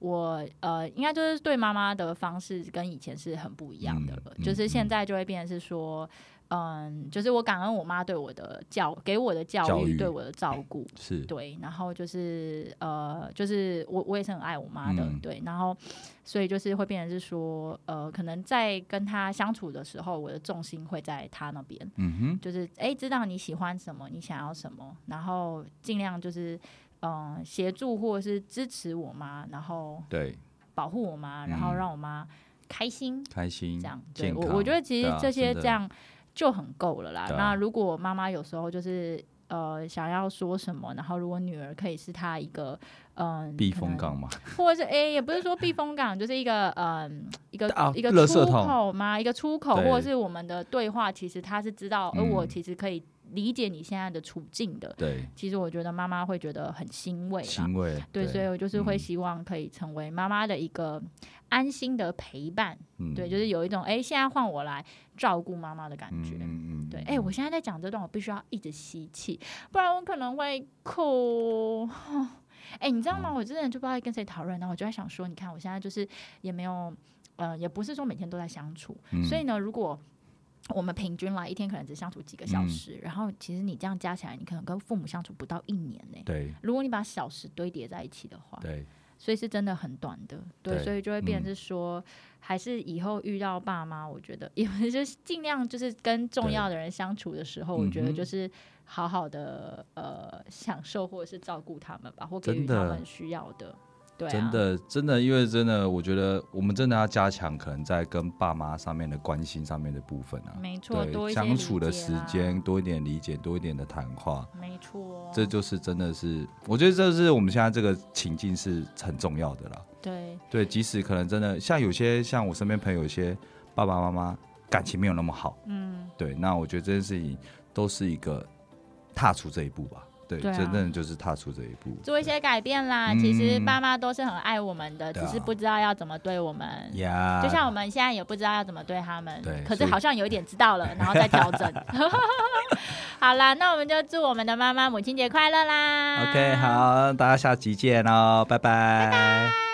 Speaker 1: 我呃，应该就是对妈妈的方式跟以前是很不一样的了，
Speaker 2: 嗯
Speaker 1: 就是
Speaker 2: 嗯
Speaker 1: 现
Speaker 2: 嗯
Speaker 1: 在就会变成是说。嗯，就是我感恩我妈对我的教，给我的教育，
Speaker 2: 教育哎
Speaker 1: 对我的照顾，
Speaker 2: 是，
Speaker 1: 对，然后就是呃，就是我我也是很爱我妈的，
Speaker 2: 嗯
Speaker 1: 对，然后所以就是会变成是说，呃，可能在跟她相处的时候，我的重心会在她那边，
Speaker 2: 嗯哼，
Speaker 1: 就是诶，知道你喜欢什么，你想要什么，然后尽量就是嗯、呃协助或者是支持我妈，然后
Speaker 2: 对，
Speaker 1: 保护我妈，然后
Speaker 2: 嗯
Speaker 1: 让我妈开心，
Speaker 2: 开心，
Speaker 1: 这样，对
Speaker 2: 健
Speaker 1: 我
Speaker 2: 康
Speaker 1: 我觉得其
Speaker 2: 对
Speaker 1: 实
Speaker 2: 啊
Speaker 1: 这些
Speaker 2: 真的
Speaker 1: 这样就很够了啦。
Speaker 2: 对啊
Speaker 1: 那如果妈妈有时候就是呃想要说什么，然后如果女儿可以是她一个嗯、
Speaker 2: 避
Speaker 1: 可
Speaker 2: 风
Speaker 1: 能，
Speaker 2: 港嘛，
Speaker 1: 或者是哎、也不是说避风港，就是一个嗯、一个、
Speaker 2: 啊
Speaker 1: 一个
Speaker 2: 垃
Speaker 1: 出
Speaker 2: 圾桶
Speaker 1: 口嘛，一个出口，
Speaker 2: 对
Speaker 1: 或者是我们的对话，其实她是知道，而我
Speaker 2: 嗯
Speaker 1: 其实可以理解你现在的处境的。
Speaker 2: 对，
Speaker 1: 其实我觉得妈妈会觉得很欣慰啦。
Speaker 2: 欣慰，
Speaker 1: 对，所以我就是会
Speaker 2: 嗯
Speaker 1: 希望可以成为妈妈的一个安心的陪伴，
Speaker 2: 嗯
Speaker 1: 对，就是有一种哎、诶现在换我来照顾妈妈的感觉。
Speaker 2: 嗯嗯
Speaker 1: 对，哎、我现在在讲这段，我必须要一直吸气，不然我可能会哭。 哎、你知道
Speaker 2: 嗯
Speaker 1: 吗？我真的就不知道跟谁讨论，然后我就在想说，你看我现在就是也没有，呃，也不是说每天都在相处，
Speaker 2: 嗯
Speaker 1: 所以呢，如果我们平均来一天可能只相处几个小
Speaker 2: 嗯
Speaker 1: 时，然后其实你这样加起来，你可能跟父母相处不到一年呢、
Speaker 2: 对
Speaker 1: 如果你把小时堆叠在一起的话，
Speaker 2: 对
Speaker 1: 所以是真的很短的，对，
Speaker 2: 对
Speaker 1: 所以就会变成是
Speaker 2: 嗯
Speaker 1: 说，还是以后遇到爸妈，我觉得也 不是就是尽量就是跟重要的人相处的时候，我觉得
Speaker 2: 嗯哼
Speaker 1: 就是好好的呃享受或者是照顾他们吧，或给予
Speaker 2: 真的
Speaker 1: 他们需要的，对、啊，
Speaker 2: 真，的，真的，因为真的，我觉得我们真的要加强，可能在跟爸妈上面的关心上面的部分啊，
Speaker 1: 没错，多
Speaker 2: 对，
Speaker 1: 一些
Speaker 2: 相处的
Speaker 1: 理解
Speaker 2: 时
Speaker 1: 啦
Speaker 2: 间，多一点理解，多一点的谈话，
Speaker 1: 没错，
Speaker 2: 这就是真的是，我觉得这是我们现在这个情境是很重要的啦。
Speaker 1: 对，
Speaker 2: 对，即使可能真的像有些像我身边朋友，有些爸爸妈妈感情没有那么好，
Speaker 1: 嗯，
Speaker 2: 对，那我觉得这件事情都是一个踏出这一步吧。对，
Speaker 1: 对啊
Speaker 2: 真正的就是踏出这一步，
Speaker 1: 做一些改变啦。
Speaker 2: 嗯
Speaker 1: 其实爸妈都是很爱我们的，
Speaker 2: 对啊
Speaker 1: 只是不知道要怎么对我们。
Speaker 2: 对呀，
Speaker 1: 就像我们现在也不知道要怎么对他们，
Speaker 2: 对
Speaker 1: 可是
Speaker 2: 所以
Speaker 1: 好像有一点知道 了，然后再调整。 好啦，那我们就祝我们的妈妈母亲节快乐啦
Speaker 2: OK，好，大家下集见哦，拜拜。拜拜